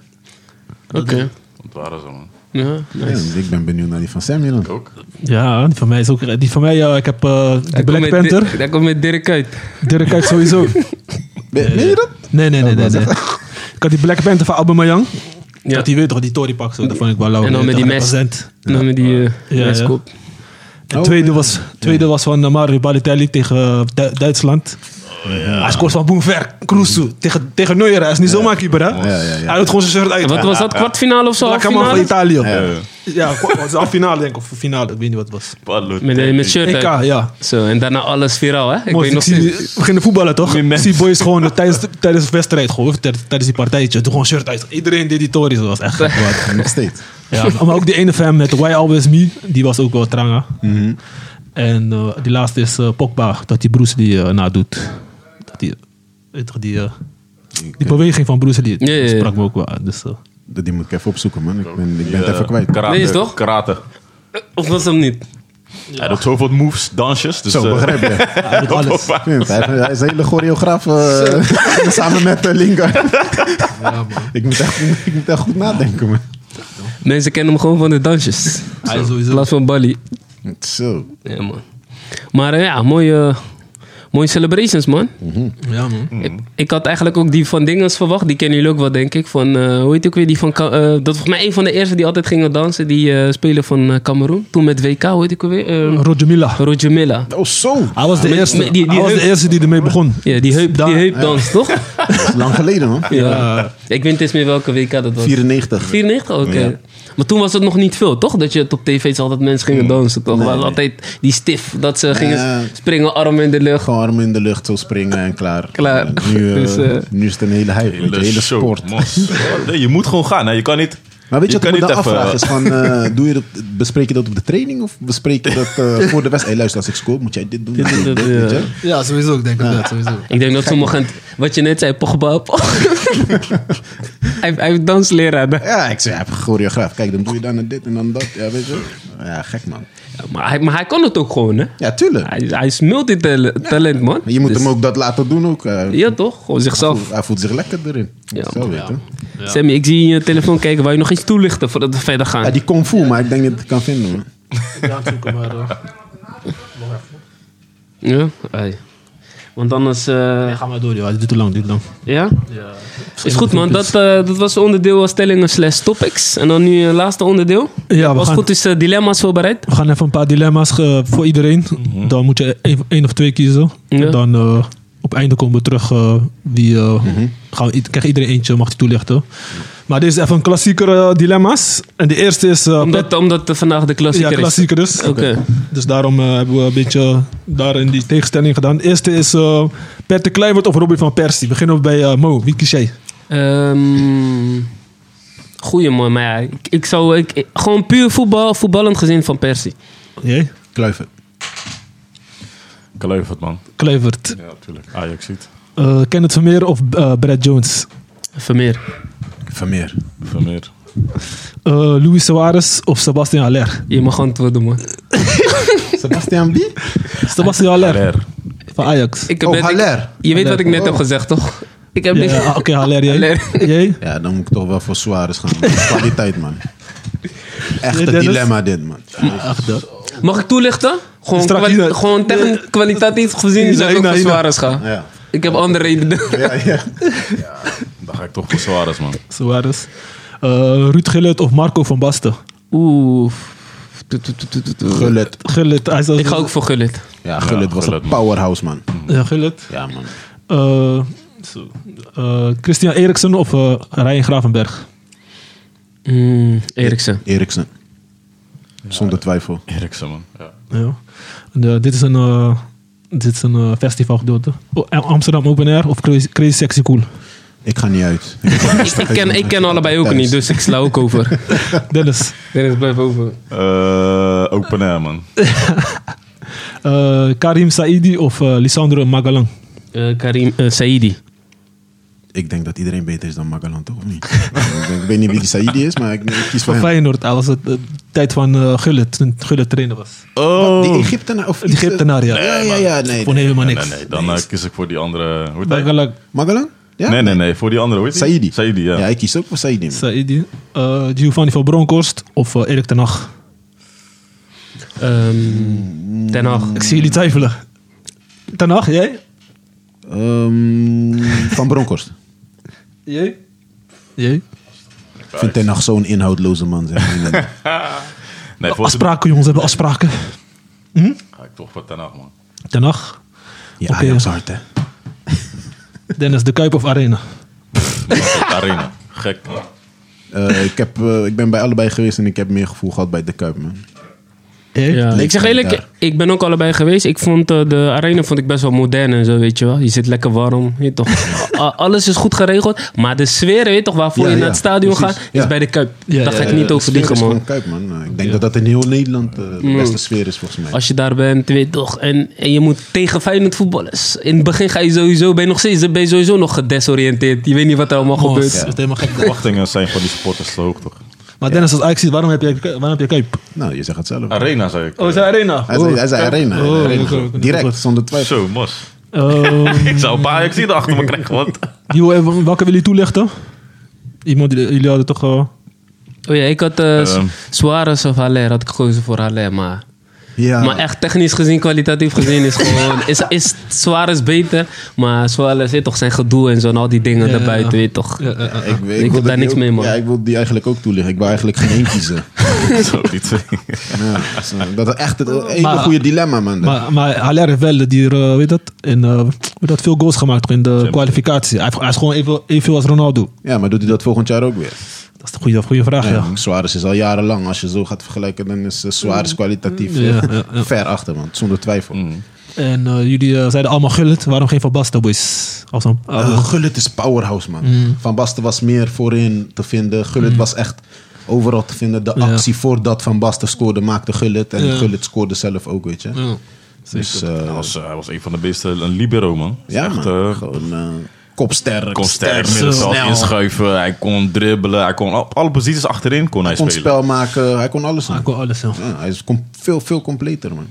[SPEAKER 2] Oké.
[SPEAKER 4] Dat waren ze, man.
[SPEAKER 2] Ja,
[SPEAKER 5] Ja,
[SPEAKER 2] nice.
[SPEAKER 5] Ik ben benieuwd naar die van Samuel. dan.
[SPEAKER 4] Ook.
[SPEAKER 3] Ja, die van mij is ook... Die van mij, ja, ik heb eh, die
[SPEAKER 2] Hij komt
[SPEAKER 3] Black
[SPEAKER 2] met
[SPEAKER 3] Panther.
[SPEAKER 2] Dirk- Hij komt met Dirk uit.
[SPEAKER 3] Dirk heeft sowieso...
[SPEAKER 5] Ben ben je dat?
[SPEAKER 3] Nee, nee, nee, nee. nee. Ik had die Black Panther van Aubameyang.
[SPEAKER 2] Ja.
[SPEAKER 3] Dat die weet toch, die Tory pak zo. Dat vond ik wel lauw.
[SPEAKER 2] En dan met die mes.
[SPEAKER 3] Represent.
[SPEAKER 2] En dan met die eh
[SPEAKER 3] Ja, ja.
[SPEAKER 2] meskop.
[SPEAKER 3] En
[SPEAKER 5] Oh,
[SPEAKER 3] tweede was, tweede was van eh, Mario Balotelli tegen eh, Du- Duitsland.
[SPEAKER 5] Oh,
[SPEAKER 3] Hij scoort van Boemver, Kroesu, tegen, tegen Neuer. Hij is niet zomaar keeper, hè?
[SPEAKER 5] Ja, ja, ja.
[SPEAKER 3] Hij doet gewoon zijn shirt uit.
[SPEAKER 2] En wat was dat? Kwartfinale of zo?
[SPEAKER 3] Lekker man van
[SPEAKER 2] Halffinale?
[SPEAKER 3] Italië.
[SPEAKER 5] Ja.
[SPEAKER 3] Ja, ja kwa- was affinale denk ik, of finale, ik weet niet wat het was.
[SPEAKER 4] Palote.
[SPEAKER 2] Met, eh, met shirt
[SPEAKER 3] EK,
[SPEAKER 2] uit.
[SPEAKER 3] E ja.
[SPEAKER 2] Zo, en daarna alles viraal, hè? Ik
[SPEAKER 3] Mooi,
[SPEAKER 2] weet nog
[SPEAKER 3] ik zie,
[SPEAKER 2] steeds.
[SPEAKER 3] we beginnen voetballen toch?
[SPEAKER 4] Meer
[SPEAKER 3] Ik
[SPEAKER 4] mensen.
[SPEAKER 3] zie boys gewoon eh, tijdens, de- tijdens de wedstrijd, gewoon, of tijd- tijdens die partijtje, doe gewoon shirt uit. Iedereen deed die Tories, dat was echt gek, man.
[SPEAKER 4] Ah.
[SPEAKER 5] Nog steeds.
[SPEAKER 3] Ja, maar ook die ene fan met Why Always Me, die was ook wel tranga.
[SPEAKER 2] Mhm.
[SPEAKER 3] En eh, die laatste is eh, Pogba, dat die Bruce die eh, nadoet. Dat die, weet toch, die, eh, die beweging van Bruce die
[SPEAKER 2] Ja, Mm. ja, ja.
[SPEAKER 3] sprak me ook wel aan. Dus, eh,
[SPEAKER 5] Die moet ik even opzoeken, man. Ik ben, ik ben het even kwijt.
[SPEAKER 4] eh, Karate.
[SPEAKER 2] Nee, is toch?
[SPEAKER 4] Karate.
[SPEAKER 2] Of was hem niet?
[SPEAKER 4] Hij doet zoveel moves, dansjes. Dus,
[SPEAKER 5] Zo,
[SPEAKER 4] eh,
[SPEAKER 5] begrijp je.
[SPEAKER 3] hij doet alles.
[SPEAKER 5] Ik vind het, Hij, hij is een hele choreograaf eh, samen met eh, Lingard. ik, moet echt, ik moet echt goed nadenken, man.
[SPEAKER 2] Mensen kennen hem gewoon van de dansjes.
[SPEAKER 3] Hij is
[SPEAKER 2] In
[SPEAKER 3] sowieso.
[SPEAKER 2] plaats van Bali.
[SPEAKER 5] Zo.
[SPEAKER 2] Ja, man. Maar eh, ja, mooie, mooie celebrations, man.
[SPEAKER 3] Ja, man.
[SPEAKER 2] Ik, ik had eigenlijk ook die van Dingens verwacht. Die kennen jullie ook wel, denk ik. Van, eh, hoe heet ook weer die van... Ka- eh, dat was volgens mij een van de eerste die altijd gingen dansen. Die eh spelen van eh, Cameroen. Toen met WK, hoe heet ik ook weer? Eh
[SPEAKER 3] Roger Milla.
[SPEAKER 2] Roger Milla.
[SPEAKER 5] Oh, zo.
[SPEAKER 3] Hij was de eerste
[SPEAKER 2] met die- die
[SPEAKER 3] hij was de
[SPEAKER 2] heup-
[SPEAKER 3] eerste die ermee begon.
[SPEAKER 2] Ja, die, heup,
[SPEAKER 3] Daar-
[SPEAKER 2] die heupdans, toch? Ja.
[SPEAKER 5] Dat is lang geleden, man.
[SPEAKER 2] Ik weet niet eens meer welke WK dat was.
[SPEAKER 5] 94.
[SPEAKER 2] 94? Oké. Maar toen was het nog niet veel, toch? Dat je het op tv's altijd mensen gingen dansen, toch? Maar altijd die stif, dat ze gingen
[SPEAKER 5] Ja.
[SPEAKER 2] springen, armen in de lucht.
[SPEAKER 5] Gewoon armen in de lucht, zo springen en klaar.
[SPEAKER 2] Klaar.
[SPEAKER 5] Eh, nu, eh,
[SPEAKER 2] Dus, eh,
[SPEAKER 5] nu is het een hele hype, weet je,
[SPEAKER 4] hele
[SPEAKER 5] hele,
[SPEAKER 4] show,
[SPEAKER 5] sport.
[SPEAKER 4] mos. Nee, je moet gewoon gaan. Hè. Je kan niet...
[SPEAKER 5] Maar weet je, wat
[SPEAKER 4] kan
[SPEAKER 5] ik me
[SPEAKER 4] niet
[SPEAKER 5] dan
[SPEAKER 4] even-
[SPEAKER 5] afvraag is van, eh, doe je dat, bespreek je dat op de training of bespreek je dat eh, voor de wedstrijd? Hey, luister, als ik score moet jij dit doen.
[SPEAKER 2] Dit, dit, dit, ja.
[SPEAKER 5] weet je?
[SPEAKER 3] Ja, sowieso. Ik denk dat, sowieso.
[SPEAKER 2] Ik denk dat sommigen, wat je net zei, Pogba. Pogba. hij, hij heeft dansleraar. hè?
[SPEAKER 5] Ja, ik zei, ja, choreograaf, kijk, dan doe je dan dit en dan dat. Ja, weet je? Ja, gek man.
[SPEAKER 2] Maar hij, maar hij kon het ook gewoon, hè?
[SPEAKER 5] Ja, tuurlijk.
[SPEAKER 2] Hij, hij is multitalent, man.
[SPEAKER 5] Maar je moet
[SPEAKER 2] Dus-
[SPEAKER 5] hem ook dat laten doen ook. eh.
[SPEAKER 2] Ja, toch? Gewoon
[SPEAKER 5] hij,
[SPEAKER 2] zichzelf.
[SPEAKER 5] voelt, hij voelt zich lekker erin.
[SPEAKER 2] Ja,
[SPEAKER 5] Ja, zo weten.
[SPEAKER 2] Sammy, ik zie in je telefoon kijken. Wou je nog iets toelichten voordat we verder gaan?
[SPEAKER 5] Ja, die kung fu, maar ik denk dat ik het kan vinden. man.
[SPEAKER 2] Ja? Ai. Want anders... eh,
[SPEAKER 3] Ga maar Ah, door, joh. Het duurt te lang, duurt te lang.
[SPEAKER 2] Ja? Is goed man, dat, eh, dat was onderdeel eh, stellingen slash topics. En dan nu het laatste onderdeel.
[SPEAKER 3] Ja, we
[SPEAKER 2] Als
[SPEAKER 3] gaan...
[SPEAKER 2] het goed is eh, dilemma's voorbereid.
[SPEAKER 3] We gaan even een paar dilemma's eh, voor iedereen. Dan moet je één- één of twee kiezen.
[SPEAKER 2] Mhm. Ja.
[SPEAKER 3] Dan eh, op einde komen we terug. eh, wie, eh, gaan we i- krijgt iedereen eentje, mag die toelichten. Maar dit is even een klassieker eh, dilemma's. En de eerste is... eh,
[SPEAKER 2] Omdat, omdat eh, vandaag de
[SPEAKER 3] ja,
[SPEAKER 2] klassieker is.
[SPEAKER 3] klassieker dus.
[SPEAKER 2] Oké.
[SPEAKER 3] Dus daarom eh, hebben we een beetje daarin die tegenstelling gedaan. De eerste is eh Pet de Kluivert of Robbie van Persie. Beginnen we bij eh, Mo. Wie kies jij?
[SPEAKER 2] Ehm, goeie man, maar ja, ik, ik zou... Ik, ik- gewoon puur voetbal, voetballend gezin van Persie.
[SPEAKER 3] Jij?
[SPEAKER 5] Kluiven.
[SPEAKER 4] eh, Kluivert, man.
[SPEAKER 3] Kluivert.
[SPEAKER 4] Ja, natuurlijk. Ajax ziet.
[SPEAKER 3] Eh Kenneth Vermeer of eh, Brad Jones?
[SPEAKER 2] Vermeer.
[SPEAKER 5] Vermeer.
[SPEAKER 4] Vermeer.
[SPEAKER 3] Eh Luis Suarez of Sebastian Haller?
[SPEAKER 2] Je mag antwoorden man.
[SPEAKER 5] Sebastian wie?
[SPEAKER 3] Sebastian Haller
[SPEAKER 4] Rer.
[SPEAKER 3] van Ajax.
[SPEAKER 2] Ik
[SPEAKER 5] Oh,
[SPEAKER 2] net- ik-
[SPEAKER 5] Haller.
[SPEAKER 2] je weet wat ik net
[SPEAKER 5] Oh.
[SPEAKER 2] heb gezegd toch? Ik heb
[SPEAKER 3] Ja,
[SPEAKER 2] niks...
[SPEAKER 3] ah, Oké, Haller, jij?
[SPEAKER 2] Haller.
[SPEAKER 3] Jij?
[SPEAKER 5] Ja, dan moet ik toch wel voor Suarez gaan. man. Kwaliteit, man. Echt
[SPEAKER 3] Ja,
[SPEAKER 5] een
[SPEAKER 3] Dennis?
[SPEAKER 5] dilemma dit, man.
[SPEAKER 3] Ach, dat.
[SPEAKER 2] Mag ik toelichten? Gewoon,
[SPEAKER 3] Strak
[SPEAKER 2] kwali-
[SPEAKER 3] hieruit.
[SPEAKER 2] gewoon technisch, kwalitatief gezien
[SPEAKER 3] Hieruit,
[SPEAKER 2] zou ik ook voor
[SPEAKER 3] hieruit.
[SPEAKER 2] Suarez gaan.
[SPEAKER 5] Ja.
[SPEAKER 2] Ik heb andere redenen.
[SPEAKER 5] Ja, ja.
[SPEAKER 4] Dan ga ik toch voor Suarez, man.
[SPEAKER 3] Suarez. Eh, Ruud Gullit of Marco van Basten?
[SPEAKER 2] Oeh. Tu- tu- tu- tu- tu- tu.
[SPEAKER 5] Gullit.
[SPEAKER 3] Gullit. Hij is al-
[SPEAKER 2] Ik ga ook voor Gullit.
[SPEAKER 5] Ja, Gullit
[SPEAKER 4] Ja,
[SPEAKER 5] was
[SPEAKER 4] Gullit,
[SPEAKER 5] een
[SPEAKER 4] man.
[SPEAKER 5] powerhouse, man.
[SPEAKER 3] Ja, Gullit.
[SPEAKER 5] Ja, man.
[SPEAKER 3] Eh, zo. Eh, Christian Eriksen of eh Ryan Gravenberg?
[SPEAKER 2] Mm, Eriksen.
[SPEAKER 5] Eriksen. Zonder twijfel.
[SPEAKER 4] Eriksen, man. Ja.
[SPEAKER 3] Ja. En, eh, dit is een, eh, dit is een eh, festivalgedeelte. Oh, Am- Amsterdam Open Air of Crazy, Crazy Sexy Cool?
[SPEAKER 5] Ik ga niet uit.
[SPEAKER 2] Ik, ik ken, ik ken allebei ook
[SPEAKER 5] Thuis.
[SPEAKER 2] niet, dus ik sla ook over.
[SPEAKER 3] Dennis.
[SPEAKER 2] Dennis, blijf over.
[SPEAKER 4] Eh, eh, open air, man.
[SPEAKER 3] Eh, Karim Saidi of eh, Lisandro Magalang?
[SPEAKER 2] Eh, Karim eh, Saidi.
[SPEAKER 5] Ik denk dat iedereen beter is dan Magalan, toch? Of niet? ik, denk- ik weet niet wie die Saidi is, maar ik, ik kies
[SPEAKER 3] Van
[SPEAKER 5] voor hem.
[SPEAKER 3] Feyenoord, hij was het eh, tijd van eh Gullit, toen Gullit trainer was.
[SPEAKER 5] Wat, Oh. Die Egyptenaar? Of
[SPEAKER 3] Oh. Die Egyptenaar, ja.
[SPEAKER 5] Ja, ja, ja. Nee.
[SPEAKER 3] Vond helemaal
[SPEAKER 4] Nee,
[SPEAKER 3] niks.
[SPEAKER 4] nee, nee, dan eh, kies ik voor die andere. Hoe heet hij?
[SPEAKER 3] Magalang,
[SPEAKER 5] Magalan? Ja?
[SPEAKER 4] Nee, nee, nee, voor die andere. Hoe heet die?
[SPEAKER 5] Saidi.
[SPEAKER 4] Saidi, ja.
[SPEAKER 5] Ja, ik kies ook voor Saidi. man.
[SPEAKER 3] Saidi, eh, Giovanni van Bronckhorst of eh, Erik ten Hag?
[SPEAKER 2] Ehm Ten
[SPEAKER 5] Mm.
[SPEAKER 2] Hag.
[SPEAKER 3] Ik zie jullie twijfelen. Ten Hag, jij?
[SPEAKER 5] Ehm, van Bronkhorst.
[SPEAKER 3] Jij? Jij?
[SPEAKER 5] Ik vind hij nog zo'n inhoudloze man. Zeg. maar.
[SPEAKER 4] Nee, voor
[SPEAKER 3] Afspraken, jongens, hebben afspraken.
[SPEAKER 4] Ga ik toch voor Ten Hag, man.
[SPEAKER 3] Ten Hag,
[SPEAKER 5] Ja,
[SPEAKER 3] Oké.
[SPEAKER 5] Ajax hard, hè.
[SPEAKER 3] Dennis de Kuip of Arena?
[SPEAKER 4] Arena. Gek, man.
[SPEAKER 5] Eh, ik, heb, eh, ik ben bij allebei geweest en ik heb meer gevoel gehad bij de Kuip, man.
[SPEAKER 3] Jij?
[SPEAKER 2] Ja. Ik zeg eerlijk,
[SPEAKER 5] daar.
[SPEAKER 2] ik ben ook allebei geweest. Ik vond eh, de arena vond ik best wel modern en zo, weet je wel. Je zit lekker warm, weet je toch. A- alles is goed geregeld, maar de sfeer, weet je toch, waarvoor
[SPEAKER 5] Ja,
[SPEAKER 2] je
[SPEAKER 5] ja,
[SPEAKER 2] naar het stadion
[SPEAKER 5] precies.
[SPEAKER 2] gaat,
[SPEAKER 5] Ja.
[SPEAKER 2] is bij de Kuip. Daar
[SPEAKER 3] Ja, ja,
[SPEAKER 2] ga ik
[SPEAKER 5] Eh,
[SPEAKER 2] niet over
[SPEAKER 5] sfeer is
[SPEAKER 2] liegen, man.
[SPEAKER 5] gewoon Kuip, man. Ik denk dat dat in heel Nederland eh, de beste sfeer is, volgens mij.
[SPEAKER 2] Als je daar bent, weet je toch, en, en je moet tegen Feyenoord voetballers. In het begin ga je sowieso, ben je nog steeds, ben je sowieso nog gedesoriënteerd. Je weet niet wat er allemaal
[SPEAKER 3] Oh,
[SPEAKER 2] gebeurt.
[SPEAKER 3] het is helemaal gek.
[SPEAKER 4] De verwachtingen zijn van die supporters te hoog, toch?
[SPEAKER 3] Maar Dennis, als Ajax ziet, waarom heb je, waarom heb je Kuip?
[SPEAKER 5] Nou, je zegt het zelf.
[SPEAKER 4] Arena, zei ik.
[SPEAKER 3] Oh, is dat Arena?
[SPEAKER 5] Hij zei, hij zei arena.
[SPEAKER 3] Oh,
[SPEAKER 5] Arena.
[SPEAKER 3] oké, oké.
[SPEAKER 5] Direct, zonder twijfel.
[SPEAKER 4] Zo, mos.
[SPEAKER 3] Ehm,
[SPEAKER 4] Ik zou een paar Ajax hier achter me krijgen, want...
[SPEAKER 3] die- welke wil je toelichten? Iemand, die- jullie hadden toch... eh,
[SPEAKER 2] Oh ja, ik had eh,
[SPEAKER 4] Ehm.
[SPEAKER 2] Suarez of Haller, had ik gekozen voor Haller, maar...
[SPEAKER 5] Ja.
[SPEAKER 2] Maar echt technisch gezien, kwalitatief gezien, is gewoon... is, is Suarez beter, maar Suarez heeft toch zijn gedoe en zo en al die dingen
[SPEAKER 3] Ja, ja,
[SPEAKER 2] daarbuiten,
[SPEAKER 3] ja.
[SPEAKER 2] weet je toch.
[SPEAKER 3] ja, ja, ja.
[SPEAKER 5] Ik, wil
[SPEAKER 2] Ik wil daar niks mee, man.
[SPEAKER 5] Ja, ik wil die eigenlijk ook toelichten. Ik wil eigenlijk geen één kiezen.
[SPEAKER 4] Zo, die twee.
[SPEAKER 5] ja, zo. dat is echt het ene
[SPEAKER 3] Maar-
[SPEAKER 5] goede dilemma, man.
[SPEAKER 3] Maar, maar Haller heeft wel die, eh, weet dat, in, eh, weet dat, veel goals gemaakt toch in de kwalificatie. Hij, heeft- hij is gewoon even- evenveel als Ronaldo.
[SPEAKER 5] Ja, maar doet hij dat volgend jaar ook weer?
[SPEAKER 3] Dat is de goede, goede vraag, ja.
[SPEAKER 5] Ja, Suarez is al jarenlang. Als je zo gaat vergelijken, dan is eh, Suarez kwalitatief
[SPEAKER 3] Ja,
[SPEAKER 5] eh,
[SPEAKER 3] ja, ja.
[SPEAKER 5] ver achter, man. Zonder twijfel.
[SPEAKER 3] En eh, jullie eh, zeiden allemaal gullet. Waarom geen Van Basten, boys? Ah. Als een,
[SPEAKER 5] Eh, Gullit is powerhouse, man.
[SPEAKER 3] Mm.
[SPEAKER 5] Van Basten was meer voorin te vinden. Gullit was echt overal te vinden. De
[SPEAKER 3] Ja.
[SPEAKER 5] actie voordat Van Basten scoorde, maakte Gullit. En
[SPEAKER 3] Ja.
[SPEAKER 5] Gullit scoorde zelf ook, weet je.
[SPEAKER 3] ja.
[SPEAKER 5] Dus eh,
[SPEAKER 4] Hij was, eh, hij was een van de beste. Een libero, man.
[SPEAKER 5] ja,
[SPEAKER 4] Echt,
[SPEAKER 5] man.
[SPEAKER 4] eh,
[SPEAKER 5] gewoon eh, kopsterk,
[SPEAKER 4] kon sterk
[SPEAKER 5] snel.
[SPEAKER 4] middenveld inschuiven. Hij kon dribbelen. Hij kon op alle posities achterin kon hij
[SPEAKER 5] kon
[SPEAKER 4] spelen.
[SPEAKER 5] spel maken. Hij kon alles
[SPEAKER 3] Ik
[SPEAKER 5] doen.
[SPEAKER 3] wil alles, ja.
[SPEAKER 5] Ja, hij is com- veel, veel completer, man.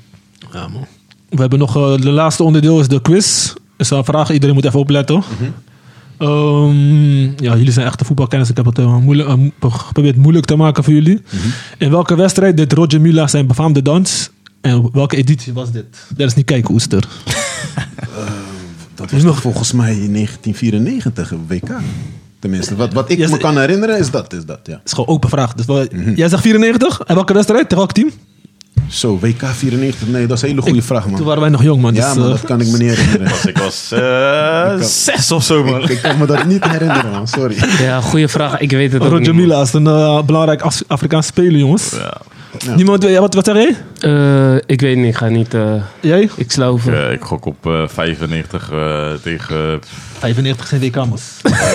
[SPEAKER 3] Ja, man. We hebben nog, eh de laatste onderdeel is de quiz. Dus een vraag, iedereen moet even opletten.
[SPEAKER 5] Mhm.
[SPEAKER 3] Ehm, ja, jullie zijn echte voetbalkenners. Ik heb het eh, moeilijk, eh, mo- geprobeerd moeilijk te maken voor jullie.
[SPEAKER 5] Mhm.
[SPEAKER 3] In welke wedstrijd deed Roger Mila zijn befaamde dans? En welke editie was dit? Dat is niet kijken, Oester.
[SPEAKER 5] Dat was nog volgens mij in 1994 WK. Tenminste, wat, wat ik
[SPEAKER 3] Ja,
[SPEAKER 5] me
[SPEAKER 3] ze-
[SPEAKER 5] kan herinneren is dat. Is dat ja.
[SPEAKER 3] is gewoon open vraag. Dus wel-
[SPEAKER 5] Mhm.
[SPEAKER 3] Jij zegt 94? En welke wedstrijd? Tegen welk team?
[SPEAKER 5] Zo, WK 94. Nee, dat is een hele goede vraag,
[SPEAKER 3] Toen
[SPEAKER 5] man.
[SPEAKER 3] waren wij nog jong, man.
[SPEAKER 5] Ja,
[SPEAKER 3] dus,
[SPEAKER 5] man,
[SPEAKER 3] eh,
[SPEAKER 5] dat kan ik me niet herinneren.
[SPEAKER 4] Dus ik was eh, zes of zo, man.
[SPEAKER 5] Ik kan me dat niet herinneren, man. Sorry.
[SPEAKER 2] Ja, goede vraag. Ik weet het ook
[SPEAKER 3] Roger
[SPEAKER 2] niet.
[SPEAKER 3] Mila is een eh, belangrijk Af- Afrikaans speler, jongens.
[SPEAKER 4] Ja.
[SPEAKER 3] Niemand, weet- wat, wat zeg jij?
[SPEAKER 2] Eh, ik weet niet, ik ga niet... eh,
[SPEAKER 3] Jij?
[SPEAKER 2] ik sla over.
[SPEAKER 4] Eh, ik gok op eh, 95 eh, tegen
[SPEAKER 3] 95 zijn WK-mos.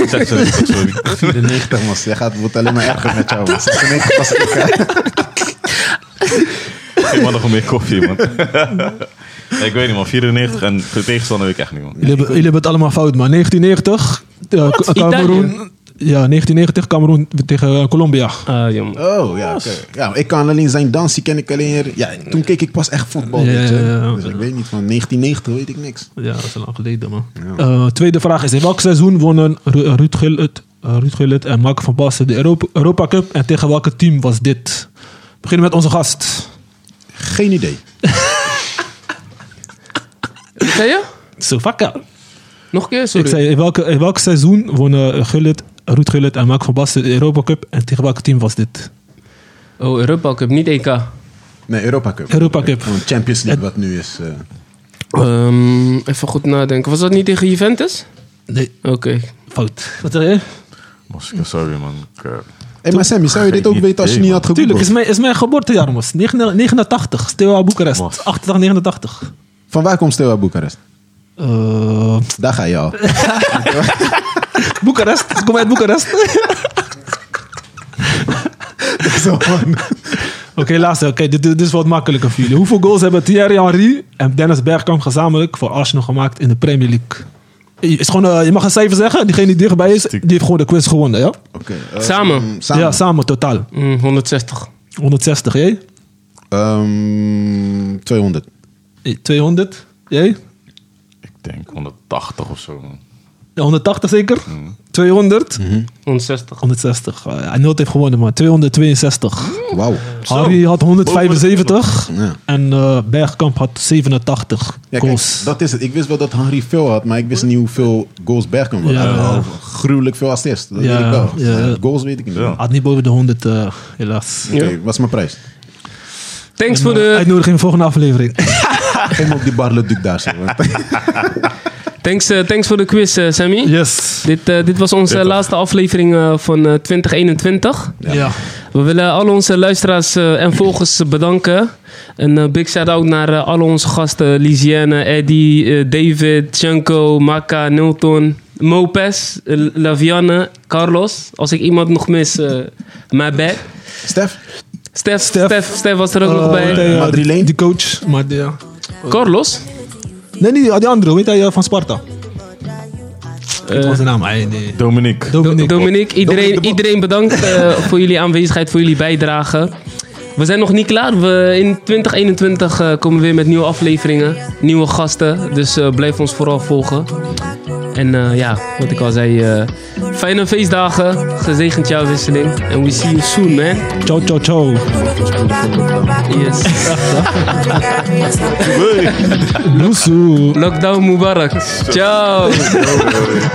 [SPEAKER 4] 96, sorry.
[SPEAKER 5] 94, man. Jij gaat, wordt alleen maar erger met jou, man. 96 was eh, WK.
[SPEAKER 4] Ik mag nog meer koffie, man. Nee, ik weet niet, man. 94 en de tegenstander weet ik echt niet, man.
[SPEAKER 3] Jullie, hebben, jullie hebben het allemaal fout, man. 1990, eh, K- Cameroen. Ja, 1990, Cameroen tegen eh, Colombia.
[SPEAKER 2] Ah, jammer.
[SPEAKER 5] Oh, ja, oké. Ja, ik kan alleen zijn dansie, ken ik alleen... her- Ja, toen keek ik pas echt voetbal,
[SPEAKER 3] Ja,
[SPEAKER 5] weet je.
[SPEAKER 3] ja, ja.
[SPEAKER 5] Dus ik weet niet, van 1990 weet ik niks.
[SPEAKER 3] Ja, dat is lang geleden, man. Eh, tweede vraag is, in welk seizoen wonnen Ru- eh, Ruud Gullit, eh, Ruud Gullit en Mark van Basten de Europa, Europa Cup? En tegen welke team was dit? We beginnen met onze gast.
[SPEAKER 5] Geen idee.
[SPEAKER 2] Ken je?
[SPEAKER 3] Slovakia.
[SPEAKER 2] Nog een keer?
[SPEAKER 3] Ik
[SPEAKER 2] Sorry.
[SPEAKER 3] zei, in, welke, in welk seizoen wonnen Gullit, Ruud Gullit en Mark van Basten de Europa Cup? En tegen welk team was dit?
[SPEAKER 2] Oh, Europa Cup, niet EK.
[SPEAKER 5] Nee, Europa Cup.
[SPEAKER 3] Europa Cup.
[SPEAKER 5] Gewoon Champions League, wat nu is. eh.
[SPEAKER 2] Ehm, even goed nadenken. Was dat niet tegen Juventus?
[SPEAKER 3] Nee,
[SPEAKER 2] Oké.
[SPEAKER 3] fout. Wat eh? zeg je?
[SPEAKER 4] Moskou, sorry, man. Ik, eh,
[SPEAKER 5] Hé, maar Sammy, zou je dit ook
[SPEAKER 4] Geen
[SPEAKER 5] weten als je
[SPEAKER 4] idee,
[SPEAKER 5] niet had
[SPEAKER 3] Tuurlijk, is
[SPEAKER 5] gegoogeld?
[SPEAKER 3] mijn, is mijn geboortejaar, mos. 89, 89, Steaua Boekarest.
[SPEAKER 4] Mos.
[SPEAKER 3] 88, 89.
[SPEAKER 5] Van waar komt Steaua Boekarest?
[SPEAKER 3] Eh,
[SPEAKER 5] Daar ga je al.
[SPEAKER 3] Boekarest, ik kom uit Boekarest.
[SPEAKER 5] Zo, man.
[SPEAKER 3] laatste. Oké, dit, dit is wat makkelijker voor jullie. Hoeveel goals hebben Thierry Henry en Dennis Bergkamp gezamenlijk voor Arsenal gemaakt in de Premier League? Je- Is gewoon, eh, je mag een cijfer zeggen. Diegene die dichtbij is, die heeft gewoon de quiz gewonnen. Ja,
[SPEAKER 5] Oké, eh,
[SPEAKER 2] Samen?
[SPEAKER 5] mm, samen.
[SPEAKER 3] ja samen totaal.
[SPEAKER 2] Mm, 160.
[SPEAKER 3] 160, jij?
[SPEAKER 5] Ehm, 200.
[SPEAKER 3] Eh, 200, jij?
[SPEAKER 4] Ik denk 180 of zo. man.
[SPEAKER 3] Ja, 180 zeker? 200?
[SPEAKER 2] 160.
[SPEAKER 3] 160. Eh, Hij nooit heeft gewonnen, maar 262.
[SPEAKER 5] Wauw.
[SPEAKER 3] Harry had 175
[SPEAKER 5] Ja.
[SPEAKER 3] en eh, Bergkamp had 87
[SPEAKER 5] Ja, kijk,
[SPEAKER 3] goals.
[SPEAKER 5] dat is het. Ik wist wel dat Henry veel had, maar ik wist niet hoeveel goals Bergkamp had.
[SPEAKER 3] Ja.
[SPEAKER 5] Hij had al gruwelijk veel assists. Dat
[SPEAKER 3] Ja,
[SPEAKER 5] weet ik wel.
[SPEAKER 3] ja.
[SPEAKER 5] Goals weet ik niet.
[SPEAKER 4] Ja.
[SPEAKER 5] Oké,
[SPEAKER 3] Had niet boven de 100, eh, helaas.
[SPEAKER 5] wat is mijn prijs?
[SPEAKER 2] Thanks
[SPEAKER 3] En,
[SPEAKER 2] voor
[SPEAKER 3] eh,
[SPEAKER 2] de,
[SPEAKER 3] Uitnodiging volgende aflevering.
[SPEAKER 5] Kom op die Barle Duc daar zo. want-
[SPEAKER 2] thanks, eh, thanks voor de quiz, eh, Sammy.
[SPEAKER 3] Yes.
[SPEAKER 2] Dit, eh, dit was onze
[SPEAKER 4] Pittig.
[SPEAKER 2] laatste aflevering eh, van eh, 2021.
[SPEAKER 3] Ja. Eh,
[SPEAKER 2] We willen al onze luisteraars eh, en volgers eh, bedanken. Een eh, big shout-out naar eh, al onze gasten. Lisiane, Eddie, eh, David, Chanko, Maka, Nilton, Mopes, eh, Lavianne, Carlos. Als ik iemand nog mis, eh my bad.
[SPEAKER 5] Stef?
[SPEAKER 2] Stef,
[SPEAKER 3] Stef.
[SPEAKER 2] Stef, Stef, was er ook nog bij.
[SPEAKER 3] Eh,
[SPEAKER 5] Madrileen?
[SPEAKER 3] Die coach. Maar die, ja.
[SPEAKER 2] Carlos?
[SPEAKER 3] Nee, niet die andere. Weet hij eh, van Sparta?
[SPEAKER 2] Eh,
[SPEAKER 3] Wat was de naam? Hij, nee.
[SPEAKER 4] Dominique.
[SPEAKER 3] Dominic.
[SPEAKER 2] Dominique, iedereen, iedereen bedankt eh, voor jullie aanwezigheid, voor jullie bijdrage. We zijn nog niet klaar. We, in 2021 eh, komen we weer met nieuwe afleveringen, nieuwe gasten. Dus eh, blijf ons vooral volgen. En eh, ja, wat ik al zei, eh, fijne feestdagen, gezegend jaarwisseling. En we see you soon, man.
[SPEAKER 3] Ciao, ciao, ciao.
[SPEAKER 2] Yes.
[SPEAKER 3] Loesoe.
[SPEAKER 2] Lockdown Mubarak. Ciao.
[SPEAKER 1] Love with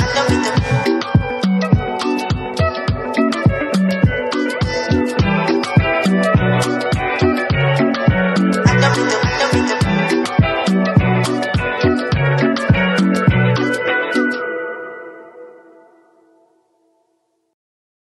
[SPEAKER 1] the